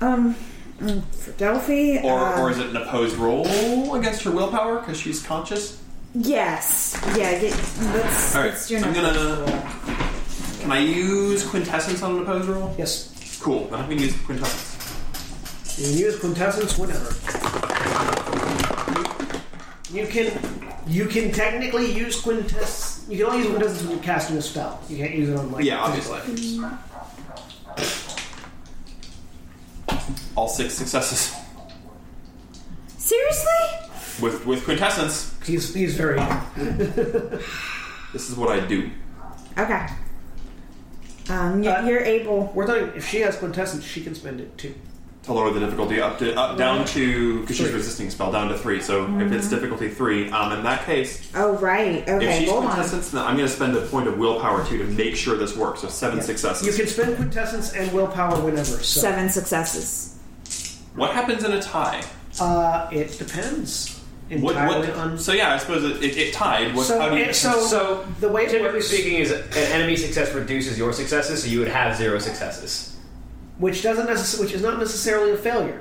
Speaker 2: Um, mm, for Delphi,
Speaker 4: or,
Speaker 2: uh,
Speaker 4: or is it an opposed roll against her willpower because she's conscious?
Speaker 2: yes, yeah. Get, let's,
Speaker 4: All right,
Speaker 2: let's do
Speaker 4: I'm
Speaker 2: another
Speaker 4: gonna-
Speaker 2: roll.
Speaker 4: Can I use quintessence on an opposed roll?
Speaker 1: Yes,
Speaker 4: Cool. Then I'm gonna use quintessence.
Speaker 1: you can use quintessence whenever. You can, you can technically use quintess. You can only use quintessence when you're casting a spell. You can't use it on like
Speaker 4: Yeah, obviously. All six successes
Speaker 2: Seriously?
Speaker 4: with with quintessence.
Speaker 1: He's he's very.
Speaker 4: This is what I do.
Speaker 2: Okay. Um, you're,
Speaker 1: Uh,
Speaker 2: you're able.
Speaker 1: We're talking. If she has quintessence, she can spend it too.
Speaker 4: To lower the difficulty up to up down to because she's
Speaker 1: Three. Mm-hmm.
Speaker 4: resisting spell down to three. So if it's difficulty three, um, in that case,
Speaker 2: Oh right.
Speaker 4: if
Speaker 2: Okay.
Speaker 4: she's
Speaker 2: Hold on.
Speaker 4: quintessence, then I'm gonna spend a point of willpower too to make sure this works. So seven successes.
Speaker 1: You can spend quintessence and willpower whenever. So.
Speaker 2: Seven successes.
Speaker 4: What happens in a tie?
Speaker 1: Uh, it depends
Speaker 4: What,
Speaker 1: entirely on.
Speaker 4: what, so yeah, I suppose it, it, it tied. What,
Speaker 1: So
Speaker 4: how do you,
Speaker 1: it- so-
Speaker 6: So
Speaker 1: The way it
Speaker 6: typically
Speaker 1: works-
Speaker 6: speaking is an enemy success reduces your successes, so you would have zero successes.
Speaker 1: which doesn't necess- which is not necessarily a failure.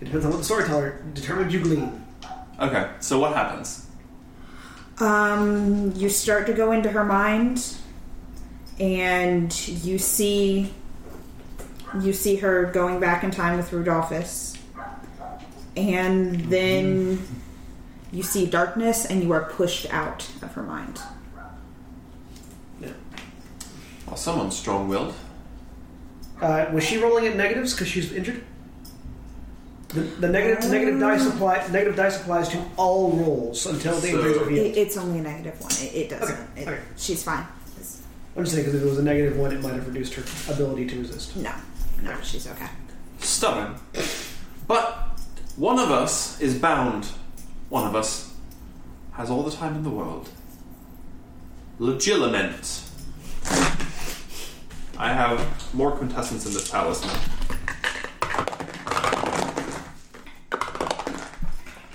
Speaker 1: It depends on what the storyteller determined you glean.
Speaker 4: okay, so what happens?
Speaker 2: Um, you start to go into her mind, and you see, you see her going back in time with Rudolphus, and then you see darkness, and you are pushed out of her mind.
Speaker 4: Well, someone's strong-willed.
Speaker 1: Uh, was she rolling at negatives because she's injured? The, the negative negative die supply negative die applies to all rolls until the injury is
Speaker 4: So-
Speaker 1: revealed.
Speaker 2: It, it's only a negative one. It, it doesn't.
Speaker 1: Okay,
Speaker 2: It,
Speaker 1: okay.
Speaker 2: She's fine. It's-
Speaker 1: I'm just saying because if it was a negative one, it might have reduced her ability to resist.
Speaker 2: no, no, she's okay.
Speaker 4: stubborn. But one of us is bound. One of us has all the time in the world. Legiliment. I have more contestants in this talisman.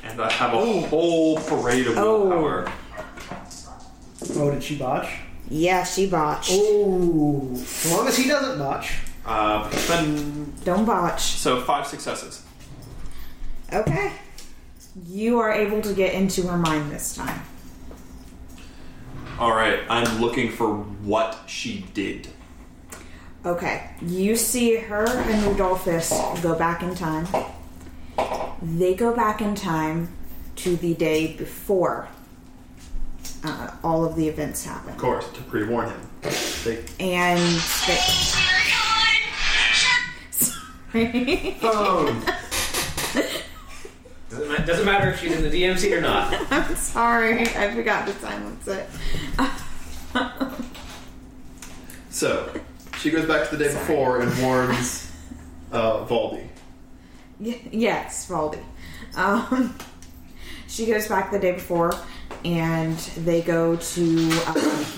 Speaker 4: And I have a whole parade of
Speaker 2: Oh.
Speaker 4: willpower.
Speaker 1: Oh, did she botch?
Speaker 2: Yeah, she botched.
Speaker 1: Oh, as long as he doesn't botch.
Speaker 4: Uh, then-
Speaker 2: Don't botch.
Speaker 4: so five successes.
Speaker 2: Okay. You are able to get into her mind this time.
Speaker 4: All right, I'm looking for what she did.
Speaker 2: Okay. You see her and Rudolphus go back in time. They go back in time to the day before uh, all of the events happen.
Speaker 7: Of course, to pre warn him. They,
Speaker 2: And they. Sorry.
Speaker 6: Doesn't, ma- doesn't matter if she's in the DM seat or not.
Speaker 2: I'm sorry. I forgot to silence it.
Speaker 7: so, she goes back to the day before and warns uh, Valdi.
Speaker 2: Y- *laughs* yes, Valdi. Um, she goes back the day before, and they go to uh,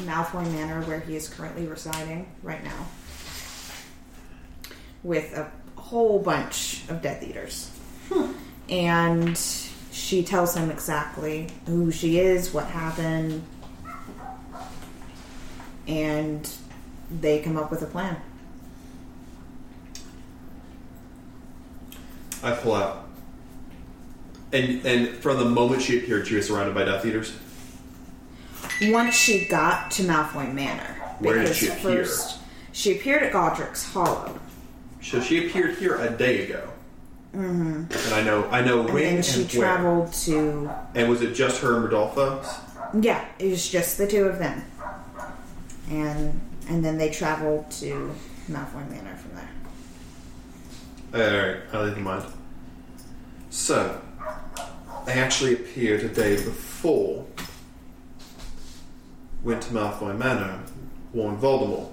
Speaker 2: Malfoy Manor, where he is currently residing right now, with a whole bunch of Death Eaters. And she tells him exactly who she is, what happened, and they come up with a plan.
Speaker 7: I pull out And and from the moment she appeared, she was surrounded by Death Eaters.
Speaker 2: once she got to Malfoy Manor.
Speaker 7: Where did
Speaker 2: Because
Speaker 7: she appear?
Speaker 2: First, she appeared at Godric's Hollow.
Speaker 7: So she appeared here a day ago. Mm-hmm. And I know I know
Speaker 2: And
Speaker 7: when
Speaker 2: then
Speaker 7: and
Speaker 2: she
Speaker 7: where.
Speaker 2: traveled to.
Speaker 7: And was it just her and Rodolpho?
Speaker 2: Yeah, it was just the two of them. And and then they traveled to Malfoy Manor from there.
Speaker 7: Alright, I'll leave in mind. So, they actually appeared a day before. Went to Malfoy Manor, warned Voldemort.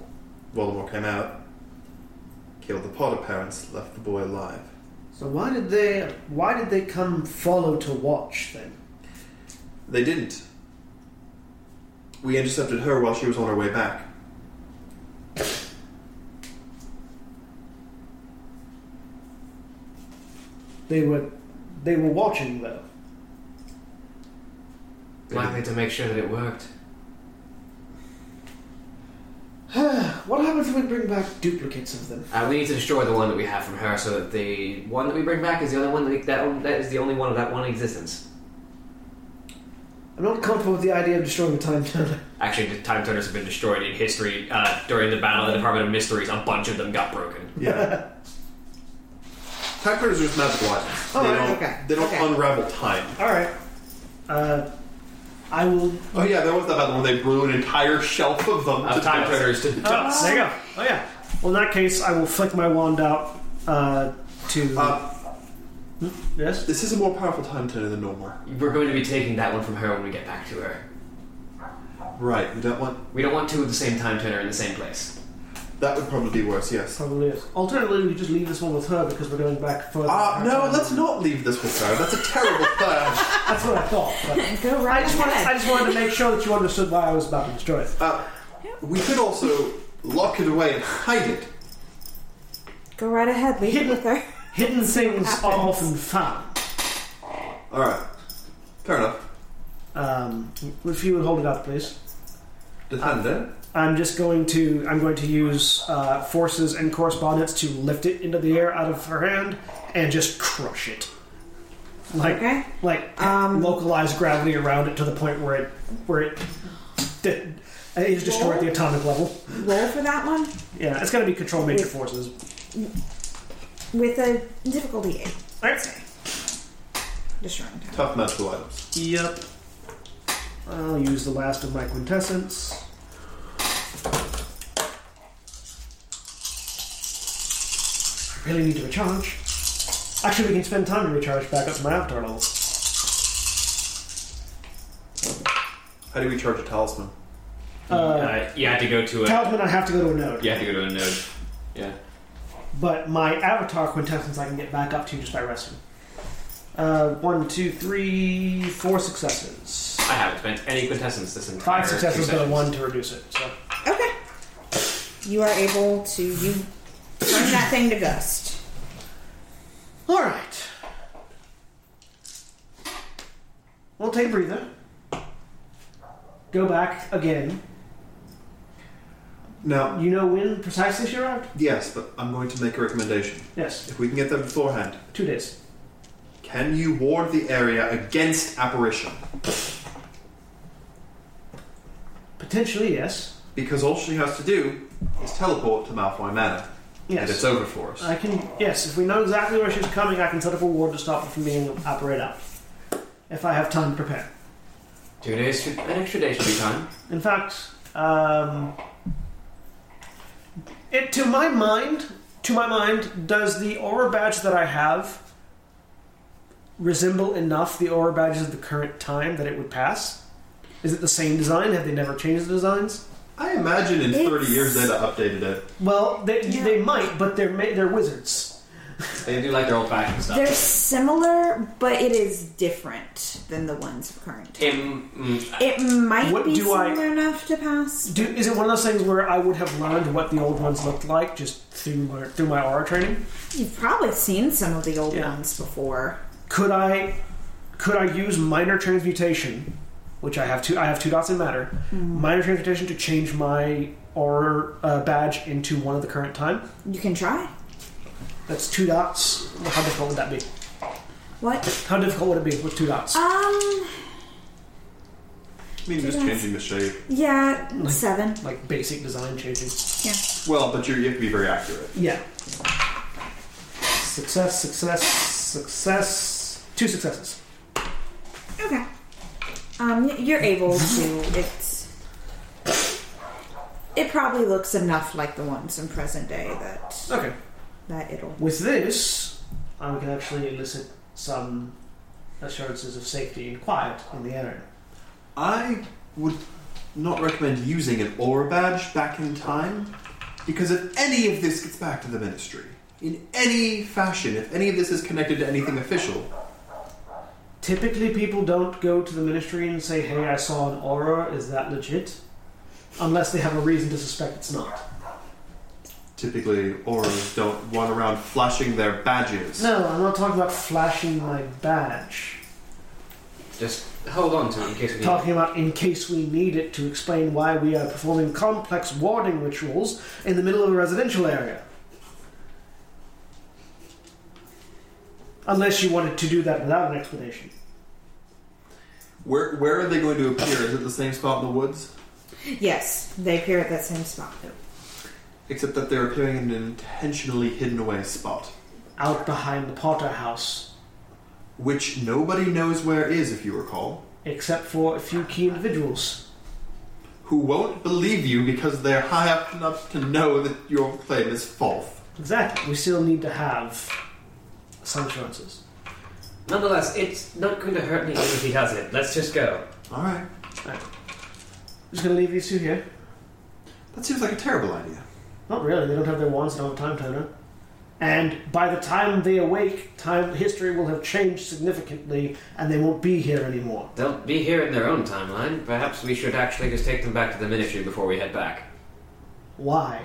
Speaker 7: Voldemort came out, killed the Potter parents, left the boy alive.
Speaker 1: So why did they why did they come follow to watch then?
Speaker 7: They didn't. We intercepted her while she was on her way back.
Speaker 1: They were they were watching though. *sighs*
Speaker 7: They
Speaker 6: Likely to make sure that it worked.
Speaker 1: What happens if we bring back duplicates of them?
Speaker 6: Uh, we need to destroy the one that we have from her, so that the one that we bring back is the only one that, we, that one, that is the only one of that one in existence.
Speaker 1: I'm not comfortable with the idea of destroying the time turner. *laughs*
Speaker 6: Actually, the time turners have been destroyed in history uh, during the Battle of the Department of Mysteries. A bunch of them got broken.
Speaker 7: Yeah. time turners are just magical items. They
Speaker 1: Alright,
Speaker 7: don't,
Speaker 2: Oh, okay,
Speaker 7: they don't
Speaker 2: okay.
Speaker 7: unravel time.
Speaker 1: All right. Uh, I will.
Speaker 7: Oh yeah, that was the battle where they blew an entire shelf of them.
Speaker 6: Of
Speaker 7: to
Speaker 6: time
Speaker 7: dust.
Speaker 6: turners to dust.
Speaker 1: There you go. Oh yeah. Well, in that case, I will flick my wand out uh, to.
Speaker 7: *laughs* Uh,
Speaker 1: yes.
Speaker 7: This is a more powerful time turner than normal.
Speaker 6: We're going to be taking that one from her when we get back to her.
Speaker 7: Right, we don't want.
Speaker 6: We don't want two of the same time turner in the same place.
Speaker 7: That would probably be worse, yes.
Speaker 1: Probably is. Alternatively, we just leave this one with her because we're going back further.
Speaker 7: Ah,
Speaker 1: back
Speaker 7: no,
Speaker 1: on-
Speaker 7: let's not leave this with her. That's
Speaker 2: *laughs*
Speaker 7: a terrible plan.
Speaker 1: That's what I thought. But
Speaker 2: Go
Speaker 1: I
Speaker 2: right
Speaker 1: just wanted. I just wanted to make sure that you understood why I was about to destroy it.
Speaker 7: Uh, we could also lock it away and hide it.
Speaker 2: Go right ahead. Leave it with her.
Speaker 1: Hidden things are often found.
Speaker 7: Alright. Fair enough.
Speaker 1: Um, if you would hold it up, please.
Speaker 7: Defender.
Speaker 1: I'm just going to I'm going to use uh, forces and correspondence to lift it into the air out of her hand and just crush it. Like
Speaker 2: *laughs* Okay.
Speaker 1: like
Speaker 2: Um,
Speaker 1: localize gravity around it to the point where it where it de- it is destroyed at the atomic level.
Speaker 2: Roll for that one
Speaker 1: Yeah, it's going to be control major forces.
Speaker 2: with a difficulty eight.
Speaker 1: Right.
Speaker 2: Destroying time.
Speaker 7: Tough magical items.
Speaker 1: Yep. I'll use the last of my quintessence. I really need to recharge. Actually, we can spend time to recharge back up to my avatar level.
Speaker 7: How do we charge a talisman?
Speaker 1: Uh,
Speaker 6: Uh, you had to go to a.
Speaker 1: Talisman, I have to go to a node.
Speaker 6: You had to go to a node. Yeah.
Speaker 1: But my avatar quintessence I can get back up to just by resting. Uh, one, two, three, four successes.
Speaker 6: I haven't spent any quintessence this entire.
Speaker 1: Five
Speaker 6: two
Speaker 1: successes, but a
Speaker 6: sessions.
Speaker 1: one to reduce it. So
Speaker 2: Okay. You are able to you turn that thing to gust.
Speaker 1: All right. We'll take a breather. Go back again.
Speaker 7: Now,
Speaker 1: You know when precisely she arrived?
Speaker 7: yes, but I'm going to make a recommendation.
Speaker 1: Yes,
Speaker 7: If we can get there beforehand,
Speaker 1: two days.
Speaker 7: can you ward the area against apparition?
Speaker 1: Potentially, yes.
Speaker 7: Because all she has to do is teleport to Malfoy Manor, and it's
Speaker 1: Yes.
Speaker 7: over for us.
Speaker 1: I can. Yes, if we know exactly where she's coming, I can set up a ward to stop her from being operated out. If I have time to prepare.
Speaker 6: Two days. Should, an extra day should be time.
Speaker 1: In fact, um, it to my mind, to my mind, does the aura badge that I have resemble enough the aura badges of the current time that it would pass? Is it the same design? Have they never changed the designs?
Speaker 7: I imagine in 30
Speaker 2: It's-
Speaker 7: years they'd have updated it.
Speaker 1: Well, they,
Speaker 2: Yeah.
Speaker 1: they might, but they're ma- they're wizards.
Speaker 6: They do like their old fashioned stuff.
Speaker 2: They're similar, but it is different than the ones of current. time.
Speaker 6: Um, mm,
Speaker 2: It might
Speaker 1: What
Speaker 2: be
Speaker 1: do I-
Speaker 2: similar enough to pass.
Speaker 1: Do, is it one of those things where I would have learned what the old ones looked like just through my, through my aura training?
Speaker 2: You've probably seen some of the old
Speaker 1: Yeah.
Speaker 2: ones before.
Speaker 1: could I could I use minor transmutation, which I have two I have two dots in matter, minor transmutation to change my aura uh, badge into one of the current time?
Speaker 2: You can try.
Speaker 1: That's two dots. How difficult would that be?
Speaker 2: What?
Speaker 1: How difficult would it be with two dots?
Speaker 2: Um.
Speaker 7: I mean, just
Speaker 2: Yes.
Speaker 7: changing the shape.
Speaker 2: Yeah, seven.
Speaker 1: Like basic design changing.
Speaker 7: Well, but you're, you have to be very accurate.
Speaker 1: Yeah. Success, success, success. Two successes.
Speaker 2: Okay. Um, y- you're able to. It's. It probably looks enough like the ones in present day that
Speaker 1: Okay.
Speaker 2: that it'll.
Speaker 1: With this, I can actually elicit some assurances of safety and quiet in the area.
Speaker 7: I would not recommend using an aura badge back in time because if any of this gets back to the ministry in any fashion, if any of this is connected to anything official,
Speaker 1: Typically, people don't go to the ministry and say, hey, I saw an aura, is that legit? Unless they have a reason to suspect it's not.
Speaker 7: typically auras don't run around flashing their badges.
Speaker 1: No, I'm not talking about flashing my badge.
Speaker 3: Just hold on to it in case we need it.
Speaker 1: Talking about in case we need it to explain why we are performing complex warding rituals in the middle of a residential area. Unless you wanted to do that without an explanation.
Speaker 7: Where, where are they going to appear? Is it the same spot in the woods?
Speaker 2: Yes, they appear at that same spot.
Speaker 7: Except that they're appearing in an intentionally hidden away spot,
Speaker 1: Out behind the Potter house,
Speaker 7: which nobody knows where is, if you recall,
Speaker 1: except for a few key individuals.
Speaker 7: who won't believe you because they're high up enough to know that your claim is false.
Speaker 1: Exactly. We still need to have some assurances.
Speaker 6: Nonetheless, it's not going to hurt me if he does it. Let's just go.
Speaker 7: All right.
Speaker 1: I'm just going to leave these two here.
Speaker 7: That seems like a terrible idea.
Speaker 1: Not really. They don't have their wands. They don't have a time toner. And by the time they awake, time history will have changed significantly, and they won't be here anymore.
Speaker 3: They'll be here in their own timeline. Perhaps we should actually just take them back to the ministry before we head back.
Speaker 1: Why?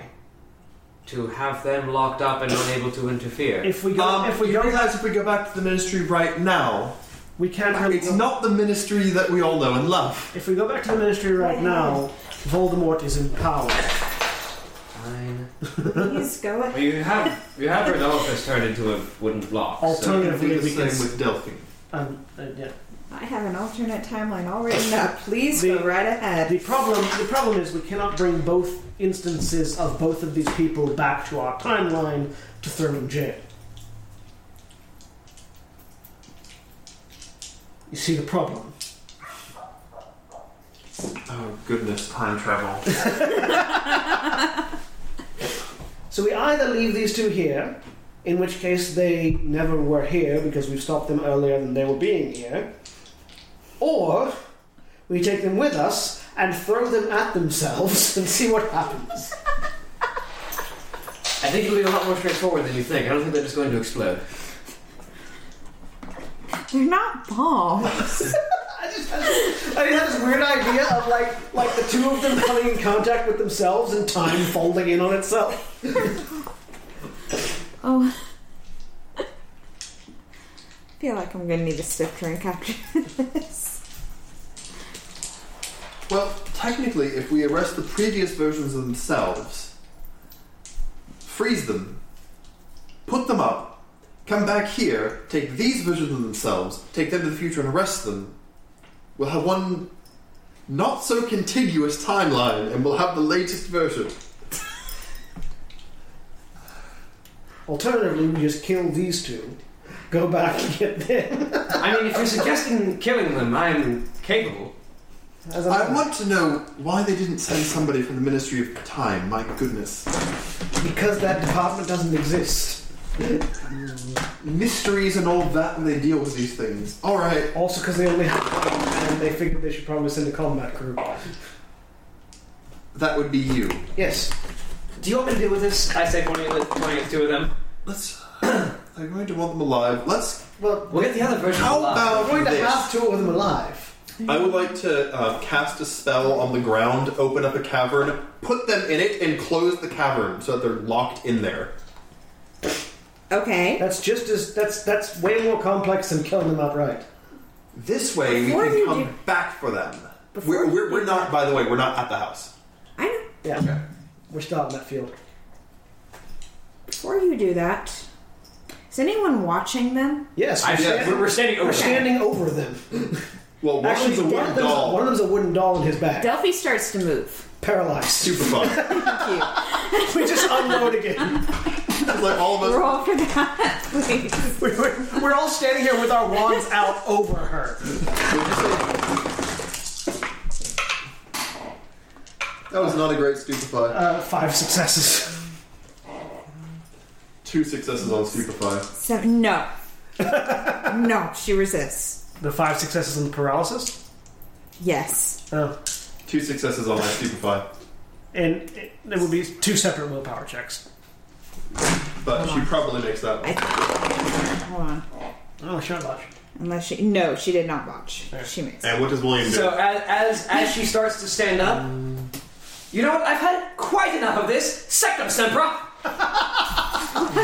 Speaker 3: To have them locked up and unable to interfere.
Speaker 1: If we go, if we
Speaker 7: Um, you
Speaker 1: go,
Speaker 7: realize if we go back to the ministry right now,
Speaker 1: we can't really.
Speaker 7: it's
Speaker 1: go-
Speaker 7: not the ministry that we all know and love.
Speaker 1: If we go back to the ministry right now, Voldemort is in power.
Speaker 3: Fine.
Speaker 2: Please go ahead.
Speaker 3: Well, you have you have heard the office turned into a wooden block. So
Speaker 1: Alternatively,
Speaker 7: It'll be
Speaker 1: we
Speaker 7: the
Speaker 1: can.
Speaker 7: same with Delphine.
Speaker 1: Um, uh, yeah.
Speaker 2: I have an alternate timeline all written up. Please
Speaker 1: The-
Speaker 2: go right ahead.
Speaker 1: The problem, the problem is we cannot bring both instances of both of these people back to our timeline to throw in jail. You see the problem.
Speaker 7: Oh goodness, time travel.
Speaker 1: So we either leave these two here, in which case they never were here because we stopped them earlier than they were being here, or we take them with us and throw them at themselves *laughs* and see what happens.
Speaker 3: I think it'll be a lot more straightforward than you think. I don't think they're just going to explode.
Speaker 2: They're not bombs.
Speaker 1: I just had this, I had this weird idea of like like the two of them coming in contact with themselves and time folding in on itself.
Speaker 2: oh. *laughs* I feel like I'm gonna need a stiff drink after *laughs* this.
Speaker 7: well, technically, if we arrest the previous versions of themselves, freeze them, put them up, come back here, take these versions of themselves, take them to the future and arrest them, we'll have one not so contiguous timeline, and we'll have the latest version.
Speaker 1: Alternatively, we just kill these two, go back and get them.
Speaker 3: I mean, if you're suggesting killing them, I'm capable.
Speaker 1: As I'm-
Speaker 7: I want to know why they didn't send somebody from the Ministry of Time. My goodness,
Speaker 1: because that department doesn't exist.
Speaker 7: mysteries and all that when they deal with these things. All right,
Speaker 1: Also, because they only have one, and they figured they should probably send a combat crew.
Speaker 7: that would be you.
Speaker 1: Yes,
Speaker 6: Do you want me to deal with this? I say pointing at, pointing at two of them.
Speaker 7: Let's. *clears throat* I'm going to want them alive. Let's.
Speaker 1: well,
Speaker 6: We'll get the other version
Speaker 7: How
Speaker 6: alive.
Speaker 1: we're going
Speaker 7: about
Speaker 1: to
Speaker 7: this?
Speaker 1: have two of them alive.
Speaker 7: I would like to uh, cast a spell on the ground, open up a cavern, put them in it, and close the cavern so that they're locked in there.
Speaker 2: Okay.
Speaker 1: That's just as that's that's way more complex than killing them outright.
Speaker 7: This way,
Speaker 2: Before
Speaker 7: we
Speaker 2: you
Speaker 7: can come
Speaker 2: do-
Speaker 7: back for them.
Speaker 2: Before
Speaker 7: We're,
Speaker 2: you
Speaker 7: we're,
Speaker 2: do
Speaker 7: we're not. By the way, we're not at the house.
Speaker 2: I know.
Speaker 1: Yeah, we're starting that field.
Speaker 2: Before you do that, Is anyone watching them?
Speaker 1: Yes, we're,
Speaker 3: I,
Speaker 1: standing,
Speaker 3: we're, we're standing over.
Speaker 1: we're standing over them.
Speaker 7: Well, one
Speaker 1: Actually,
Speaker 7: is a
Speaker 1: one
Speaker 7: wooden
Speaker 1: of, them's, one
Speaker 7: doll.
Speaker 1: of them's a wooden doll in his back,
Speaker 2: Delphi starts to move.
Speaker 1: paralyzed. *laughs*
Speaker 7: Super fun.
Speaker 2: Thank you.
Speaker 1: We just unload again. *laughs*
Speaker 7: It's like all of us.
Speaker 2: Roll for that, *laughs* please.
Speaker 1: We're, we're- we're all standing here with our wands out over her.
Speaker 7: That was not a great stupefy.
Speaker 1: Uh, five successes.
Speaker 7: Two successes on stupefy.
Speaker 2: Seven. No. no, she resists.
Speaker 1: The five successes in the paralysis.
Speaker 2: Yes.
Speaker 1: Oh.
Speaker 7: Two successes on my stupefy.
Speaker 1: And it, it would be two separate willpower checks.
Speaker 7: But she
Speaker 2: on.
Speaker 7: probably makes that one.
Speaker 2: Hold on.
Speaker 1: Oh, shut up.
Speaker 2: Unless she. No, she did not watch. She makes it.
Speaker 7: And what does William do?
Speaker 5: So as, as as she starts to stand up, you know what? I've had quite enough of this. Sectum sempra.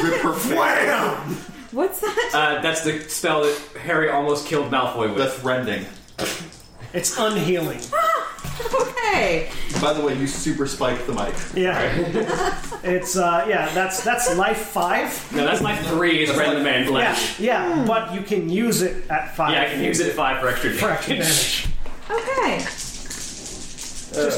Speaker 7: Rip her face.
Speaker 2: What's that?
Speaker 3: Uh,
Speaker 2: *laughs*
Speaker 3: that's the spell that Harry almost killed Malfoy with.
Speaker 4: That's rending.
Speaker 1: It's unhealing.
Speaker 2: okay.
Speaker 7: By the way, you super spiked
Speaker 2: *laughs*
Speaker 7: the mic.
Speaker 1: *laughs* Yeah. it's uh, yeah. That's that's life five.
Speaker 3: No, that's like three is random man
Speaker 1: Yeah,
Speaker 3: flesh.
Speaker 1: yeah. But you can use it at five.
Speaker 3: Yeah. I can use it at five for extra damage.
Speaker 1: for extra damage.
Speaker 2: Okay.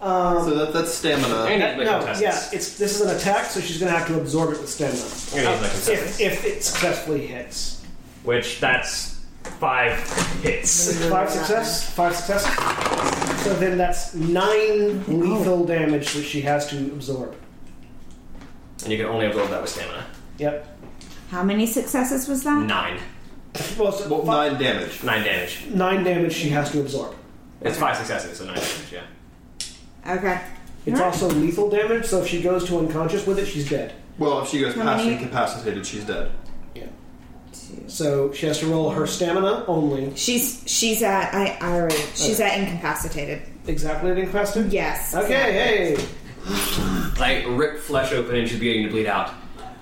Speaker 2: Um,
Speaker 7: So that, that's stamina.
Speaker 3: And
Speaker 1: That-
Speaker 3: he's
Speaker 1: no,
Speaker 3: making tests.
Speaker 1: yeah. It's this is an attack, so she's gonna have to absorb it with stamina
Speaker 3: And he's making tests.
Speaker 1: if, if it successfully hits.
Speaker 3: Which that's five hits.
Speaker 1: Five success. Five success. So then that's nine lethal damage that she has to absorb.
Speaker 3: And you can only absorb that with stamina.
Speaker 1: Yep.
Speaker 2: How many successes was that?
Speaker 3: Nine.
Speaker 1: Well, so
Speaker 7: Well,
Speaker 1: fi-
Speaker 7: nine damage.
Speaker 3: Nine damage.
Speaker 1: nine damage she has to absorb.
Speaker 3: It's five successes, so nine damage, yeah.
Speaker 2: Okay.
Speaker 1: Mm. It's
Speaker 2: Alright.
Speaker 1: also lethal damage, so if she goes to unconscious with it, she's dead.
Speaker 7: Well, if she goes
Speaker 2: How
Speaker 7: past
Speaker 2: many-
Speaker 7: incapacitated, she's dead.
Speaker 1: So she has to roll her stamina only.
Speaker 2: She's she's at I, I already she's at incapacitated.
Speaker 1: Exactly at incapacitated?
Speaker 2: Yes.
Speaker 1: Okay, hey.
Speaker 3: Like, rip flesh open and she's beginning to bleed out.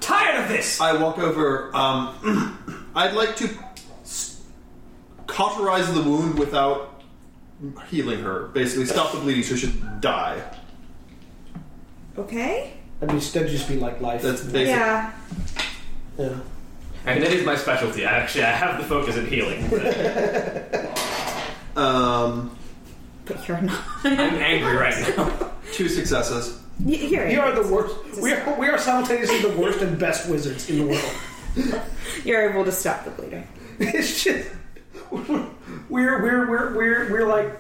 Speaker 3: Tired of this!
Speaker 7: I walk over. Um, *clears throat* I'd like to s- cauterize the wound without healing her. Basically, stop the bleeding so she should die.
Speaker 2: Okay.
Speaker 1: That'd, be, that'd just be like life.
Speaker 7: That's basic.
Speaker 2: Yeah.
Speaker 1: yeah.
Speaker 3: And that is my specialty. I actually I have the focus at healing. but
Speaker 7: Um,
Speaker 2: But you're not. *laughs*
Speaker 3: I'm angry right now. *laughs*
Speaker 7: two successes.
Speaker 2: Y- You're
Speaker 1: You
Speaker 2: you
Speaker 1: are the worst. We are, we are simultaneously the worst and best wizards in the world.
Speaker 2: you're able to stop the bleeding.
Speaker 1: It's just. We're, we're, we're, we're, we're like.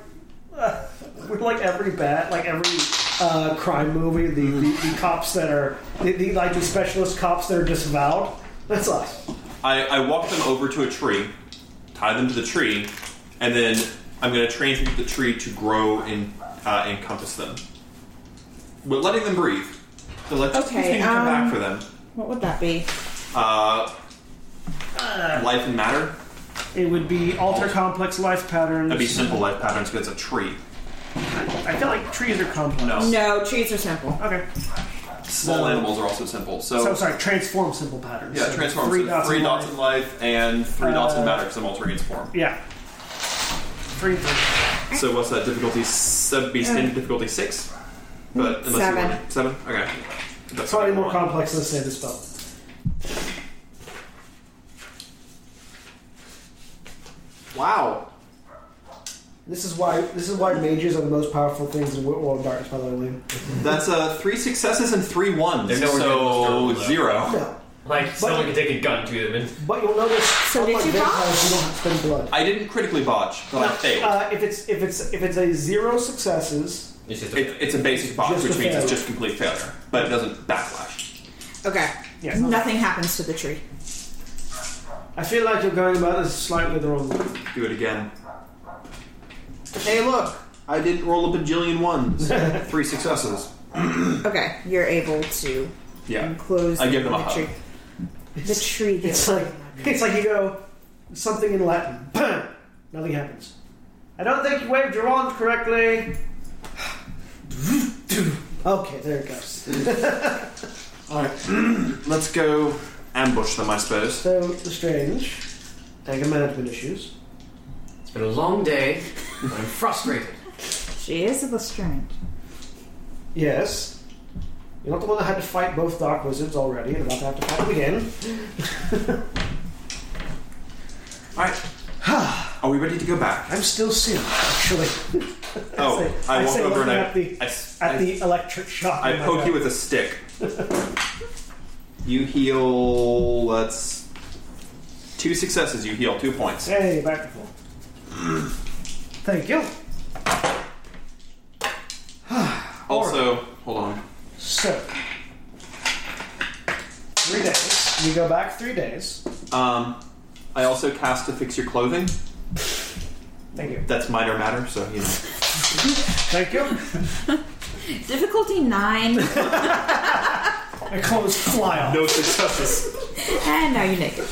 Speaker 1: Uh, we're like every bat, like every uh, crime movie, the,
Speaker 4: Mm-hmm.
Speaker 1: the, the cops that are. The, the, like the specialist cops that are disavowed. That's us.
Speaker 4: I, I walk them over to a tree, tie them to the tree, and then I'm going to transmute the tree to grow and uh, encompass them. We're letting them breathe. So let's
Speaker 2: Okay,
Speaker 4: things come
Speaker 2: um,
Speaker 4: back for them.
Speaker 2: What would that be?
Speaker 4: Uh, life and matter.
Speaker 1: It would be alter complex life patterns.
Speaker 4: That'd be simple life patterns because it's a tree.
Speaker 1: I feel like trees are complex.
Speaker 4: No.
Speaker 2: No, trees are simple.
Speaker 1: Okay.
Speaker 4: Small
Speaker 1: So-
Speaker 4: animals are also simple. So,
Speaker 1: So sorry, transform simple patterns.
Speaker 4: Oh. yeah,
Speaker 1: So
Speaker 4: transform.
Speaker 1: Three
Speaker 4: so
Speaker 1: dots.
Speaker 4: three
Speaker 1: in
Speaker 4: dots
Speaker 1: line.
Speaker 4: in life and three dots in
Speaker 1: Uh,
Speaker 4: matter because I'm altering its form.
Speaker 1: Yeah. Three. and three.
Speaker 4: So what's that difficulty? s- That'd be standard difficulty six. But unless
Speaker 2: Seven.
Speaker 4: You want, seven. Okay. That's
Speaker 1: Probably
Speaker 4: what I
Speaker 1: more
Speaker 4: want.
Speaker 1: complex than standard spell.
Speaker 7: Wow.
Speaker 1: This is why this is why mages are the most powerful things in Wo- World of Darkness. By the way, Liam.
Speaker 7: That's uh, three successes and three ones.
Speaker 3: They're nowhere near
Speaker 4: So
Speaker 3: this durable, though.
Speaker 4: zero.
Speaker 1: No,
Speaker 3: Like, someone can take a gun to them and
Speaker 1: but you'll notice.
Speaker 2: So did
Speaker 1: unlike
Speaker 2: you
Speaker 1: vampires,
Speaker 2: botch?
Speaker 1: You don't have to spend blood.
Speaker 4: I didn't critically botch, but I failed.
Speaker 1: Uh, if it's if it's if it's a zero successes,
Speaker 3: it's just a
Speaker 4: It, it's a basic botch,
Speaker 1: Just a
Speaker 4: which means
Speaker 1: failure.
Speaker 4: it's just complete failure, but it doesn't backlash.
Speaker 2: Okay.
Speaker 1: Yeah.
Speaker 2: Nothing happens to the tree.
Speaker 1: I feel like you're going about this slightly the wrong way.
Speaker 4: Do it again.
Speaker 7: Hey, look! I didn't roll a
Speaker 1: *laughs*
Speaker 7: bajillion ones. three successes.
Speaker 2: Okay. You're able to
Speaker 4: Yeah.
Speaker 2: close
Speaker 4: I give them
Speaker 2: the
Speaker 4: a hug.
Speaker 2: tree. The tree
Speaker 1: It's
Speaker 2: gets
Speaker 1: like it's like you go something in Latin. *clears throat* Bam! Nothing happens. I don't think you waved your wand correctly. *sighs* Okay, there it goes.
Speaker 7: Alright.
Speaker 4: Let's go ambush them, I suppose.
Speaker 1: So Lestrange, anger management issues.
Speaker 5: It's been a long day. and I'm frustrated.
Speaker 2: She is a Lestrange.
Speaker 1: Yes. You're not the one that had to fight both dark wizards already, and about to have to fight them again.
Speaker 4: Alright. Are we ready to go back?
Speaker 1: I'm still seeing, actually.
Speaker 4: Oh,
Speaker 1: say-
Speaker 4: I,
Speaker 1: I
Speaker 4: walk
Speaker 1: say
Speaker 4: over and I,
Speaker 1: looking at the-
Speaker 4: I s-
Speaker 1: At
Speaker 4: I-
Speaker 1: the electric shock.
Speaker 4: I
Speaker 1: in my
Speaker 4: poke
Speaker 1: back.
Speaker 4: you with a stick. you heal. That's two successes. You heal two points.
Speaker 1: Hey, back to full. Thank you.
Speaker 4: Also, hold on.
Speaker 1: So, three days. You go back three days.
Speaker 4: Um, I also cast to fix your clothing.
Speaker 1: Thank you.
Speaker 4: That's minor matter, so you know.
Speaker 1: Thank you.
Speaker 2: Difficulty
Speaker 1: *laughs*
Speaker 2: nine,
Speaker 1: My clothes fly off.
Speaker 4: No successes.
Speaker 2: and now you're naked.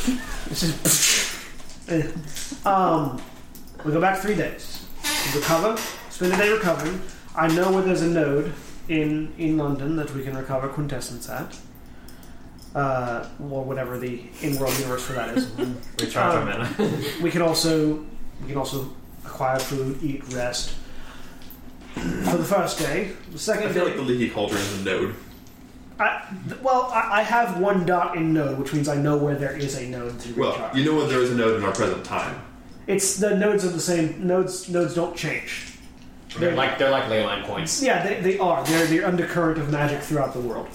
Speaker 1: Um, we go back three days. We recover. Spend a day recovering. I know where there's a node in in London that we can recover quintessence at, uh, or whatever the in-world universe for that is.
Speaker 6: Recharge
Speaker 1: Um,
Speaker 6: my mana.
Speaker 1: we can also we can also acquire food, eat, rest. For the first day, the second
Speaker 4: I feel
Speaker 1: day,
Speaker 4: like the leaky cauldron is a node.
Speaker 1: I, th- well, I, I have one dot in node, which means I know where there is a node to recharge.
Speaker 7: Well, you know when there is a node in our present time.
Speaker 1: It's the nodes are the same. Nodes nodes don't change.
Speaker 6: They're like they're like ley line points.
Speaker 1: Yeah, they, they are. They're the undercurrent of magic throughout the world.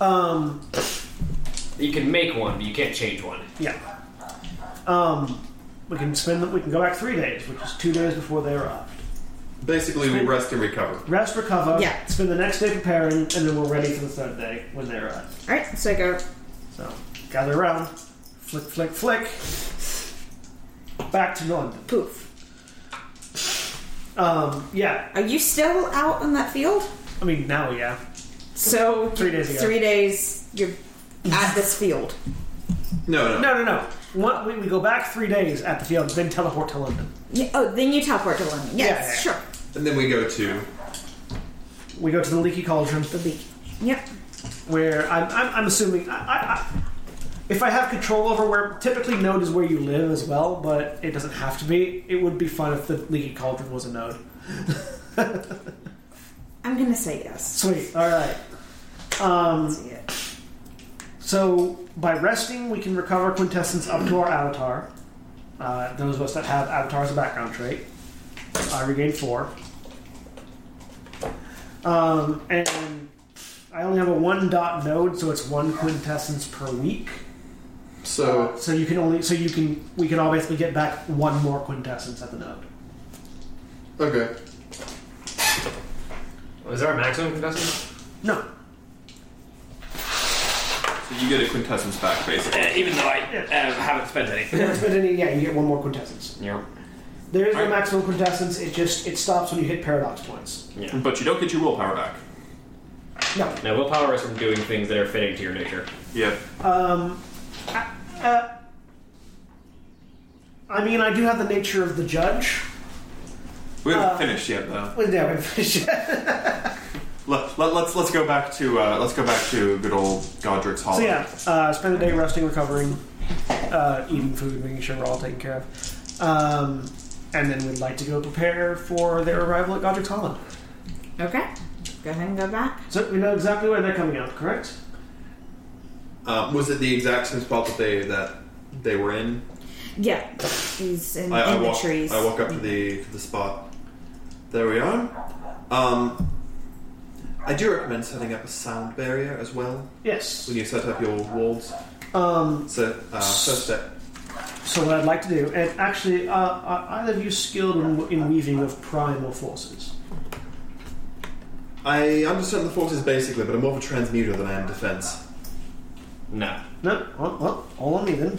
Speaker 1: Um,
Speaker 6: You can make one, but you can't change one.
Speaker 1: yeah. Um, we can spend. the- We can go back three days, which is two days before they arrived.
Speaker 7: Basically, we rest and recover.
Speaker 1: Rest, recover.
Speaker 2: Yeah.
Speaker 1: Spend the next day preparing, and then we're ready for the third day when they arrive.
Speaker 2: All right, so I go.
Speaker 1: So gather around, flick, flick, flick. Back to London.
Speaker 2: Poof.
Speaker 1: Um, yeah.
Speaker 2: Are you still out on that field?
Speaker 1: I mean now, yeah.
Speaker 2: So
Speaker 1: Three days ago.
Speaker 2: Three days. You're at this field.
Speaker 4: No, no.
Speaker 1: No, no, no. One, we, we go back three days at the field, then teleport to London.
Speaker 2: Yeah, oh, then you teleport to London. Yes,
Speaker 1: Yeah, yeah.
Speaker 2: sure.
Speaker 7: And then we go to.
Speaker 1: We go to the leaky cauldron.
Speaker 2: The beak. Yep.
Speaker 1: where I'm, I'm, I'm assuming I, I, I, if I have control over where typically node is where you live as well, but it doesn't have to be. It would be fun if the leaky cauldron was a node.
Speaker 2: I'm gonna say yes.
Speaker 1: Sweet. All right. Um,
Speaker 2: See it.
Speaker 1: so by resting, we can recover quintessence up to our avatar. Uh, those of us that have avatar as a background trait, I regain four. Um, and I only have a one dot node, so it's one quintessence per week.
Speaker 7: So,
Speaker 1: So you can only so you can we can all basically get back one more quintessence at the node.
Speaker 7: okay.
Speaker 6: Is there a maximum contestant?
Speaker 1: No.
Speaker 4: So you get a quintessence back, basically.
Speaker 6: Uh, even though I haven't spent any. *laughs*
Speaker 1: But then, yeah, you get one more quintessence.
Speaker 6: Yeah.
Speaker 1: There is no
Speaker 4: Alright.
Speaker 1: maximum quintessence, it just it stops when you hit paradox points.
Speaker 4: But you don't get your willpower back.
Speaker 1: No.
Speaker 6: Now, willpower is from doing things that are fitting to your nature.
Speaker 4: Yeah.
Speaker 1: Uh, I mean I do have the nature of the judge.
Speaker 4: We haven't finished yet, though.
Speaker 1: Well, yeah, but-
Speaker 4: Let, let, let's let's go back to uh, let's go back to good old Godric's Hall.
Speaker 1: *laughs* so yeah, uh, spend the day resting, recovering, uh, eating food, making sure we're all taken care of. Um, and then we'd like to go prepare for their arrival at Godric's Holland.
Speaker 2: Okay. Go ahead and go back.
Speaker 1: So we know exactly where they're coming out, correct?
Speaker 7: Um, was it the exact same spot that they that they were in?
Speaker 2: Yeah. He's in,
Speaker 7: I, I
Speaker 2: in
Speaker 7: walk.
Speaker 2: the trees.
Speaker 7: I walk up to the to the spot. There we are. Um, I do recommend setting up a sound barrier as well
Speaker 1: Yes.
Speaker 7: when you set up your walls.
Speaker 1: Um,
Speaker 7: So uh, first step.
Speaker 1: so what I'd like to do, and actually, uh, are either of you skilled in, in weaving of primal forces?
Speaker 7: I understand the forces basically, but I'm more of a transmuter than I am defense.
Speaker 6: No.
Speaker 1: No, well, well, all on me then.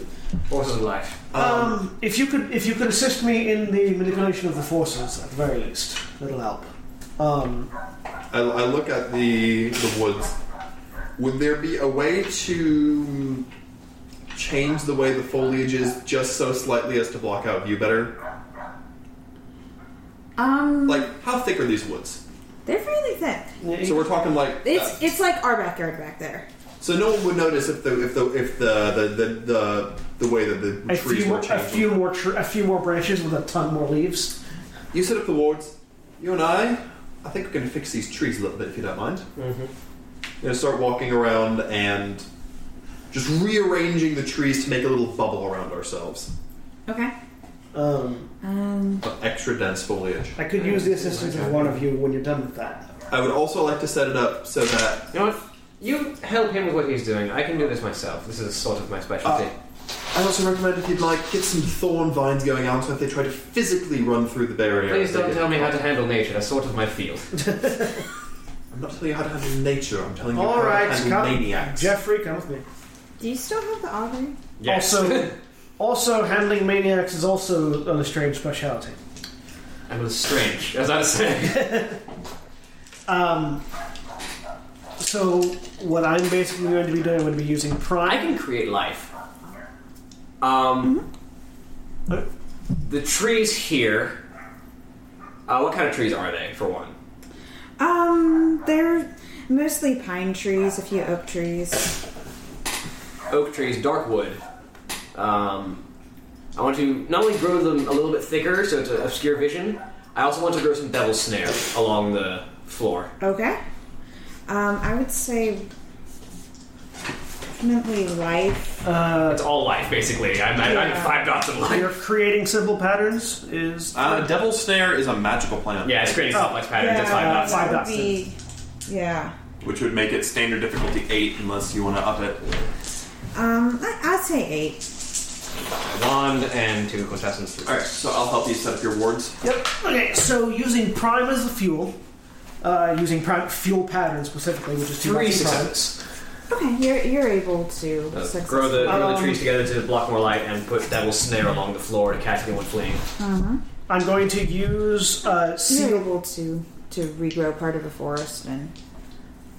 Speaker 6: Forces of life.
Speaker 7: Um,
Speaker 1: Um, if you could, if you could assist me in the manipulation of the forces, at the very least, that'll help. Um,
Speaker 7: I, I look at the the woods. Would there be a way to change the way the foliage is just so slightly as to block out view better?
Speaker 2: Um,
Speaker 7: Like, how thick are these woods?
Speaker 2: they're fairly thick.
Speaker 7: So we're talking like that.
Speaker 2: It's it's like our backyard back there.
Speaker 7: so no one would notice if the if the if the the the, the, the way that the
Speaker 1: a
Speaker 7: trees
Speaker 1: few, more,
Speaker 7: were
Speaker 1: a
Speaker 7: changing.
Speaker 1: few more, tr- a few more branches with a ton more leaves.
Speaker 7: You set up the wards. You and I I think we're going to fix these trees a little bit if you don't mind.
Speaker 1: Mm-hmm.
Speaker 7: I'm going to start walking around and just rearranging the trees to make a little bubble around ourselves.
Speaker 2: Okay.
Speaker 1: Um,
Speaker 2: Um,
Speaker 7: But extra dense foliage.
Speaker 1: I could use the assistance of one of you when you're done with that.
Speaker 7: I would also like to set it up so that
Speaker 6: You know what? You help him with what he's doing. I can do this myself. This is sort of my specialty.
Speaker 3: Oh.
Speaker 7: I also recommend if you'd like get some thorn vines going out so if they try to physically run through the barrier.
Speaker 6: Please
Speaker 7: they
Speaker 6: don't
Speaker 7: get-
Speaker 6: tell me how to handle nature. That's sort of my field.
Speaker 7: I'm not telling you how to handle nature. I'm telling you
Speaker 1: All
Speaker 7: how
Speaker 1: right,
Speaker 7: to handle
Speaker 1: come,
Speaker 7: maniacs.
Speaker 1: Jeffrey, come with me.
Speaker 2: do you still have the Aubrey?
Speaker 1: *laughs* Also, also handling maniacs is also a strange speciality.
Speaker 6: I'm a little strange, as I was saying.
Speaker 1: Um, so what I'm basically going to be doing, I'm going to be using
Speaker 3: *laughs* I
Speaker 1: prime.
Speaker 3: can create life. Um, the trees here. Uh, what kind of trees are they? For one,
Speaker 2: Um, they're mostly pine trees, a few oak trees.
Speaker 3: oak trees, dark wood. Um, I want to not only grow them a little bit thicker so it's an obscure vision. I also want to grow some bevel snare along the floor.
Speaker 2: Okay. Um, I would say definitely life.
Speaker 1: Uh,
Speaker 3: That's all life, basically. I'm, I'm, I'm
Speaker 2: Yeah.
Speaker 3: five dots of life.
Speaker 1: you're creating simple patterns is
Speaker 4: Uh, Devil Snare is a magical plant.
Speaker 6: Yeah, it's creating
Speaker 1: Oh,
Speaker 6: complex patterns. That's
Speaker 1: yeah.
Speaker 6: fine.
Speaker 1: dots. Five
Speaker 2: uh, that
Speaker 1: dots,
Speaker 2: would be, yeah.
Speaker 4: Which would make it standard difficulty 8 unless you want to up it.
Speaker 2: Um, I, I'd say eight.
Speaker 6: Wand and two contestants.
Speaker 4: Alright, so I'll help you set up your wards.
Speaker 1: Yep. Okay, so using prime as the fuel, uh, using prime fuel pattern specifically, which is two
Speaker 6: Three
Speaker 1: dots of prime.
Speaker 6: successes.
Speaker 2: Okay, you're you're able to
Speaker 6: Uh,
Speaker 2: success-
Speaker 6: grow the, grow the
Speaker 1: Um,
Speaker 6: trees together to block more light and put devil snare along the floor to catch anyone fleeing.
Speaker 1: I'm going to use uh,
Speaker 2: You're
Speaker 1: seal.
Speaker 2: able to to regrow part of a forest and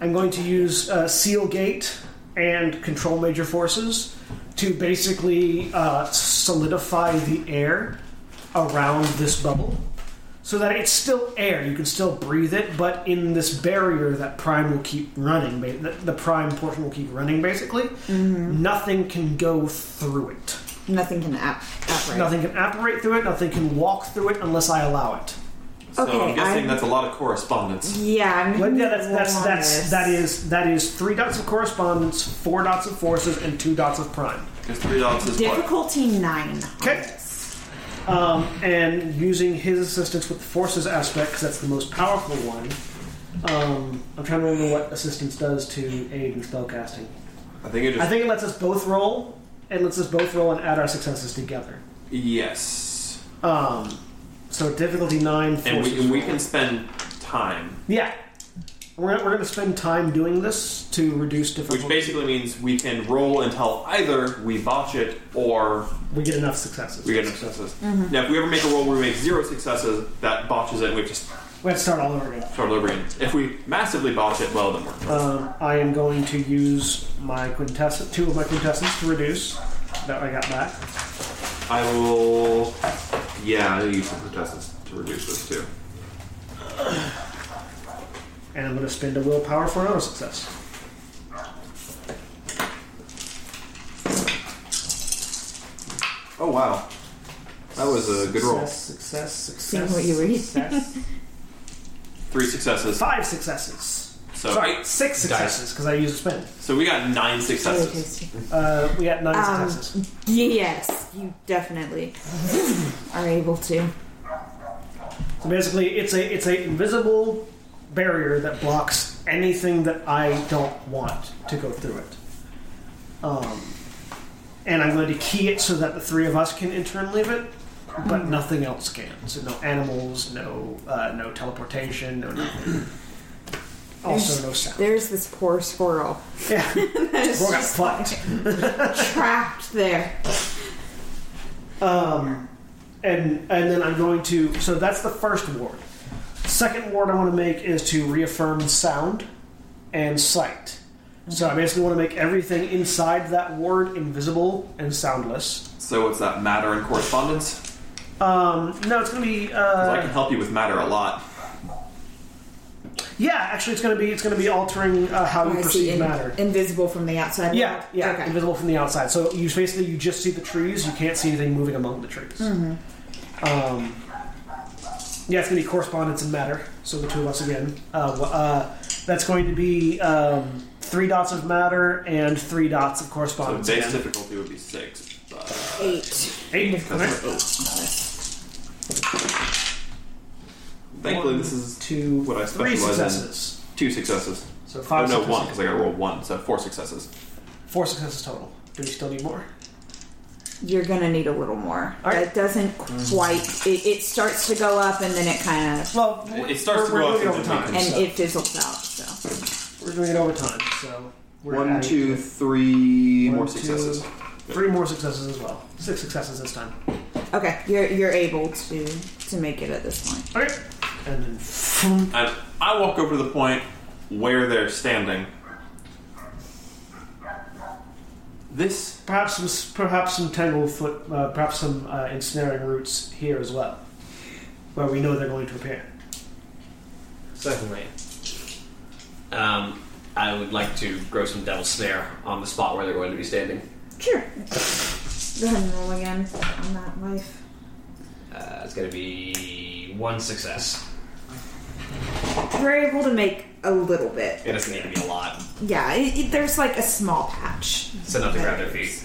Speaker 1: I'm going to use uh, seal gate and control major forces to basically uh, solidify the air around this bubble, so that it's still air. You can still breathe it, but in this barrier that prime will keep running. ba- The the prime portion will keep running. Basically, nothing can go through it.
Speaker 2: nothing can ap- upright.
Speaker 1: Nothing can apparate through it, nothing can walk through it unless I allow it.
Speaker 4: So
Speaker 2: Okay,
Speaker 4: I'm guessing
Speaker 2: I'm-
Speaker 4: that's a lot of correspondence.
Speaker 2: Yeah, I'm
Speaker 1: But yeah, that's, that's, that's,
Speaker 2: honest.
Speaker 1: that, is, that is three dots of correspondence, four dots of forces, and two dots of prime.
Speaker 4: Because 3 dots is what?
Speaker 2: difficulty nine.
Speaker 1: Okay. Um, and using his assistance with the forces aspect, because that's the most powerful one. Um, I'm trying to remember what assistance does to aid in spellcasting.
Speaker 4: I think it just.
Speaker 1: I think it lets us both roll. It lets us both roll and add our successes together.
Speaker 4: yes.
Speaker 1: Um, so difficulty nine.
Speaker 4: And we,
Speaker 1: forces
Speaker 4: and we
Speaker 1: roll.
Speaker 4: can spend time.
Speaker 1: Yeah. We're, we're going to spend time doing this to reduce difficulty.
Speaker 4: Which basically means we can roll until either we botch it or
Speaker 1: we get enough successes.
Speaker 4: we get no successes.
Speaker 1: Mm-hmm.
Speaker 4: Now, if we ever make a roll where we make zero successes, that botches it and we just
Speaker 1: We have to start all over again.
Speaker 4: start over again. If we massively botch it, well, then we're
Speaker 1: Um, I am going to use my quintessence, two of my quintessence to reduce that I got back.
Speaker 4: I will. Yeah, I use some contestants to reduce this too.
Speaker 1: And I'm going to spend a willpower for another success.
Speaker 4: Oh wow, that was a Uh, good
Speaker 1: success,
Speaker 4: roll.
Speaker 1: Success, success.
Speaker 2: Seeing what you read. *laughs*
Speaker 1: success.
Speaker 4: Three successes.
Speaker 1: Five successes.
Speaker 4: So
Speaker 1: Sorry, six successes because I used a spin.
Speaker 4: so we got nine
Speaker 2: Really
Speaker 4: successes.
Speaker 2: tasty.
Speaker 1: Uh, we got nine
Speaker 2: Um,
Speaker 1: successes.
Speaker 2: Yes, you definitely are able to.
Speaker 1: So basically, it's a it's a invisible barrier that blocks anything that I don't want to go through it. Um, and I'm going to key it so that the three of us can enter and leave it, but nothing else can. So no animals, no uh, no teleportation, no nothing. Also no sound.
Speaker 2: There's this poor squirrel *laughs*
Speaker 1: Yeah,
Speaker 2: that's
Speaker 1: Squirrel got
Speaker 2: just
Speaker 1: fucked.
Speaker 2: trapped there.
Speaker 1: Um, and and then I'm going to. So that's the first ward. Second ward I want to make is to reaffirm sound and sight. So I basically want to make everything inside that ward invisible and soundless.
Speaker 4: So what's that? Matter and correspondence. 'Cause
Speaker 1: Um, no, it's going to be.
Speaker 4: I can
Speaker 1: Uh,
Speaker 4: help you with matter a lot.
Speaker 1: yeah, actually, it's going to be. It's going to be altering uh, how you
Speaker 2: I see
Speaker 1: perceive
Speaker 2: in-
Speaker 1: matter.
Speaker 2: invisible from the outside.
Speaker 1: Yeah,
Speaker 2: world.
Speaker 1: yeah,
Speaker 2: Okay.
Speaker 1: invisible from the outside. So you basically you
Speaker 2: Mm-hmm.
Speaker 1: just see the trees. You can't see anything moving among the trees. Um, Yeah, it's going to be correspondence and matter. So the two of us again. Uh, wh- uh, that's going to be um, three dots of matter and three dots of
Speaker 4: So
Speaker 1: correspondence.
Speaker 4: base
Speaker 1: again.
Speaker 4: difficulty would be six. But
Speaker 2: Eight.
Speaker 1: Eight. Okay.
Speaker 4: thankfully,
Speaker 1: One,
Speaker 4: this is
Speaker 1: two,
Speaker 4: what I
Speaker 1: three
Speaker 4: specialize in.
Speaker 1: successes.
Speaker 4: two successes.
Speaker 1: So five.
Speaker 4: oh, no,
Speaker 1: successes.
Speaker 4: one because I got to roll one, so four successes.
Speaker 1: Four successes total. Do we still need more?
Speaker 2: You're gonna need a little more.
Speaker 1: All right.
Speaker 2: That doesn't quite. It, it starts to go up and then it kind of
Speaker 1: Well,
Speaker 4: It- it starts
Speaker 1: we're,
Speaker 4: to
Speaker 1: we're
Speaker 4: go
Speaker 1: doing it
Speaker 4: up
Speaker 1: over
Speaker 4: into
Speaker 1: time.
Speaker 2: and
Speaker 1: so-
Speaker 2: it fizzles out. So
Speaker 1: we're doing it over time. So we're
Speaker 4: One,
Speaker 1: adding to
Speaker 4: two,
Speaker 1: it.
Speaker 4: three
Speaker 1: One,
Speaker 4: more
Speaker 1: two,
Speaker 4: successes.
Speaker 1: Three more successes as well. Six successes this time.
Speaker 2: okay, you're you're able to to make it at this point.
Speaker 1: Okay. And then phoom,
Speaker 4: And I walk over to the point where they're standing. This
Speaker 1: perhaps some, perhaps some tanglefoot, uh, perhaps some uh, ensnaring roots here as well, where we know they're going to appear.
Speaker 6: Certainly. Um, I would like to grow some devil snare on the spot where they're going to be standing.
Speaker 2: Sure. Go ahead and roll again on that life.
Speaker 6: Uh, it's going to be one success.
Speaker 2: You're able to make a little bit.
Speaker 6: It doesn't need to be a lot.
Speaker 2: Yeah, it, it, there's like a small patch.
Speaker 6: It's enough to grab their feet.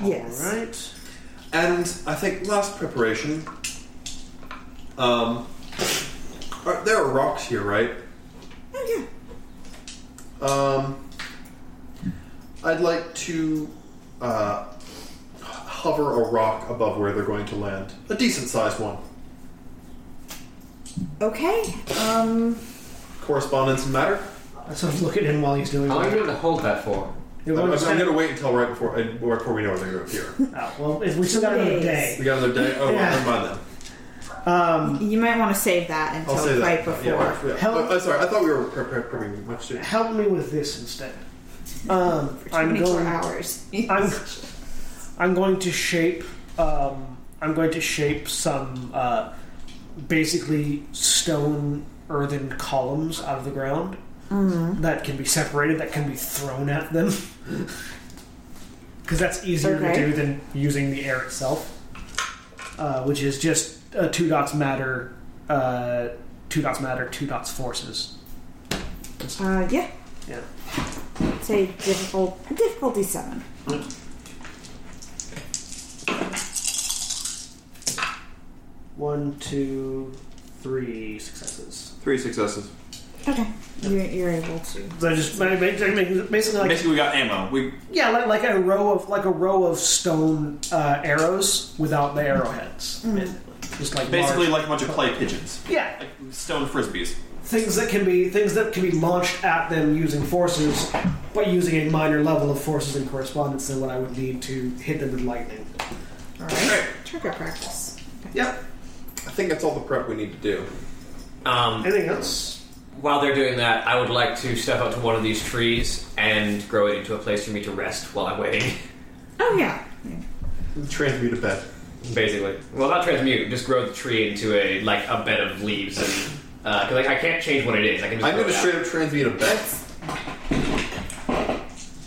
Speaker 2: Yes.
Speaker 1: All right.
Speaker 7: And I think last preparation. Um, are, there are rocks here, right?
Speaker 2: Okay.
Speaker 7: Um, I'd like to uh, h- hover a rock above where they're going to land. A decent sized one.
Speaker 2: Okay. Um.
Speaker 7: Correspondence matter.
Speaker 1: That's what I'm looking in while he's doing
Speaker 6: How long are you
Speaker 1: it.
Speaker 6: going to hold that for?
Speaker 1: You're going
Speaker 7: I'm,
Speaker 1: to
Speaker 7: I'm
Speaker 1: stand-
Speaker 7: going to wait until right before uh, right before we know they're going to appear.
Speaker 1: Oh, well, if we still got another
Speaker 2: Days.
Speaker 1: day.
Speaker 7: We got another day. Oh,
Speaker 1: Yeah.
Speaker 7: never mind then.
Speaker 1: Um,
Speaker 2: You might want to save that until
Speaker 7: I'll say that.
Speaker 2: right before.
Speaker 7: Yeah, yeah.
Speaker 1: Hell-
Speaker 7: Oh, I'm sorry. I thought we were pre- pre- prepping much sooner.
Speaker 1: help me with this instead. Um,
Speaker 2: For
Speaker 1: I'm
Speaker 2: 24
Speaker 1: going.
Speaker 2: hours.
Speaker 1: I'm, I'm going to shape. Um, I'm going to shape some uh, basically stone earthen columns out of the ground that can be separated, that can be thrown at them. *laughs* Because that's easier
Speaker 2: Okay.
Speaker 1: to do than using the air itself, uh, which is just uh, two dots matter, uh, two dots matter, two dots forces.
Speaker 2: Uh, yeah.
Speaker 1: Yeah.
Speaker 2: Say difficult, difficulty seven.
Speaker 1: One, two, three successes.
Speaker 4: three successes.
Speaker 2: Okay. You're, you're able to.
Speaker 1: So I just I make- I make- basically like
Speaker 4: Basically, we got ammo. We
Speaker 1: Yeah, like, like a row of like a row of stone uh, arrows without the arrowheads. Just like
Speaker 4: basically
Speaker 1: large-
Speaker 4: like a bunch of clay pigeons,
Speaker 1: yeah,
Speaker 4: like stone frisbees.
Speaker 1: things that can be things that can be launched at them using forces, but using a minor level of forces and correspondence than what I would need to hit them with lightning.
Speaker 2: All right. Trigger practice.
Speaker 1: Yep.
Speaker 7: I think that's all the prep we need to do.
Speaker 6: Um,
Speaker 1: Anything else?
Speaker 6: while they're doing that, I would like to step up to one of these trees and grow it into a place for me to rest while I'm waiting. *laughs*
Speaker 2: Oh yeah.
Speaker 7: Transmute a bed.
Speaker 6: Basically, well, not transmute. Just grow the tree into a like a bed of leaves, and uh, 'cause, like I can't change what it is. I can just.
Speaker 7: I'm
Speaker 6: grow
Speaker 7: going
Speaker 6: it
Speaker 7: to
Speaker 6: out.
Speaker 7: straight up transmute a bed.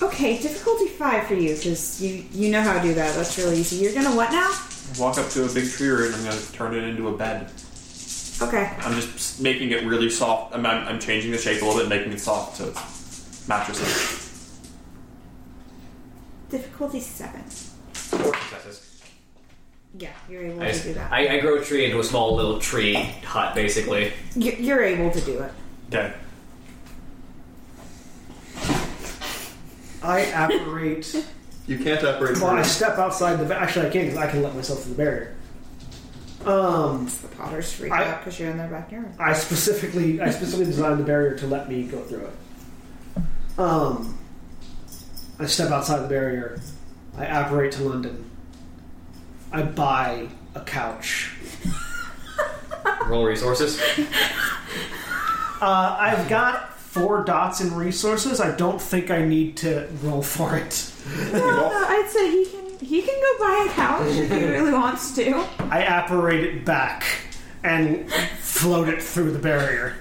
Speaker 2: Okay, difficulty five for you because you you know how to do that. That's really easy. You're gonna what now?
Speaker 4: Walk up to a big tree root and I'm going to turn it into a bed.
Speaker 2: Okay.
Speaker 4: I'm just making it really soft. I'm, I'm, I'm changing the shape a little bit, making it soft so it's mattresses.
Speaker 2: Difficulty seven.
Speaker 6: Four successes.
Speaker 2: Yeah, you're able
Speaker 6: I,
Speaker 2: to
Speaker 6: just,
Speaker 2: do that.
Speaker 6: I, I grow a tree into a small little tree hut, basically.
Speaker 2: You're, you're able to do it.
Speaker 4: Okay.
Speaker 1: I apparate.
Speaker 7: You can't operate.
Speaker 1: well, I
Speaker 7: through-
Speaker 1: step outside the. Ba- Actually, I can't. 'cause I can let myself through the barrier. Um.
Speaker 2: It's the Potter's freak
Speaker 1: I-
Speaker 2: out because you're in their backyard.
Speaker 1: I specifically I specifically designed the barrier to let me go through it. Um, I step outside the barrier. I apparate to London. I buy a couch.
Speaker 6: Roll resources.
Speaker 1: Uh, I've got four dots in resources. I don't think I need to roll for it.
Speaker 2: No, no, Uh, I'd say he can he can go buy a couch if
Speaker 7: *laughs*
Speaker 2: he really wants to.
Speaker 1: I apparate it back and float it through the barrier.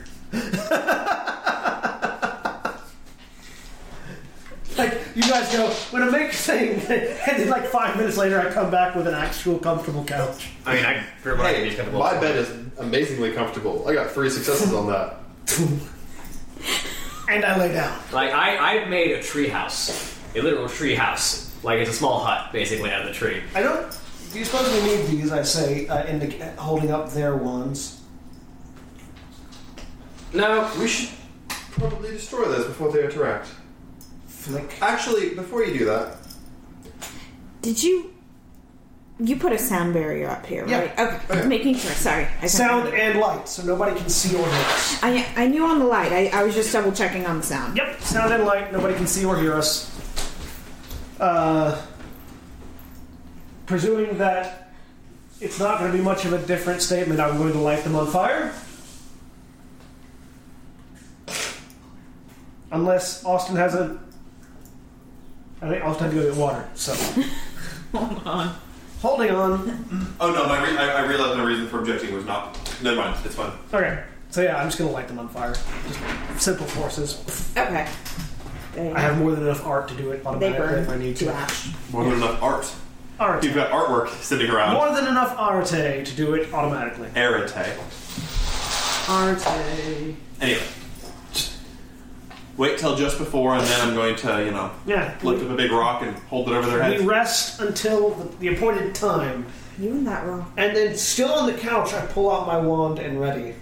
Speaker 7: like
Speaker 1: you guys go, I'm gonna make a thing, *laughs* and then like five minutes later, I come back with an actual comfortable couch.
Speaker 6: I mean, I grew up
Speaker 7: Hey,
Speaker 6: be comfortable.
Speaker 7: my bed is amazingly comfortable. I got three successes on that.
Speaker 1: And I lay down.
Speaker 6: Like I, I've made a tree house, a literal tree house. Like it's a small hut, basically, out of the tree.
Speaker 1: I don't. Do you suppose we need these? I say, uh, indic- holding up their wands.
Speaker 6: No,
Speaker 7: We should probably destroy those before they interact.
Speaker 1: Flick.
Speaker 7: Actually, before you do that,
Speaker 2: Did you? You put a sound barrier up here,
Speaker 1: Yeah.
Speaker 2: right? Okay, making sure. Sorry, I
Speaker 1: Sound and light, so nobody can see or hear us.
Speaker 2: I, I knew on the light. I, I was just double checking on the sound.
Speaker 1: Yep, sound and light, nobody can see or hear us. Uh, presuming that it's not going to be much of a different statement, I'm going to light them on fire. Unless Austin has a. I think Austin had to go get water, so.
Speaker 2: *laughs* Hold on.
Speaker 1: Holding
Speaker 2: *laughs*
Speaker 1: on.
Speaker 4: Oh no, my re- I, I realized my reason for objecting was not. Never mind, it's fine.
Speaker 1: Okay, so yeah, I'm just going to light them on fire. Just simple forces.
Speaker 2: Okay. There you
Speaker 1: I have more than enough art to do it
Speaker 2: go. They
Speaker 1: automatically if I
Speaker 2: burn
Speaker 1: need
Speaker 2: to
Speaker 1: to.
Speaker 2: ash.
Speaker 4: More than enough art.
Speaker 1: Art.
Speaker 4: You've got artwork sitting around.
Speaker 1: More than enough arte to do it automatically.
Speaker 4: Arate.
Speaker 2: Arte.
Speaker 4: Anyway. Wait till just before, and then I'm going to, you know,
Speaker 1: Yeah.
Speaker 4: lift up a big rock and hold it over their
Speaker 1: We
Speaker 4: heads.
Speaker 1: rest until the, the appointed time,
Speaker 2: You and that rock.
Speaker 1: and then still on the couch, I pull out my wand and ready.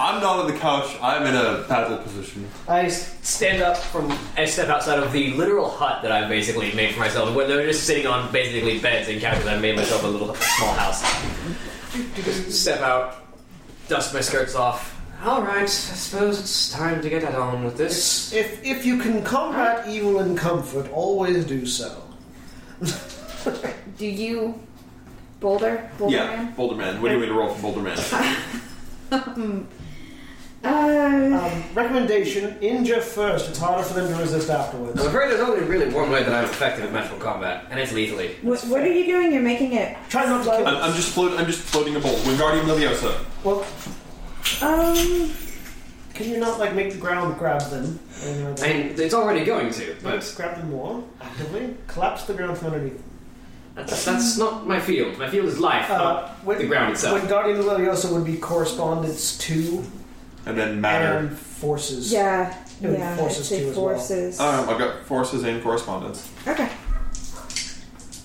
Speaker 4: I'm not on the couch. I'm in a paddle position.
Speaker 1: I s-
Speaker 6: stand up from and step outside of the literal hut that I've basically made for myself. Where they're just sitting on basically beds and couches. I made myself a little small house. Just step out, dust my skirts off.
Speaker 5: All right, I suppose it's time to get on with this.
Speaker 1: if if you can combat evil in comfort, always do so.
Speaker 2: Do you boulder? Boulder
Speaker 4: yeah,
Speaker 2: man?
Speaker 4: Boulder Man. What do you mean to roll for Boulder Man?
Speaker 2: Uh,
Speaker 1: Um, recommendation: injure first. It's harder for them to resist afterwards.
Speaker 5: I'm afraid there's only really one way that I'm effective at magical combat, and it's lethally.
Speaker 2: what, what are you doing? You're making it.
Speaker 1: Try not to
Speaker 4: I'm,
Speaker 1: kill.
Speaker 4: I'm just floating. I'm just floating a bowl. Wingardium Leviosa.
Speaker 1: well,
Speaker 2: Um.
Speaker 1: can you not like make the ground grab them? And, uh,
Speaker 5: I mean, it's already going to,
Speaker 1: let's
Speaker 5: but
Speaker 1: grab them more actively. Collapse the ground from underneath.
Speaker 5: that's, that's not my field. My field is life,
Speaker 1: Uh,
Speaker 5: not
Speaker 1: when-
Speaker 5: the ground itself.
Speaker 1: When Guardian Leviosa would be correspondence to
Speaker 4: And then matter.
Speaker 1: and forces.
Speaker 2: Yeah.
Speaker 1: It would be
Speaker 2: Yeah.
Speaker 1: forces
Speaker 2: I'd say
Speaker 1: too as well.
Speaker 2: forces.
Speaker 4: Um, I've got forces and correspondence.
Speaker 2: Okay.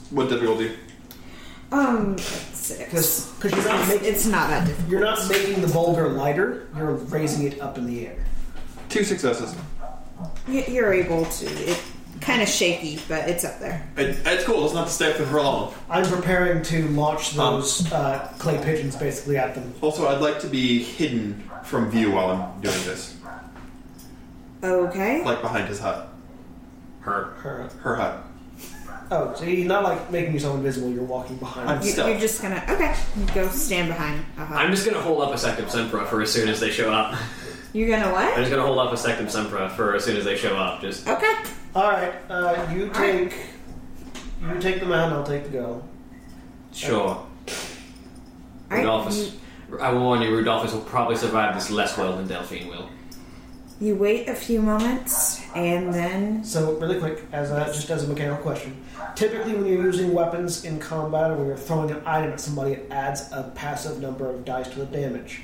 Speaker 4: What difficulty?
Speaker 2: Um. Six.
Speaker 1: Because you're not making
Speaker 2: It's not that difficult.
Speaker 1: you're not making the boulder lighter. You're raising it up in the air.
Speaker 4: Two successes.
Speaker 2: You- You're able to. It kind of shaky, but it's up there.
Speaker 4: It, it's cool. It's not to stay up there for long.
Speaker 1: I'm preparing to launch
Speaker 4: Um,
Speaker 1: those uh, clay pigeons basically at them.
Speaker 4: Also, I'd like to be hidden from view while I'm doing this,
Speaker 2: Okay.
Speaker 4: like behind his hut,
Speaker 6: Her.
Speaker 1: Her-
Speaker 4: her hut.
Speaker 1: Oh, so you're not like making yourself invisible. You're walking behind.
Speaker 4: I'm
Speaker 1: them.
Speaker 2: You,
Speaker 4: stuck.
Speaker 2: you're just gonna okay. You Go stand behind. Uh-huh.
Speaker 6: I'm just gonna hold up a sectum sempra for as soon as they show up. *laughs*
Speaker 2: You're gonna
Speaker 6: I'm
Speaker 2: what?
Speaker 6: just gonna hold up a sectum sempra for as soon as they show up. Just
Speaker 2: Okay.
Speaker 1: All right. Uh, you take you take the man. I'll take the girl.
Speaker 6: sure.
Speaker 2: All right.
Speaker 6: Rudolphus.
Speaker 2: You,
Speaker 6: I will warn you, Rudolphus will probably survive this less well than Delphine will.
Speaker 2: you wait a few moments and then
Speaker 1: So really quick, as a, just as a mechanical question, typically when you're using weapons in combat or when you're throwing an item at somebody, it adds a passive number of dice to the damage.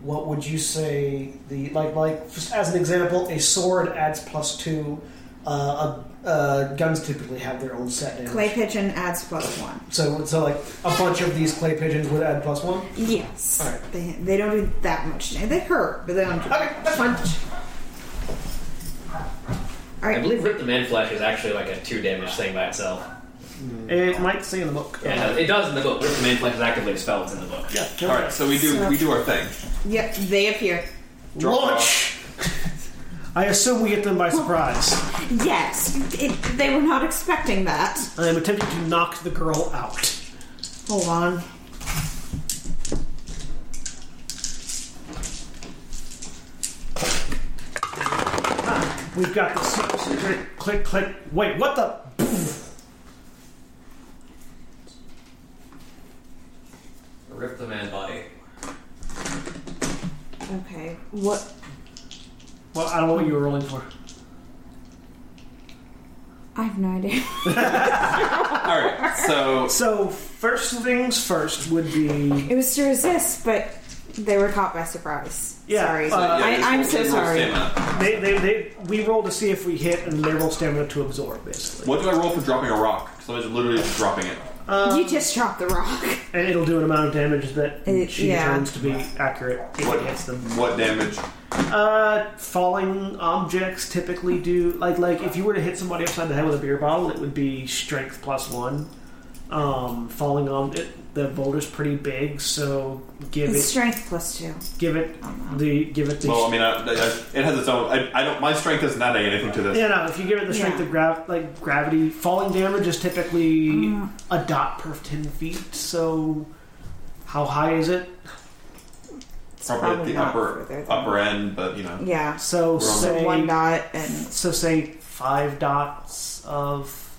Speaker 1: What would you say the like like just as an example, a sword adds plus two. Uh, uh, uh, guns typically have their own set damage.
Speaker 2: clay pigeon adds plus one.
Speaker 1: So so like a bunch of these clay pigeons would add plus one.
Speaker 2: Yes.
Speaker 1: All right.
Speaker 2: They, they don't do that much. They hurt, but they don't do
Speaker 1: Okay, that's fine.
Speaker 2: All
Speaker 6: I
Speaker 2: right.
Speaker 6: believe Rip the Man Flesh is actually like a two damage thing by itself.
Speaker 1: It might say in the book.
Speaker 6: Yeah, no, it does in the book. Rip the Man Flesh is actively a spell. It's in the book.
Speaker 1: Yeah.
Speaker 4: All right, so we do we do our thing.
Speaker 2: Yep. They appear.
Speaker 4: Drop
Speaker 1: *laughs* Launch. I assume we get them by surprise.
Speaker 2: Yes. It, they were not expecting that.
Speaker 1: I am attempting to knock the girl out.
Speaker 2: Hold on.
Speaker 1: We've got the super secret. Click, click. Wait, what the?
Speaker 6: Rip the Man Body.
Speaker 2: Okay. What?
Speaker 1: Well, I don't know what you were rolling for.
Speaker 2: I have no idea.
Speaker 4: All right, so
Speaker 1: So first things first would be
Speaker 2: It was to resist, but they were caught by surprise.
Speaker 1: Yeah,
Speaker 2: Sorry.
Speaker 1: uh,
Speaker 4: yeah,
Speaker 2: I,
Speaker 4: just
Speaker 2: I'm
Speaker 4: roll-
Speaker 2: so
Speaker 4: roll
Speaker 2: sorry.
Speaker 4: stamina.
Speaker 1: they, they, they we roll to see if we hit, and they roll stamina to absorb basically,
Speaker 4: What do I roll for dropping a rock? Because I was literally just dropping it.
Speaker 2: you just dropped the rock.
Speaker 1: and it'll do an amount of damage that
Speaker 2: It-
Speaker 1: she
Speaker 2: yeah.
Speaker 1: determines to be accurate if
Speaker 4: What
Speaker 1: it hits them.
Speaker 4: What damage?
Speaker 1: Uh, falling objects typically do like like if you were to hit somebody upside the head with a beer bottle, it would be strength plus one. Um, falling on it, the boulder's pretty big, so give
Speaker 2: It's
Speaker 1: it
Speaker 2: strength plus two. Oh,
Speaker 1: give it the give it the
Speaker 4: Well, I mean, I, I, it has its own. I, I don't. My strength isn't adding anything to this.
Speaker 1: yeah no if you give it the strength
Speaker 2: Yeah.
Speaker 1: of grav like gravity falling damage is typically
Speaker 2: Mm-hmm.
Speaker 1: a dot per ten feet. So how high is it?
Speaker 2: It's
Speaker 4: Probably at the
Speaker 2: not
Speaker 4: upper
Speaker 2: further than-
Speaker 4: upper end, but you know.
Speaker 2: Yeah.
Speaker 1: So
Speaker 4: Wrong.
Speaker 2: So
Speaker 1: say
Speaker 2: one dot and
Speaker 1: so say five dots of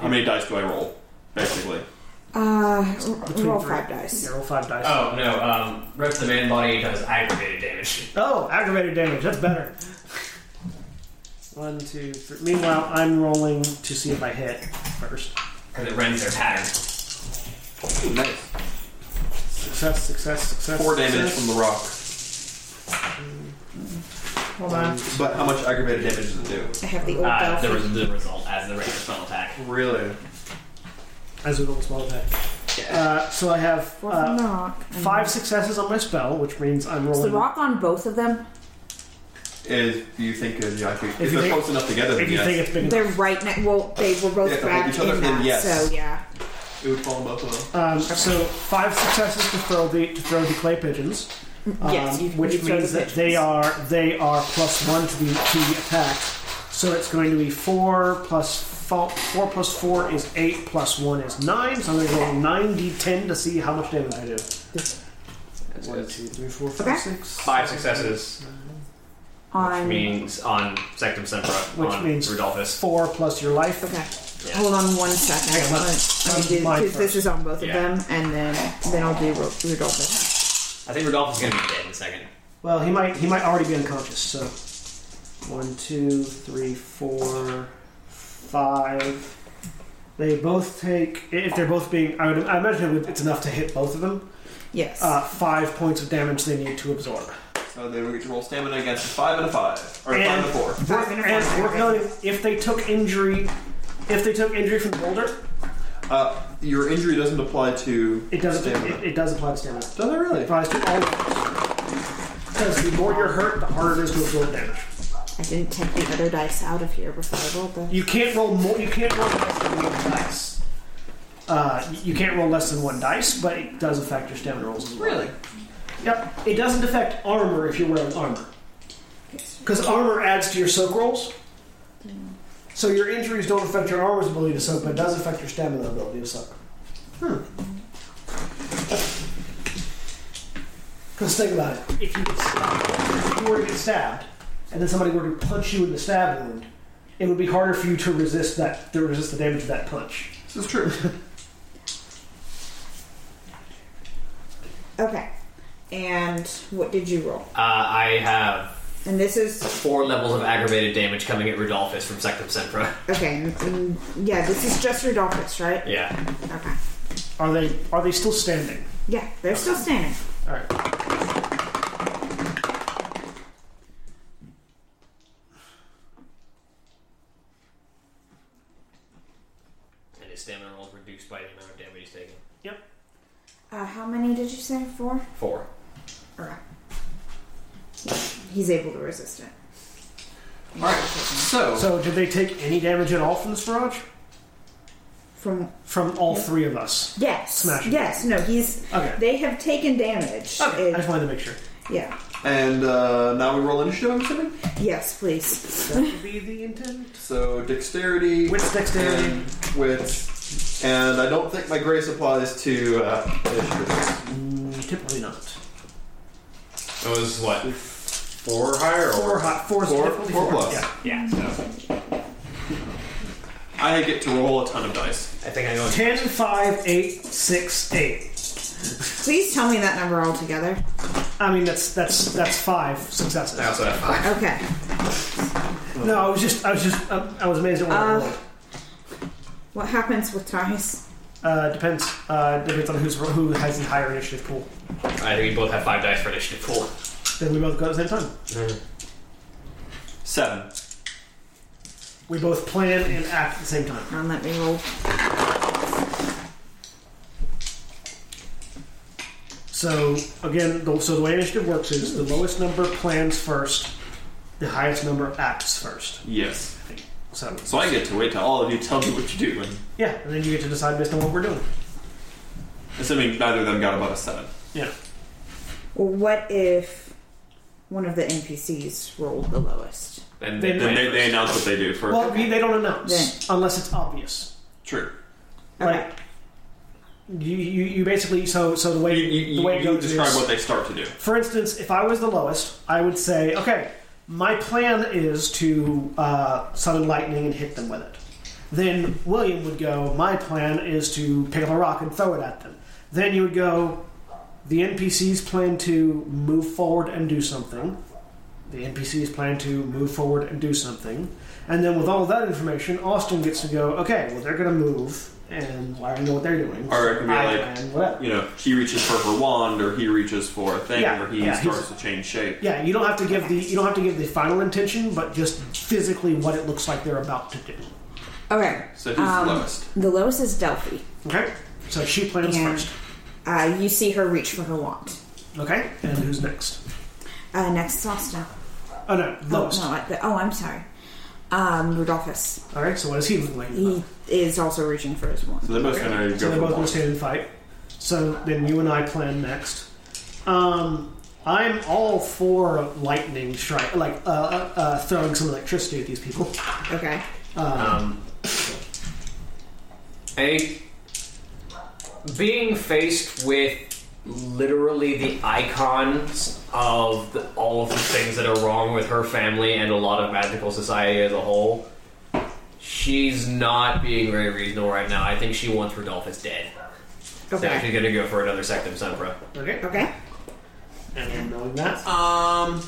Speaker 4: How many dice do I roll? Basically,
Speaker 2: uh,
Speaker 1: between
Speaker 2: roll
Speaker 1: three.
Speaker 2: five dice.
Speaker 1: Yeah, roll five dice.
Speaker 6: Oh no, um, rips the man body does aggravated damage.
Speaker 1: Oh, aggravated damage. That's better. One, two, three. Meanwhile, I'm rolling to see if I hit first.
Speaker 6: Because it rends their pattern.
Speaker 4: nice.
Speaker 1: Success, success, success.
Speaker 4: Four
Speaker 1: success.
Speaker 4: damage from the rock.
Speaker 2: Hold on.
Speaker 4: But how much aggravated damage does it do?
Speaker 2: I have the old
Speaker 6: Uh, the,
Speaker 2: bell.
Speaker 6: res- the result as the regular spell attack.
Speaker 4: Really?
Speaker 1: As a little small attack. Uh, so I have
Speaker 2: Roll from
Speaker 1: uh,
Speaker 2: the rock. and-
Speaker 1: five successes on my spell, which means I'm
Speaker 2: Is
Speaker 1: rolling.
Speaker 2: the rock on both of them?
Speaker 4: If you think uh, yeah, I think-
Speaker 1: you
Speaker 4: if, they're
Speaker 1: think-
Speaker 4: close enough together,
Speaker 1: If
Speaker 4: then
Speaker 1: you
Speaker 4: yes,
Speaker 1: think it's big enough.
Speaker 2: They're right next. Well, they were both
Speaker 4: Yeah, they're
Speaker 2: grabbed
Speaker 4: each other,
Speaker 2: in that.
Speaker 4: then yes.
Speaker 2: So yeah.
Speaker 4: it would fall in both of them.
Speaker 1: Um, so five successes to throw the to throw the clay pigeons. Um,
Speaker 2: Mm, yes. You,
Speaker 1: which
Speaker 2: you throw
Speaker 1: means
Speaker 2: the
Speaker 1: that they
Speaker 2: pigeons.
Speaker 1: are they are plus one to the to the attack. So it's going to be four plus fo- four plus four is eight plus one is nine. So I'm going to roll nine d10 to see how much damage I do. One, two, three, four, five,
Speaker 2: Okay.
Speaker 1: six.
Speaker 6: Five successes, which
Speaker 2: on.
Speaker 6: means on Sectum Sempra,
Speaker 1: Which
Speaker 6: on
Speaker 1: means-
Speaker 6: Rudolphus.
Speaker 1: Four plus your life.
Speaker 2: Okay. Hold on one second.
Speaker 1: Hang on,
Speaker 2: Let-
Speaker 1: let-
Speaker 2: let me do-
Speaker 1: mine
Speaker 2: 'cause this
Speaker 1: first.
Speaker 2: is on both
Speaker 6: Yeah.
Speaker 2: of them, and then then I'll do Ru- Rudolphus.
Speaker 6: I think Rudolphus is going to be dead in a second.
Speaker 1: Well, he might he might already be unconscious. So one, two, three, four, five. They both take if they're both being. I would I imagine it would- it's enough to hit both of them.
Speaker 2: Yes.
Speaker 1: Uh, five points of damage they need to absorb.
Speaker 4: So they would Uh, get to roll stamina against a five and a five, or a
Speaker 1: And-
Speaker 4: five and a four.
Speaker 2: Five and a
Speaker 1: And
Speaker 2: four.
Speaker 1: we're noting if they took injury, if they took injury from Boulder,
Speaker 4: Uh, your injury doesn't apply to
Speaker 1: it doesn't.
Speaker 4: stamina.
Speaker 1: It, it does apply to stamina. It
Speaker 4: does it really?
Speaker 1: applies to all. Because the more you're hurt, the harder it is to absorb damage.
Speaker 2: I didn't take the other dice out of here before I rolled them.
Speaker 1: You can't roll more. You can't roll less than one dice. Uh, you can't roll less than one dice, but it does affect your stamina rolls as well.
Speaker 4: Really?
Speaker 1: Yep. It doesn't affect armor if you're wearing armor. Because armor adds to your soak rolls. So your injuries don't affect your armor's ability to soak, but it does affect your stamina ability to soak. Hmm. Because think about it. If you, get stabbed, if you were to get stabbed, and then somebody were to punch you in the stab wound, it would be harder for you to resist that to resist the damage of that punch.
Speaker 4: This is true. *laughs*
Speaker 2: Okay. And what did you roll?
Speaker 6: Uh, I have
Speaker 2: And this is
Speaker 6: four levels of aggravated damage coming at Rudolphus from Sectum Sempra. *laughs*
Speaker 2: okay. n- n- yeah, this is just Rudolphus, right?
Speaker 6: Yeah.
Speaker 2: Okay.
Speaker 1: Are they are they still standing?
Speaker 2: Yeah, they're still standing.
Speaker 1: All right.
Speaker 6: And his stamina roll is reduced by the amount of damage he's taking.
Speaker 2: Uh, how many did you say? Four.
Speaker 6: Four.
Speaker 2: Okay. He's able to resist it.
Speaker 4: All right. So,
Speaker 1: So did they take any damage at all from this barrage?
Speaker 2: From
Speaker 1: From all three of us.
Speaker 2: yes,
Speaker 1: Smash it.
Speaker 2: yes, no, he's.
Speaker 1: Okay.
Speaker 2: They have taken damage.
Speaker 1: Okay.
Speaker 2: It-
Speaker 1: I just wanted to make sure.
Speaker 2: yeah.
Speaker 4: and uh, now we roll initiative. I'm assuming.
Speaker 2: Yes, please.
Speaker 1: That would be the intent.
Speaker 4: So dexterity,
Speaker 1: Wits, dexterity.
Speaker 4: and wits, and I don't think my grace applies to uh, initiative.
Speaker 1: Mm, typically not.
Speaker 6: It was what? Four higher
Speaker 1: Four hot. Four,
Speaker 4: Four-
Speaker 1: definitely
Speaker 4: four plus.
Speaker 1: Yeah.
Speaker 6: Yeah, so.
Speaker 4: I get to roll a ton of dice.
Speaker 6: I think I know.
Speaker 1: Ten, five, eight, six, eight.
Speaker 2: Please tell me that number altogether.
Speaker 1: I mean, that's that's that's five successes.
Speaker 6: I also have five.
Speaker 2: Okay.
Speaker 5: No, I was just, I was just, um, I was amazed at what I
Speaker 2: Uh,
Speaker 5: rolled.
Speaker 2: What happens with ties?
Speaker 5: Uh, depends. Uh, depends on who's who has the higher initiative pool.
Speaker 6: I think we both have five dice for initiative pool.
Speaker 5: Then we both go at the same time.
Speaker 4: Seven.
Speaker 5: We both plan and act at the same time.
Speaker 2: Now let me roll.
Speaker 5: So again, the, so the way initiative works is the lowest number plans first, the highest number acts first.
Speaker 4: Yes.
Speaker 5: So
Speaker 4: So I get to wait till all of you tell me what you're doing.
Speaker 5: yeah, and then you get to decide based on what we're doing.
Speaker 4: Assuming neither of them got above a seven.
Speaker 5: Yeah.
Speaker 2: Well, what if one of the NPCs rolled the lowest?
Speaker 6: And
Speaker 5: Then
Speaker 4: Then they, they announce what they do first.
Speaker 5: Well, we- they don't announce unless it's obvious.
Speaker 4: True.
Speaker 5: Like you, you, you basically so so the way
Speaker 4: You, you,
Speaker 5: the
Speaker 4: you-
Speaker 5: way it
Speaker 4: you
Speaker 5: goes
Speaker 4: describe
Speaker 5: is,
Speaker 4: what they start to do.
Speaker 5: For instance, if I was the lowest, I would say, okay, my plan is to uh, sun and lightning and hit them with it. Then William would go, my plan is to pick up a rock and throw it at them. Then you would go, the NPCs plan to move forward and do something. The NPCs plan to move forward and do something. And then with all that information, Austin gets to go, okay, well, they're going to move, and well, I know what they're doing.
Speaker 4: Or it could be
Speaker 5: I
Speaker 4: like-
Speaker 5: plan whatever.
Speaker 4: You know, he reaches for her wand, or he reaches for a thing,
Speaker 5: Yeah,
Speaker 4: or he
Speaker 5: yeah,
Speaker 4: starts to change shape.
Speaker 5: Yeah, you don't have to give the you don't have to give the final intention, but just physically what it looks like they're about to do.
Speaker 2: Okay.
Speaker 4: So who's
Speaker 2: Um,
Speaker 4: the lowest?
Speaker 2: The lowest is Delphi.
Speaker 5: Okay, so she plans
Speaker 2: Yeah.
Speaker 5: first.
Speaker 2: Uh, you see her reach for her wand.
Speaker 5: Okay, and who's next?
Speaker 2: Uh, next is Austin.
Speaker 5: Oh no, lowest.
Speaker 2: Oh, no, I- the- oh, I'm sorry. Um, Rudolphus.
Speaker 5: All right, so what does he look like?
Speaker 2: He is also reaching for his
Speaker 4: So
Speaker 2: wand.
Speaker 4: they're both going to
Speaker 5: so
Speaker 4: go for
Speaker 5: they're both going to
Speaker 4: wand.
Speaker 5: stand and fight. So then you and I plan next. Um, I'm all for lightning strike, like uh, uh, uh, throwing some electricity at these people.
Speaker 2: Okay.
Speaker 6: Um, I being faced with literally the icons of the, all of the things that are wrong with her family and a lot of magical society as a whole, she's not being very reasonable right now. I think she wants Rodolphus dead. So
Speaker 2: Okay.
Speaker 6: she's gonna go for another Sectum Sempra.
Speaker 5: Okay,
Speaker 2: Okay.
Speaker 5: and then knowing that,
Speaker 4: Um.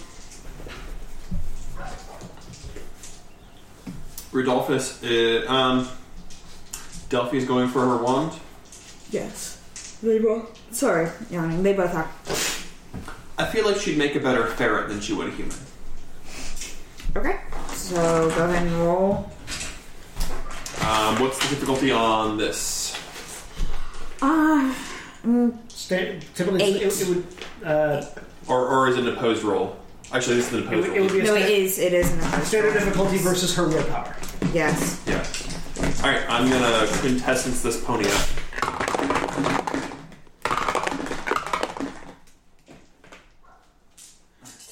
Speaker 4: Rudolphus, uh, um, Delphi's going for her wand.
Speaker 2: Yes. They both. Sorry, yawning. They both are.
Speaker 4: I feel like she'd make a better ferret than she would a human.
Speaker 2: Okay. So go ahead and roll.
Speaker 4: Um, what's the difficulty on this?
Speaker 2: Ah. mm,
Speaker 5: sta- typically it,
Speaker 2: Eight.
Speaker 5: it would uh,
Speaker 4: Or, or is it an opposed roll? Actually, this is an
Speaker 5: it
Speaker 4: opposed
Speaker 5: would it
Speaker 4: roll.
Speaker 5: would be a
Speaker 2: no, it
Speaker 5: sta-
Speaker 2: is. It is an opposed
Speaker 5: standard
Speaker 2: roll.
Speaker 5: difficulty versus her willpower.
Speaker 2: Yes.
Speaker 4: yeah. All right, I'm gonna contestants this pony up.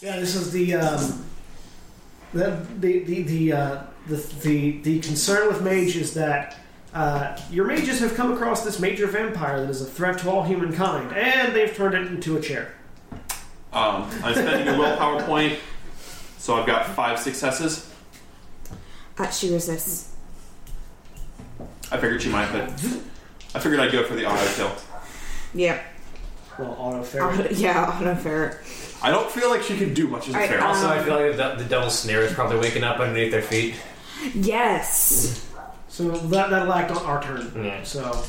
Speaker 5: Yeah, this is the um, the the the the, uh, the the the concern with mage is that uh, your mages have come across this major vampire that is a threat to all humankind, and they've turned it into a chair.
Speaker 4: Um, I'm spending a willpower point, so I've got five successes.
Speaker 2: Uh, she resists.
Speaker 4: I figured she might, but I figured I'd go for the auto kill.
Speaker 2: Yep.
Speaker 5: Well, auto fair.
Speaker 2: Auto, yeah. Auto um, ferret.
Speaker 4: I don't feel like she can do much as a
Speaker 2: All right,
Speaker 4: ferret.
Speaker 6: Also, I feel like the, the devil snare is probably waking up underneath their feet.
Speaker 2: Yes.
Speaker 5: So that that'll act on our turn.
Speaker 6: Yeah.
Speaker 5: So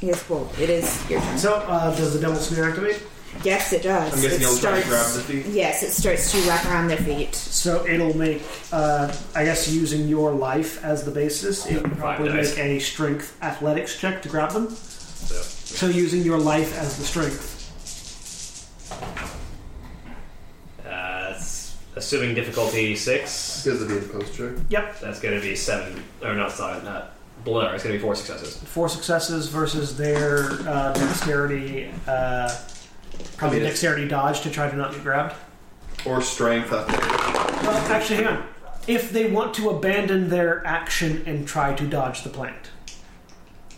Speaker 2: Yes. Well, it is your turn.
Speaker 5: so uh, does the devil snare activate?
Speaker 2: Yes, it does.
Speaker 4: I'm guessing
Speaker 2: it
Speaker 4: he'll try
Speaker 2: starts.
Speaker 4: to grab the feet.
Speaker 2: Yes, it starts to wrap around their feet.
Speaker 5: So it'll make uh, I guess using your life as the basis, it would probably
Speaker 6: dice.
Speaker 5: make a strength athletics check to grab them.
Speaker 6: So,
Speaker 5: So using your life as the strength.
Speaker 6: uh, s- assuming difficulty six.
Speaker 7: Because it'd be a post trick.
Speaker 5: Yep,
Speaker 6: That's going to be seven, or not seven, not blur. It's going to be four successes.
Speaker 5: four successes versus their uh, dexterity, uh, probably
Speaker 7: I mean,
Speaker 5: dexterity dodge to try to not get grabbed.
Speaker 7: Or strength athletic.
Speaker 5: Well, actually, hang on. If they want to abandon their action and try to dodge the plant,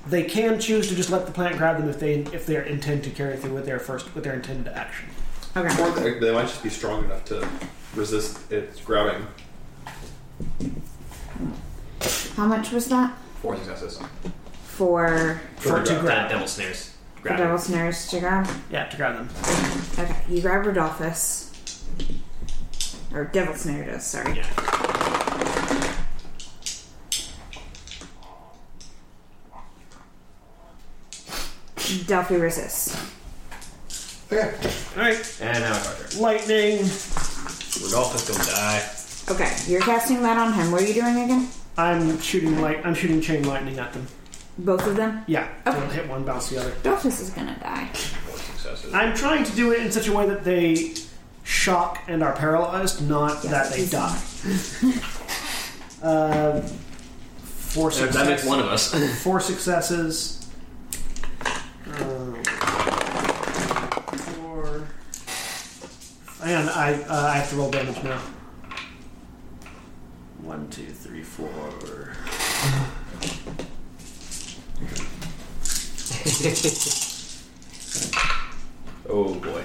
Speaker 5: they can choose to just let the plant grab them if they if they intend to carry through with their first with their intended action.
Speaker 2: Okay.
Speaker 7: Or they, they might just be strong enough to resist its grabbing.
Speaker 2: How much was that
Speaker 6: Four successes.
Speaker 2: for
Speaker 5: For to
Speaker 6: That
Speaker 5: grab,
Speaker 6: devil snares.
Speaker 2: the
Speaker 6: Grab
Speaker 2: devil
Speaker 6: it.
Speaker 2: snares to grab?
Speaker 5: yeah, to grab them.
Speaker 2: Okay, you grab Rodolphus. Or Devil Snare does, sorry.
Speaker 6: Yeah.
Speaker 2: Delphi resist.
Speaker 7: Okay.
Speaker 5: All right,
Speaker 6: And now it's our turn.
Speaker 5: lightning.
Speaker 6: Rodolph is gonna die.
Speaker 2: Okay, you're casting that on him. What are you doing again?
Speaker 5: I'm shooting light. I'm shooting chain lightning at them.
Speaker 2: Both of them?
Speaker 5: Yeah,
Speaker 2: Okay.
Speaker 5: it'll hit one, bounce the other.
Speaker 2: Dolphus is gonna die.
Speaker 6: Successes.
Speaker 5: I'm trying to do it in such a way that they shock and are paralyzed, not that they
Speaker 2: he's-
Speaker 5: die. uh, four successes.
Speaker 8: That makes one of
Speaker 6: *laughs*
Speaker 8: us.
Speaker 5: Four successes. Um, four. And I, uh, I have to roll damage now. One, two, three, four.
Speaker 6: Oh boy.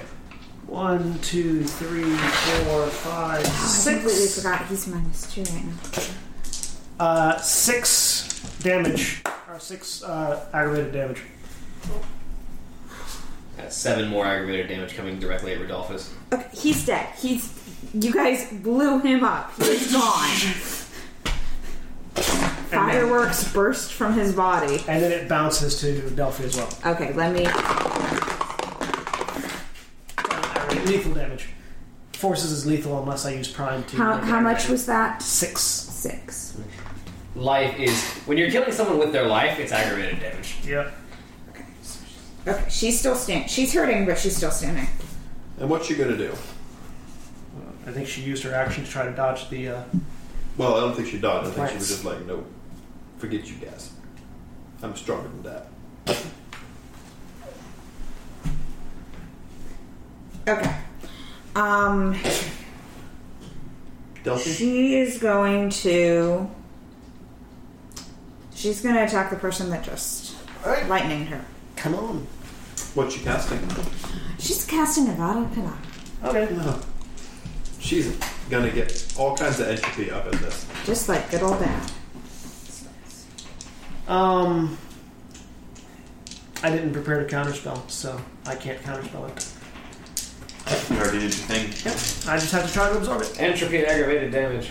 Speaker 5: One, two, three, four, five,
Speaker 2: Oh, I completely
Speaker 5: six.
Speaker 2: forgot he's minus two right now.
Speaker 5: Uh, six damage. Or six uh, aggravated damage.
Speaker 6: That's seven more aggravated damage coming directly at Rodolphus.
Speaker 2: Okay, he's dead. He's. You guys blew him up. He's gone.
Speaker 5: And then-
Speaker 2: Fireworks burst from his body.
Speaker 5: And then it bounces to Delphi as well.
Speaker 2: Okay, let me.
Speaker 5: Lethal damage. Forces is lethal unless I use prime to.
Speaker 2: How,
Speaker 5: make
Speaker 2: how
Speaker 5: it
Speaker 2: much
Speaker 5: aggravated.
Speaker 2: was that?
Speaker 5: Six.
Speaker 2: Six.
Speaker 6: Life is when you're killing someone with their life, it's aggravated damage.
Speaker 5: Yep.
Speaker 2: Okay, she's still standing. She's hurting, but she's still standing.
Speaker 7: And what's she gonna do?
Speaker 5: I think she used her action to try to dodge the. Uh,
Speaker 7: Well, I don't think she dodged. I think she
Speaker 5: Right.
Speaker 7: was just like, no, forget you guys. I'm stronger than that.
Speaker 2: Okay. Um,
Speaker 7: Delphi?
Speaker 2: she is going to. She's going to attack the person that just
Speaker 7: Alright.
Speaker 2: lightning her.
Speaker 5: Come on.
Speaker 7: What's she casting?
Speaker 2: She's casting Nevada Canada.
Speaker 5: Okay.
Speaker 7: No. She's gonna get all kinds of entropy up in this.
Speaker 2: Just like good old dad.
Speaker 5: Um. I didn't prepare to counterspell, so I can't counterspell it.
Speaker 4: You already did your thing.
Speaker 5: Yep. I just have to try to absorb it.
Speaker 6: Entropy and aggravated damage.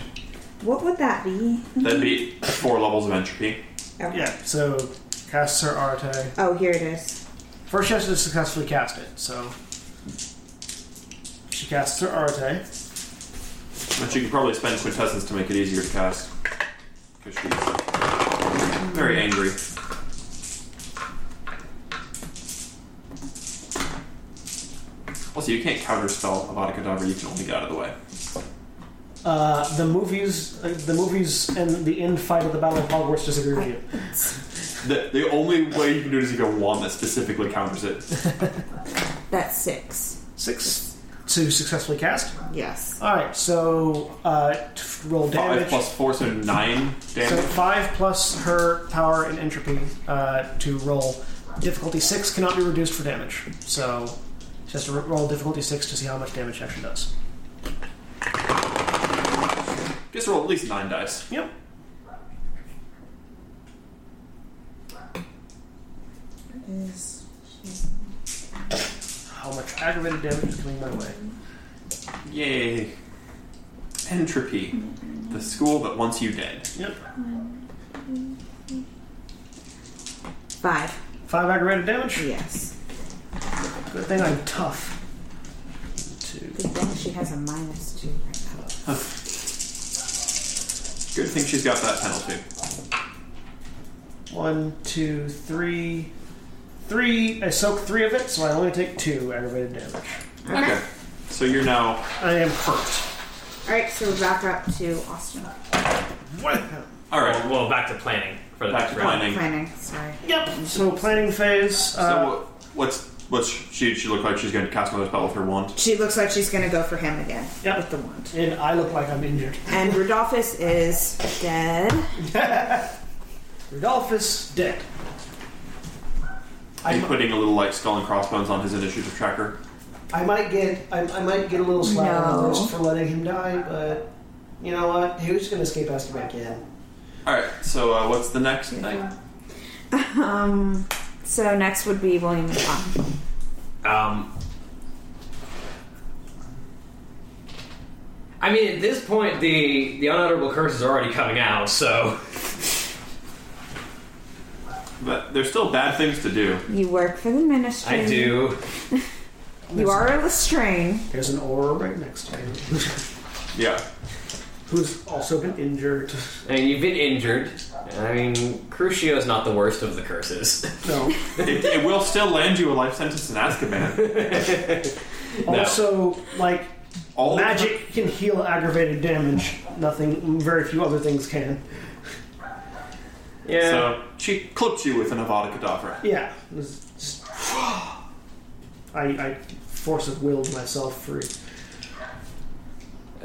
Speaker 2: What would that be?
Speaker 4: That'd be four levels of entropy.
Speaker 2: Oh.
Speaker 5: Yeah. So, casts her Arte.
Speaker 2: Oh, here it is.
Speaker 5: First, she has to successfully cast it. So, she casts her Arte.
Speaker 4: But you could probably spend quintessence to make it easier to cast. Because she's very angry. Also, you can't counterspell Avada Kedavra, you can only get out of the way.
Speaker 5: Uh, the movies, uh, the movies, and the end fight of the Battle of Hogwarts disagree with you.
Speaker 4: The, the only way you can do it is you get one that specifically counters
Speaker 5: *laughs*
Speaker 4: it.
Speaker 2: That's six.
Speaker 5: Six to successfully cast.
Speaker 2: Yes.
Speaker 5: All right, so uh, t- roll
Speaker 4: Five
Speaker 5: damage.
Speaker 4: plus four, so nine
Speaker 5: so
Speaker 4: damage.
Speaker 5: five plus her power and entropy uh, to roll. Difficulty six cannot be reduced for damage, so she has to ro- roll difficulty six to see how much damage she actually does.
Speaker 4: Guess roll at least nine dice.
Speaker 5: Yep.
Speaker 2: Is
Speaker 5: How much aggravated damage is coming my way?
Speaker 4: Yay. Entropy. The school that wants you dead.
Speaker 5: Yep.
Speaker 2: five.
Speaker 5: Five aggravated damage.
Speaker 2: Yes.
Speaker 5: Good thing I'm tough. Two.
Speaker 2: Good thing she has a minus two right now.
Speaker 4: Good thing she's got that penalty.
Speaker 5: One, two, three. Three. I soak three of it, so I only take two aggravated damage.
Speaker 4: Okay. So you're now
Speaker 5: I am hurt.
Speaker 2: All right, so we're back up to Austin. Oh,
Speaker 4: all right.
Speaker 6: Well, well, back to planning for the
Speaker 4: Back
Speaker 6: next
Speaker 4: to
Speaker 6: round.
Speaker 4: planning.
Speaker 2: Planning. Sorry.
Speaker 5: Yep. So planning phase. Uh,
Speaker 4: so wh- what's what's she? She look like she's going to cast another spell with her wand.
Speaker 2: She looks like she's gonna go for him again
Speaker 5: Yep.
Speaker 2: with the wand.
Speaker 5: and I look like I'm injured.
Speaker 2: And Rodolphus is dead.
Speaker 5: Rodolphus dead.
Speaker 4: Are you
Speaker 5: I'm-
Speaker 4: putting a little like skull and crossbones on his initiative tracker?
Speaker 5: I might get I, I might get a little slap on the
Speaker 2: No.
Speaker 5: wrist for letting him die, but you know what? He was just gonna escape us to back in.
Speaker 4: All right. So uh, what's the next thing?
Speaker 2: Um. So next would be William and John.
Speaker 6: Um, I mean, at this point, the the unutterable curse is already coming out, so
Speaker 4: But there's still bad things to do.
Speaker 2: You work for the ministry.
Speaker 6: *laughs* I do.
Speaker 2: You are a Lestrane.
Speaker 5: There's an aura right next to you,
Speaker 4: Yeah.
Speaker 5: who's also been injured.
Speaker 6: And you've been injured. I mean, Crucio is not the worst of the curses. *laughs*
Speaker 5: No.
Speaker 4: It, it will still land you a life sentence in Azkaban.
Speaker 5: *laughs* Also, like
Speaker 4: All
Speaker 5: magic can heal aggravated damage. Nothing. Very few other things can.
Speaker 6: Yeah.
Speaker 4: So she clips you with an Avada Kedavra.
Speaker 5: Yeah. it's just- *sighs* I, I force of willed myself free.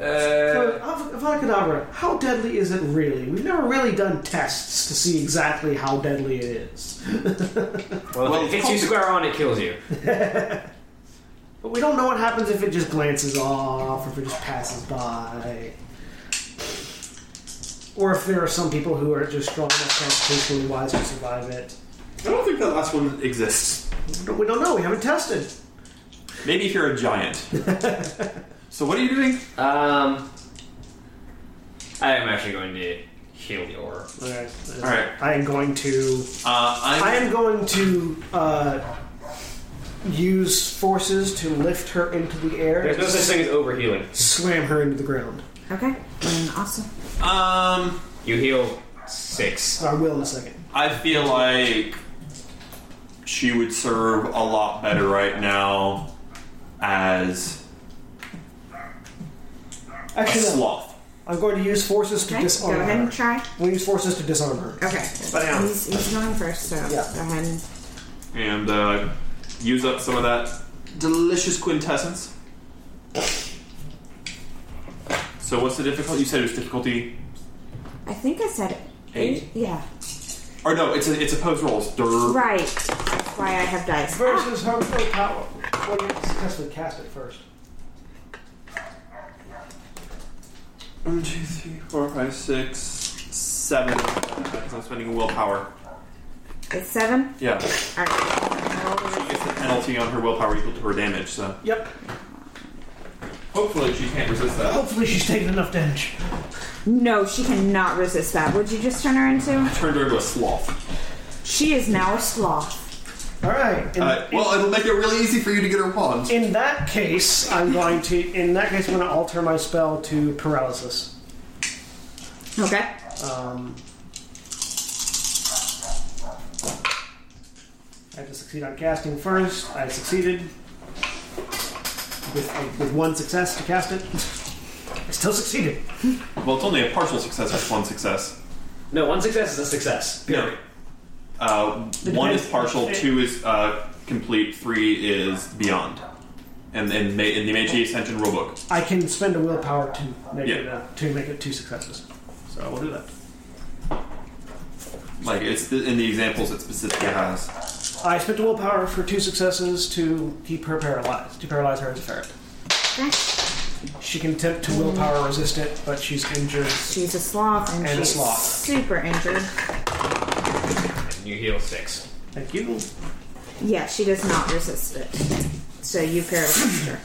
Speaker 6: Uh,
Speaker 5: But Av- Avacadabra, how deadly is it really? We've never really done tests to see exactly how deadly it is.
Speaker 6: well,
Speaker 4: Well,
Speaker 6: if it hits you
Speaker 4: it's-
Speaker 6: square on, it kills you.
Speaker 5: But we don't know what happens if it just glances off, or if it just passes by. Or if there are some people who are just strong enough constitutionally wise to survive it.
Speaker 4: I don't think that last one exists.
Speaker 5: But we don't know, we haven't tested.
Speaker 4: Maybe if you're a giant. so what are you doing?
Speaker 6: Um, I am actually going to heal the aura.
Speaker 5: Alright.
Speaker 4: Alright.
Speaker 5: I am going to
Speaker 4: Uh, I'm,
Speaker 5: I am going to uh, use forces to lift her into the air
Speaker 6: There's no
Speaker 5: and
Speaker 6: such thing as overhealing.
Speaker 5: slam her into the ground.
Speaker 2: Okay. Mm, Awesome.
Speaker 4: Um,
Speaker 6: You heal six.
Speaker 5: I will in a second.
Speaker 4: I feel like she would serve a lot better right now as a
Speaker 5: Actually, no.
Speaker 4: sloth.
Speaker 5: I'm going to use forces to
Speaker 2: Okay. Go
Speaker 5: disarm
Speaker 2: ahead and Ah.
Speaker 5: her.
Speaker 2: try.
Speaker 5: We use forces to disarm her.
Speaker 2: Okay.
Speaker 5: Bam.
Speaker 2: He's, he's going first, so go
Speaker 5: Yeah.
Speaker 2: ahead and.
Speaker 4: and uh, use up some of that delicious quintessence. So what's the difficulty? You said it was difficulty,
Speaker 2: I think I said it.
Speaker 4: Eight?
Speaker 2: Yeah.
Speaker 4: or no? It's a, it's opposed rolls. Durr.
Speaker 2: Right. That's why I have dice.
Speaker 5: Versus her full power. Well, you successfully cast it first.
Speaker 4: One, two, three, four, five, six, seven. Because I'm spending willpower.
Speaker 2: Ah, It's seven?
Speaker 4: Yeah,
Speaker 2: Alright.
Speaker 4: it's the penalty on her willpower equal to her damage. So
Speaker 5: Yep.
Speaker 4: hopefully she can't resist that.
Speaker 5: Hopefully she's taken enough damage.
Speaker 2: No, she cannot resist that. Would you just turn her into?
Speaker 4: Turned her into a sloth.
Speaker 2: She is now a sloth.
Speaker 5: All right. In,
Speaker 7: Uh, well, it'll make it really easy for you to get her wand.
Speaker 5: in, in that case, I'm going to. In that case, I'm going to alter my spell to paralysis.
Speaker 2: Okay.
Speaker 5: Um, I have to succeed on casting first. I succeeded with, with one success to cast it. I still succeeded.
Speaker 4: Well, it's only a partial success. It's one success.
Speaker 6: No, one success is a success.
Speaker 4: No. Uh, one is partial, two is uh, complete, three is beyond. And in, Ma- in the Meiji Ascension rulebook.
Speaker 5: I can spend a willpower to make
Speaker 4: Yeah.
Speaker 5: it a, to make it two successes. So I will do that.
Speaker 4: Like, it's the, in the examples it specifically has.
Speaker 5: I spent a willpower for two successes to keep her paralyzed, to paralyze her as a ferret.
Speaker 2: Okay.
Speaker 5: She can attempt to willpower resist it, but she's injured.
Speaker 2: She's a sloth and,
Speaker 5: And a
Speaker 2: she's
Speaker 5: sloth.
Speaker 2: super injured.
Speaker 6: And you heal six.
Speaker 5: Thank you.
Speaker 2: Yeah, she does not resist it. So you paralyzed her.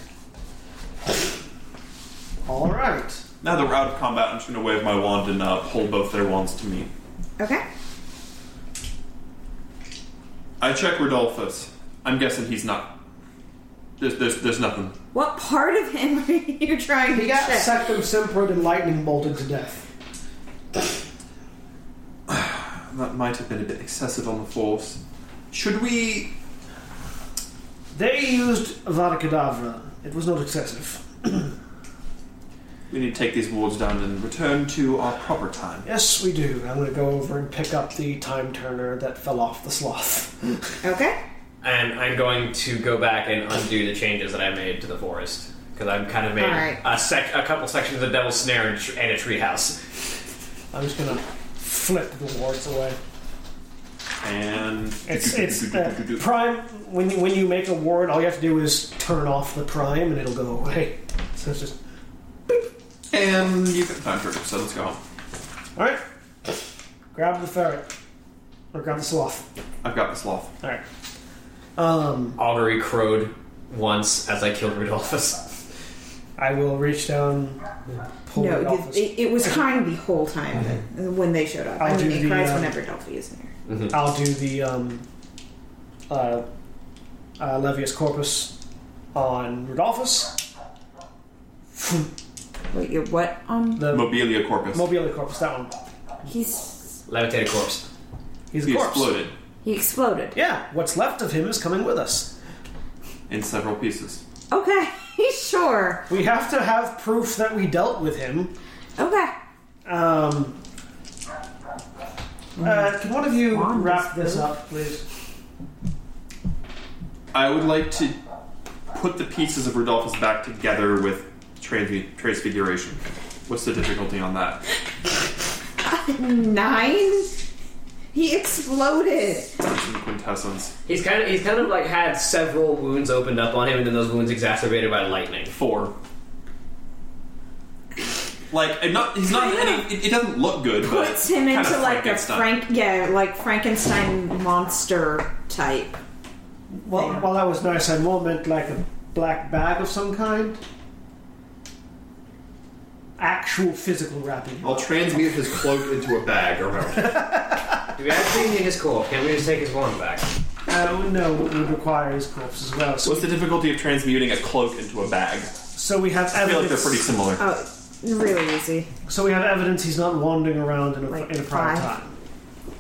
Speaker 5: All right.
Speaker 4: Now that we're out of combat, I'm just going to wave my wand and uh, hold both their wands to me.
Speaker 2: Okay.
Speaker 4: I check Rodolphus. I'm guessing he's not. There's, there's, there's nothing.
Speaker 2: What part of him *laughs* are you trying to
Speaker 5: He got
Speaker 2: check?
Speaker 5: sectum sempered and lightning bolted to death.
Speaker 4: That might have been a bit excessive on the force. Should we.
Speaker 5: They used Avada Kedavra. It was not excessive.
Speaker 4: We need to take these wards down and return to our proper time.
Speaker 5: Yes, we do. I'm going to go over and pick up the time turner that fell off the sloth.
Speaker 2: okay.
Speaker 6: And I'm going to go back and undo the changes that I made to the forest. Because I've kind of made
Speaker 2: Alright.
Speaker 6: a, sec- a couple sections of Devil's Snare and, tr- and a treehouse.
Speaker 5: I'm just going to flip the wards away.
Speaker 4: And. *laughs*
Speaker 5: It's it's uh, prime. When you, when you make a ward, all you have to do is turn off the prime, and it'll go away. So it's just
Speaker 4: And you've got time for it, so let's go.
Speaker 5: all right. Grab the ferret, or grab the sloth.
Speaker 4: I've got the sloth.
Speaker 5: All right. Um.
Speaker 6: Augury crowed once as I killed Rudolphus. *laughs*
Speaker 5: I will reach down, pull
Speaker 2: no,
Speaker 5: it off.
Speaker 2: it, it, it was crying the whole time that, when they showed up. i
Speaker 5: I'll
Speaker 2: mean,
Speaker 5: do
Speaker 2: it
Speaker 5: the,
Speaker 2: cries
Speaker 5: um,
Speaker 2: whenever Delphi is in here.
Speaker 5: I'll do the um, uh, uh, Levius Corpus on Rodolphus.
Speaker 2: Wait, you what? Um,
Speaker 5: The
Speaker 4: Mobilia corpus.
Speaker 5: Mobile Corpus, that one.
Speaker 2: he's
Speaker 6: Levitated corpse.
Speaker 5: He's a
Speaker 4: he
Speaker 5: corpse.
Speaker 4: exploded
Speaker 2: he exploded.
Speaker 5: Yeah, what's left of him is coming with us.
Speaker 4: in several pieces.
Speaker 2: Okay, *laughs* sure.
Speaker 5: We have to have proof that we dealt with him.
Speaker 2: Okay. *laughs*
Speaker 5: Um, uh, can one of you
Speaker 2: Wand
Speaker 5: wrap
Speaker 2: is
Speaker 5: this up, please?
Speaker 4: I would like to put the pieces of Rodolphus back together with transmu- transfiguration. What's the difficulty on that?
Speaker 2: Nine? He exploded.
Speaker 4: It's in quintessence.
Speaker 6: He's kind of he's kind of like had several wounds opened up on him, and then those wounds exacerbated by lightning.
Speaker 4: Four. Like, I'm not. He's not. It, it doesn't look good, but
Speaker 2: Puts him
Speaker 4: kinda
Speaker 2: into like a
Speaker 4: Frankenstein.
Speaker 2: Frank, yeah, like Frankenstein monster type.
Speaker 5: Well, while that was nice, I more meant like a black bag of some kind. Actual physical wrapping.
Speaker 7: I'll transmute his cloak into a bag around him.
Speaker 6: Do we actually need his corpse? Can't we just take his wand back?
Speaker 5: I don't know Uh, what would require his corpse as well. So,
Speaker 4: What's the difficulty of transmuting a cloak into a bag?
Speaker 5: so we have
Speaker 4: I feel like they're
Speaker 5: evidence.
Speaker 4: pretty similar.
Speaker 2: Oh, really easy.
Speaker 5: so we have evidence he's not wandering around in a,
Speaker 2: Like
Speaker 5: in a prior
Speaker 2: five.
Speaker 5: time.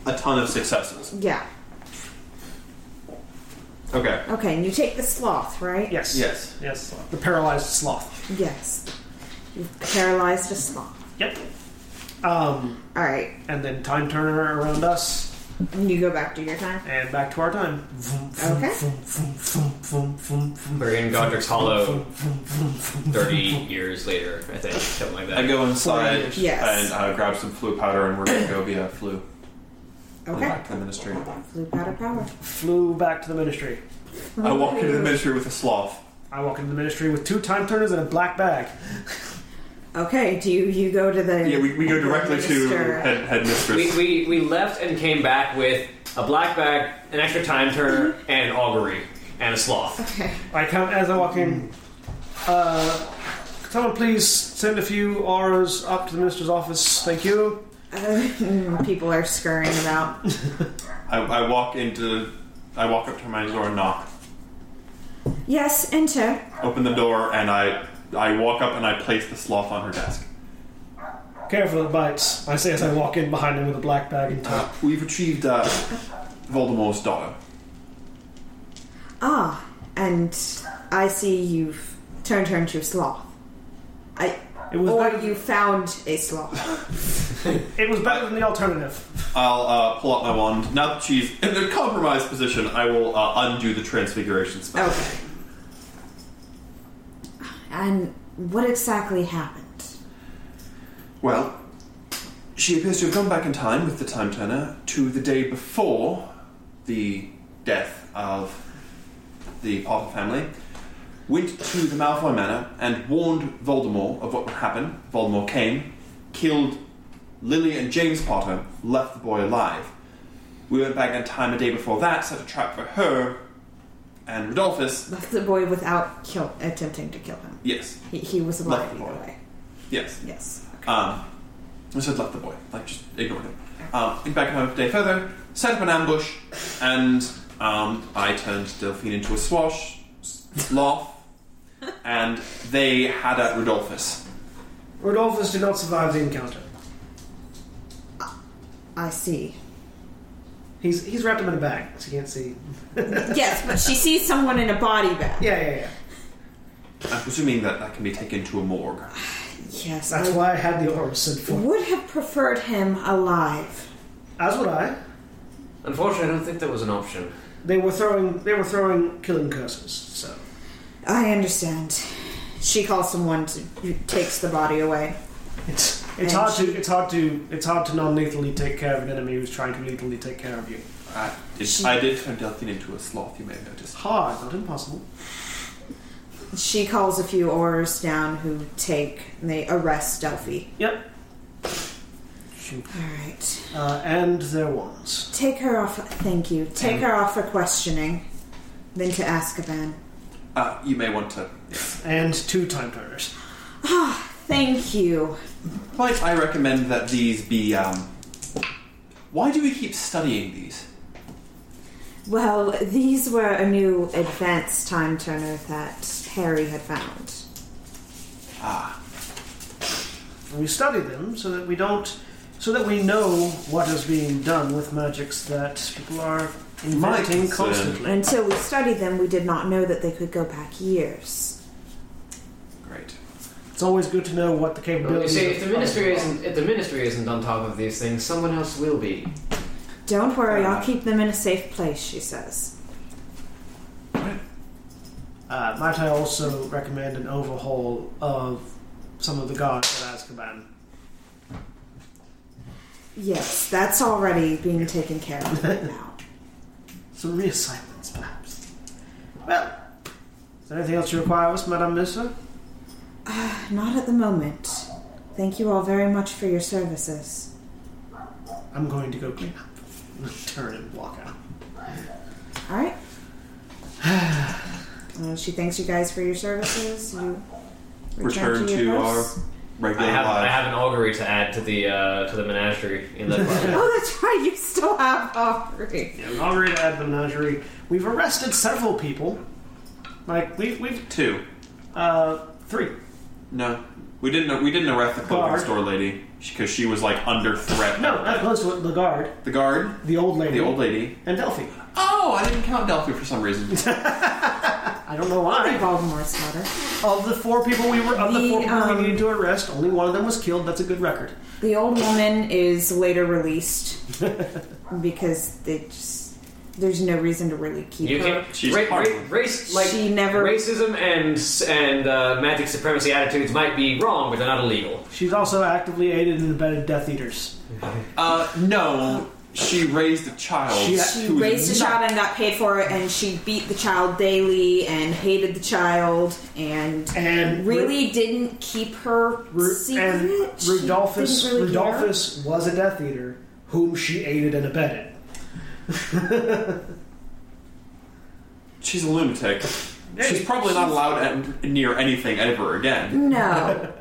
Speaker 4: A ton of successes.
Speaker 2: Yeah.
Speaker 4: Okay.
Speaker 2: Okay, and you take the sloth, right?
Speaker 5: Yes.
Speaker 4: Yes.
Speaker 5: Yes. The paralyzed sloth.
Speaker 2: Yes. You've paralyzed a sloth.
Speaker 5: Yep. Um,
Speaker 2: All right,
Speaker 5: and then time turner around us,
Speaker 2: and you go back to your time.
Speaker 5: and back to our time. Vroom, vroom,
Speaker 2: Okay.
Speaker 5: vroom, vroom, vroom, vroom, vroom, vroom.
Speaker 6: We're in Godric's Hollow, thirty years later, I think, something like
Speaker 4: I
Speaker 6: that.
Speaker 4: go inside
Speaker 2: Yes.
Speaker 4: and uh, grab some flu powder, and we're gonna go via flu. and
Speaker 2: Okay.
Speaker 4: Back to the ministry.
Speaker 2: Flew out of power.
Speaker 5: Flew back to the ministry.
Speaker 4: I walk into the ministry with a sloth.
Speaker 5: I walk into the ministry with two time turners and a black bag.
Speaker 2: Okay, do you you go to the?
Speaker 4: Yeah, we, we go directly to
Speaker 2: Minister.
Speaker 4: head, headmistress.
Speaker 6: We, we we left and came back with a black bag, an extra time turner, and an augury, and a sloth.
Speaker 2: Okay.
Speaker 5: I count as I walk in. Uh, could someone please send a few auras up to the minister's office. Thank you.
Speaker 2: Uh, people are scurrying about.
Speaker 4: I, I walk into, I walk up to my door and knock.
Speaker 2: Yes, enter.
Speaker 4: Open the door and I, I walk up and I place the sloth on her desk.
Speaker 5: Careful of bites. I say as I walk in behind him with a black bag and top.
Speaker 4: Uh, *laughs* we've achieved uh, Voldemort's daughter.
Speaker 2: Ah, and I see you've turned her into a sloth. I.
Speaker 5: It was
Speaker 2: or
Speaker 5: better-
Speaker 2: you found a
Speaker 5: *laughs*
Speaker 2: sloth.
Speaker 5: It was better than the alternative.
Speaker 4: I'll uh, pull out my wand. Now that she's in the compromised position, I will uh, undo the transfiguration spell.
Speaker 2: Okay. And what exactly happened?
Speaker 4: Well, she appears to have gone back in time with the time turner to the day before the death of the Potter family. Went to the Malfoy Manor and warned Voldemort of what would happen. Voldemort came, killed Lily and James Potter, left the boy alive. We went back in time a day before that, set a trap for her and Rodolphus.
Speaker 2: Left the boy without kill attempting to kill him.
Speaker 4: Yes,
Speaker 2: He, he was alive
Speaker 4: Left the
Speaker 2: either
Speaker 4: boy.
Speaker 2: way.
Speaker 4: yes.
Speaker 2: Yes.
Speaker 4: Um, I said, let the boy. Like, just ignore him. Um, went back home a day further, set up an ambush, and um, I turned Delphine into a swash, sloth, and they had at Rodolphus.
Speaker 5: Rodolphus did not survive the encounter.
Speaker 2: I see.
Speaker 5: He's he's wrapped him in a bag, so you can't see.
Speaker 2: yes, but she sees someone in a body bag.
Speaker 5: Yeah, yeah, yeah.
Speaker 4: I'm presuming that that can be taken to a morgue.
Speaker 2: Yes,
Speaker 5: That's
Speaker 2: I
Speaker 5: why I had the auras sent for.
Speaker 2: would have preferred him alive.
Speaker 5: As would I.
Speaker 6: Unfortunately, I don't think that was an option.
Speaker 5: They were throwing they were throwing killing curses. So
Speaker 2: I understand. She calls someone to who takes the body away.
Speaker 5: it's
Speaker 2: And
Speaker 5: it's hard to it's hard to it's hard to non lethally take care of an enemy who's trying to lethally take care of you.
Speaker 4: I did, I did turn Delphine into a sloth, you may have noticed.
Speaker 5: Hard, not impossible.
Speaker 2: She calls a few orrs down who take and they arrest Delphi.
Speaker 5: Yep.
Speaker 2: All right,
Speaker 5: Uh, and their wands.
Speaker 2: take her off. Thank you. Take her off for questioning, then to Azkaban.
Speaker 4: Uh, you may want to.
Speaker 5: And two time turners.
Speaker 2: Thank you.
Speaker 4: Like, I recommend that these be. Um, why do we keep studying these?
Speaker 2: Well, these were a new advanced time turner that Harry had found.
Speaker 5: We study them so that we don't, so that we know what is being done with magics that people are inventing
Speaker 4: Mike's, uh,
Speaker 5: constantly.
Speaker 2: Until we studied them, we did not know that they could go back years.
Speaker 4: Great.
Speaker 5: It's always good to know what the
Speaker 9: You
Speaker 5: capabilities.
Speaker 9: see,
Speaker 5: of
Speaker 9: if the ministry
Speaker 5: others are.
Speaker 9: isn't if the ministry isn't on top of these things, someone else will be.
Speaker 2: Don't worry, I'll keep them in a safe place, she says.
Speaker 5: Uh, might I also recommend an overhaul of some of the guards at Azkaban?
Speaker 2: Yes, that's already being taken care of right now.
Speaker 5: Some reassignments, perhaps. Well, is there anything else you require of us, Madame Musa?
Speaker 2: Not at the moment. Thank you all very much for your services.
Speaker 5: I'm going to go clean up. *laughs* Turn and walk out.
Speaker 2: All right. *sighs* Uh, she thanks you guys for your services. You
Speaker 4: Return to
Speaker 2: your
Speaker 4: our
Speaker 2: house.
Speaker 4: regular
Speaker 6: I have, I
Speaker 4: lives.
Speaker 6: have an augury to add to the uh, to the menagerie in that part.
Speaker 2: Oh, that's right. You still have Aubrey.
Speaker 5: Yeah, we've already had the menagerie. We've arrested several people. Like we've we've
Speaker 4: Two.
Speaker 5: uh three.
Speaker 4: No, we didn't. We didn't arrest the clothing
Speaker 5: Guard.
Speaker 4: store lady because she was like under threat.
Speaker 5: No, not close to it. The guard,
Speaker 4: the guard,
Speaker 5: the old lady,
Speaker 4: the old lady.
Speaker 5: and Delphi.
Speaker 4: Oh, I didn't count Delphi for some reason.
Speaker 5: I don't know why.
Speaker 2: Baltimore's daughter.
Speaker 5: Of the four people we were, of the,
Speaker 2: The,
Speaker 5: four people
Speaker 2: um,
Speaker 5: we needed to arrest, only one of them was killed. That's a good record.
Speaker 2: The old woman is later
Speaker 6: *laughs*
Speaker 2: released because they just, there's no reason to really keep
Speaker 6: You
Speaker 2: her.
Speaker 6: can't.
Speaker 4: She's
Speaker 6: ra- ra-
Speaker 4: horrible.
Speaker 6: race like
Speaker 2: She never-
Speaker 6: racism and and uh, magic supremacy attitudes might be wrong, but they're not illegal.
Speaker 5: She's also actively aided and abetted Death Eaters.
Speaker 4: uh, no, she raised a child.
Speaker 5: She-
Speaker 2: She
Speaker 4: who was
Speaker 2: raised a
Speaker 4: not-
Speaker 2: child and got paid for it, and she beat the child daily and hated the child and,
Speaker 5: And
Speaker 2: really didn't keep her
Speaker 5: Ru-
Speaker 2: secret.
Speaker 5: and
Speaker 2: She
Speaker 5: Rudolphus
Speaker 2: didn't really care.
Speaker 5: Rudolphus was a Death Eater whom she aided and abetted.
Speaker 4: *laughs* She's a lunatic. She's probably not allowed at, near anything ever again.
Speaker 5: *laughs*
Speaker 2: No.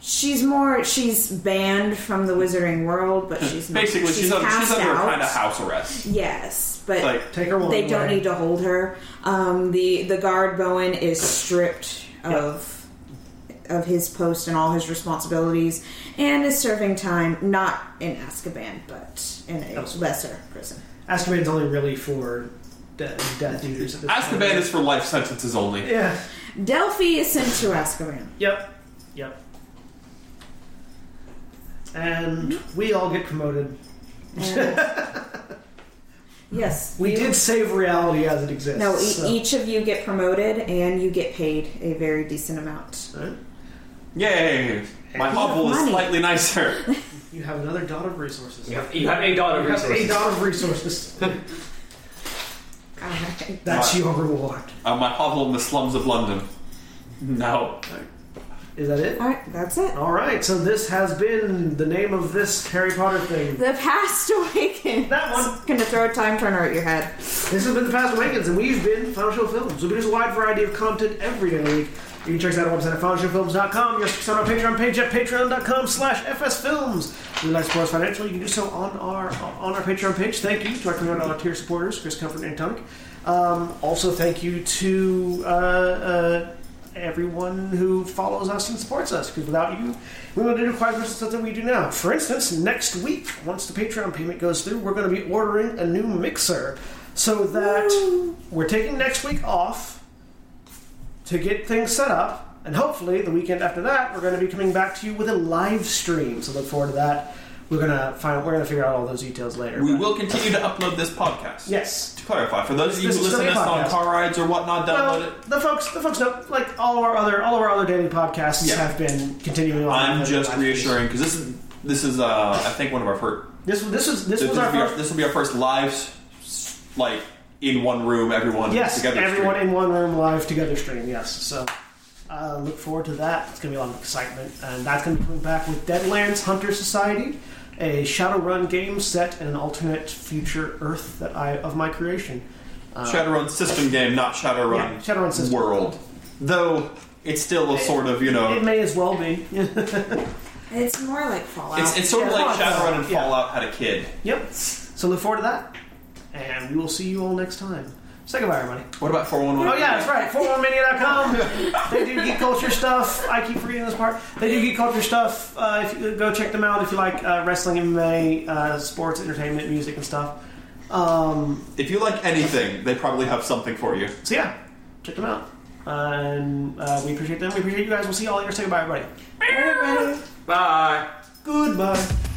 Speaker 2: She's more. She's banned from the wizarding world, but she's not.
Speaker 4: Basically, she's, un-
Speaker 2: cast
Speaker 4: she's under
Speaker 2: out.
Speaker 4: kind of house arrest.
Speaker 2: Yes, but
Speaker 4: Like,
Speaker 5: Take her one
Speaker 2: they don't
Speaker 5: away.
Speaker 2: need to hold her. Um, the the guard Bowen is stripped of of his post and all his responsibilities, and is serving time not in Azkaban but in a
Speaker 5: Elsewhere.
Speaker 2: lesser prison.
Speaker 5: Azkaban's only really for de- Death Eaters. At this point.
Speaker 4: Azkaban is for life sentences only.
Speaker 5: Yeah.
Speaker 2: Delphi is sent to Azkaban.
Speaker 5: Yep. Yep. And we all get promoted.
Speaker 2: And- *laughs* yes,
Speaker 5: We
Speaker 2: you-
Speaker 5: did save reality as it exists.
Speaker 2: No, e-
Speaker 5: so-
Speaker 2: each of you get promoted, and you get paid a very decent amount.
Speaker 5: Alright.
Speaker 4: Yay! My
Speaker 5: You have
Speaker 4: hovel is
Speaker 2: money.
Speaker 4: slightly nicer.
Speaker 5: You have another dot of resources.
Speaker 6: You have, you have a dollar
Speaker 5: You have a
Speaker 6: resources.
Speaker 5: dot of resources.
Speaker 2: Alright.
Speaker 5: That's
Speaker 4: Right.
Speaker 5: your reward.
Speaker 4: Uh, my hovel in the slums of London. No.
Speaker 5: Is that it?
Speaker 2: All right, that's it.
Speaker 5: All right. So this has been the name of this Harry Potter thing.
Speaker 2: The past *laughs* awakened.
Speaker 5: That one.
Speaker 2: Gonna throw a time turner at your head.
Speaker 5: This has been the Past Awakens, and we've been Final Show Films. We produce a wide variety of content every day of the week. You can check us out on our website at finalshowfilms.com. You're on our Patreon page at patreon.com slash fsfilms. If you'd like to support us financially, you can do so on our on our Patreon page. Thank you to our $20 tier supporters, Chris Comfort and Tonic. Um, also, thank you to uh, uh, everyone who follows us and supports us, because without you, we wouldn't do quite as much stuff that we do now. For instance, next week, once the Patreon payment goes through, we're going to be ordering a new mixer so that we're taking next week off to get things set up. And hopefully, the weekend after that, we're going to be coming back to you with a live stream. So look forward to that. We're gonna find. We're gonna figure out all those details later.
Speaker 4: We
Speaker 5: but-
Speaker 4: will continue to upload this podcast.
Speaker 5: Yes.
Speaker 4: To clarify, for those of you
Speaker 5: This
Speaker 4: who
Speaker 5: is
Speaker 4: listen to
Speaker 5: gonna
Speaker 4: this
Speaker 5: be
Speaker 4: on
Speaker 5: a podcast.
Speaker 4: car rides or whatnot, download
Speaker 5: Well,
Speaker 4: it.
Speaker 5: the folks, the folks know. Like all of our other, all of our other daily podcasts
Speaker 4: Yeah.
Speaker 5: have been continuing on.
Speaker 4: I'm
Speaker 5: with
Speaker 4: just
Speaker 5: live streams.
Speaker 4: reassuring because this is this is uh, I think one of our first.
Speaker 5: This, was- this was this
Speaker 4: This,
Speaker 5: was our
Speaker 4: will be our,
Speaker 5: first.
Speaker 4: this will be our first live, s- s- like in one room, everyone
Speaker 5: yes,
Speaker 4: together.
Speaker 5: everyone
Speaker 4: stream.
Speaker 5: in one room live together stream. Yes, so uh, look forward to that. It's going to be a lot of excitement, and that's going to be coming back with Deadlands Hunter Society, a Shadowrun game set in an alternate future Earth that I of my creation.
Speaker 4: Shadowrun system game, not Shadowrun
Speaker 5: Yeah, Shadowrun system.
Speaker 4: world. Though it's still a sort of you
Speaker 5: It
Speaker 4: know.
Speaker 5: may as well be.
Speaker 2: It's more like Fallout.
Speaker 4: It's, it's sort of
Speaker 5: Yeah.
Speaker 4: like Shadowrun and
Speaker 5: Yeah.
Speaker 4: Fallout had a kid.
Speaker 5: yep. So look forward to that, and we will see you all next time. Say goodbye, everybody.
Speaker 4: What about four one one?
Speaker 5: Oh yeah, that's right. 41mania.com. they do geek culture stuff. I keep forgetting this part. They do geek culture stuff. Uh, if you, go check them out if you like uh, wrestling, MMA, uh, sports, entertainment, music, and stuff. Um,
Speaker 4: If you like anything, they probably have something for you.
Speaker 5: so yeah, check them out. And uh, we appreciate them. We appreciate you guys. We'll see you all later. Say goodbye, everybody.
Speaker 2: Everybody-
Speaker 10: Bye.
Speaker 5: Goodbye.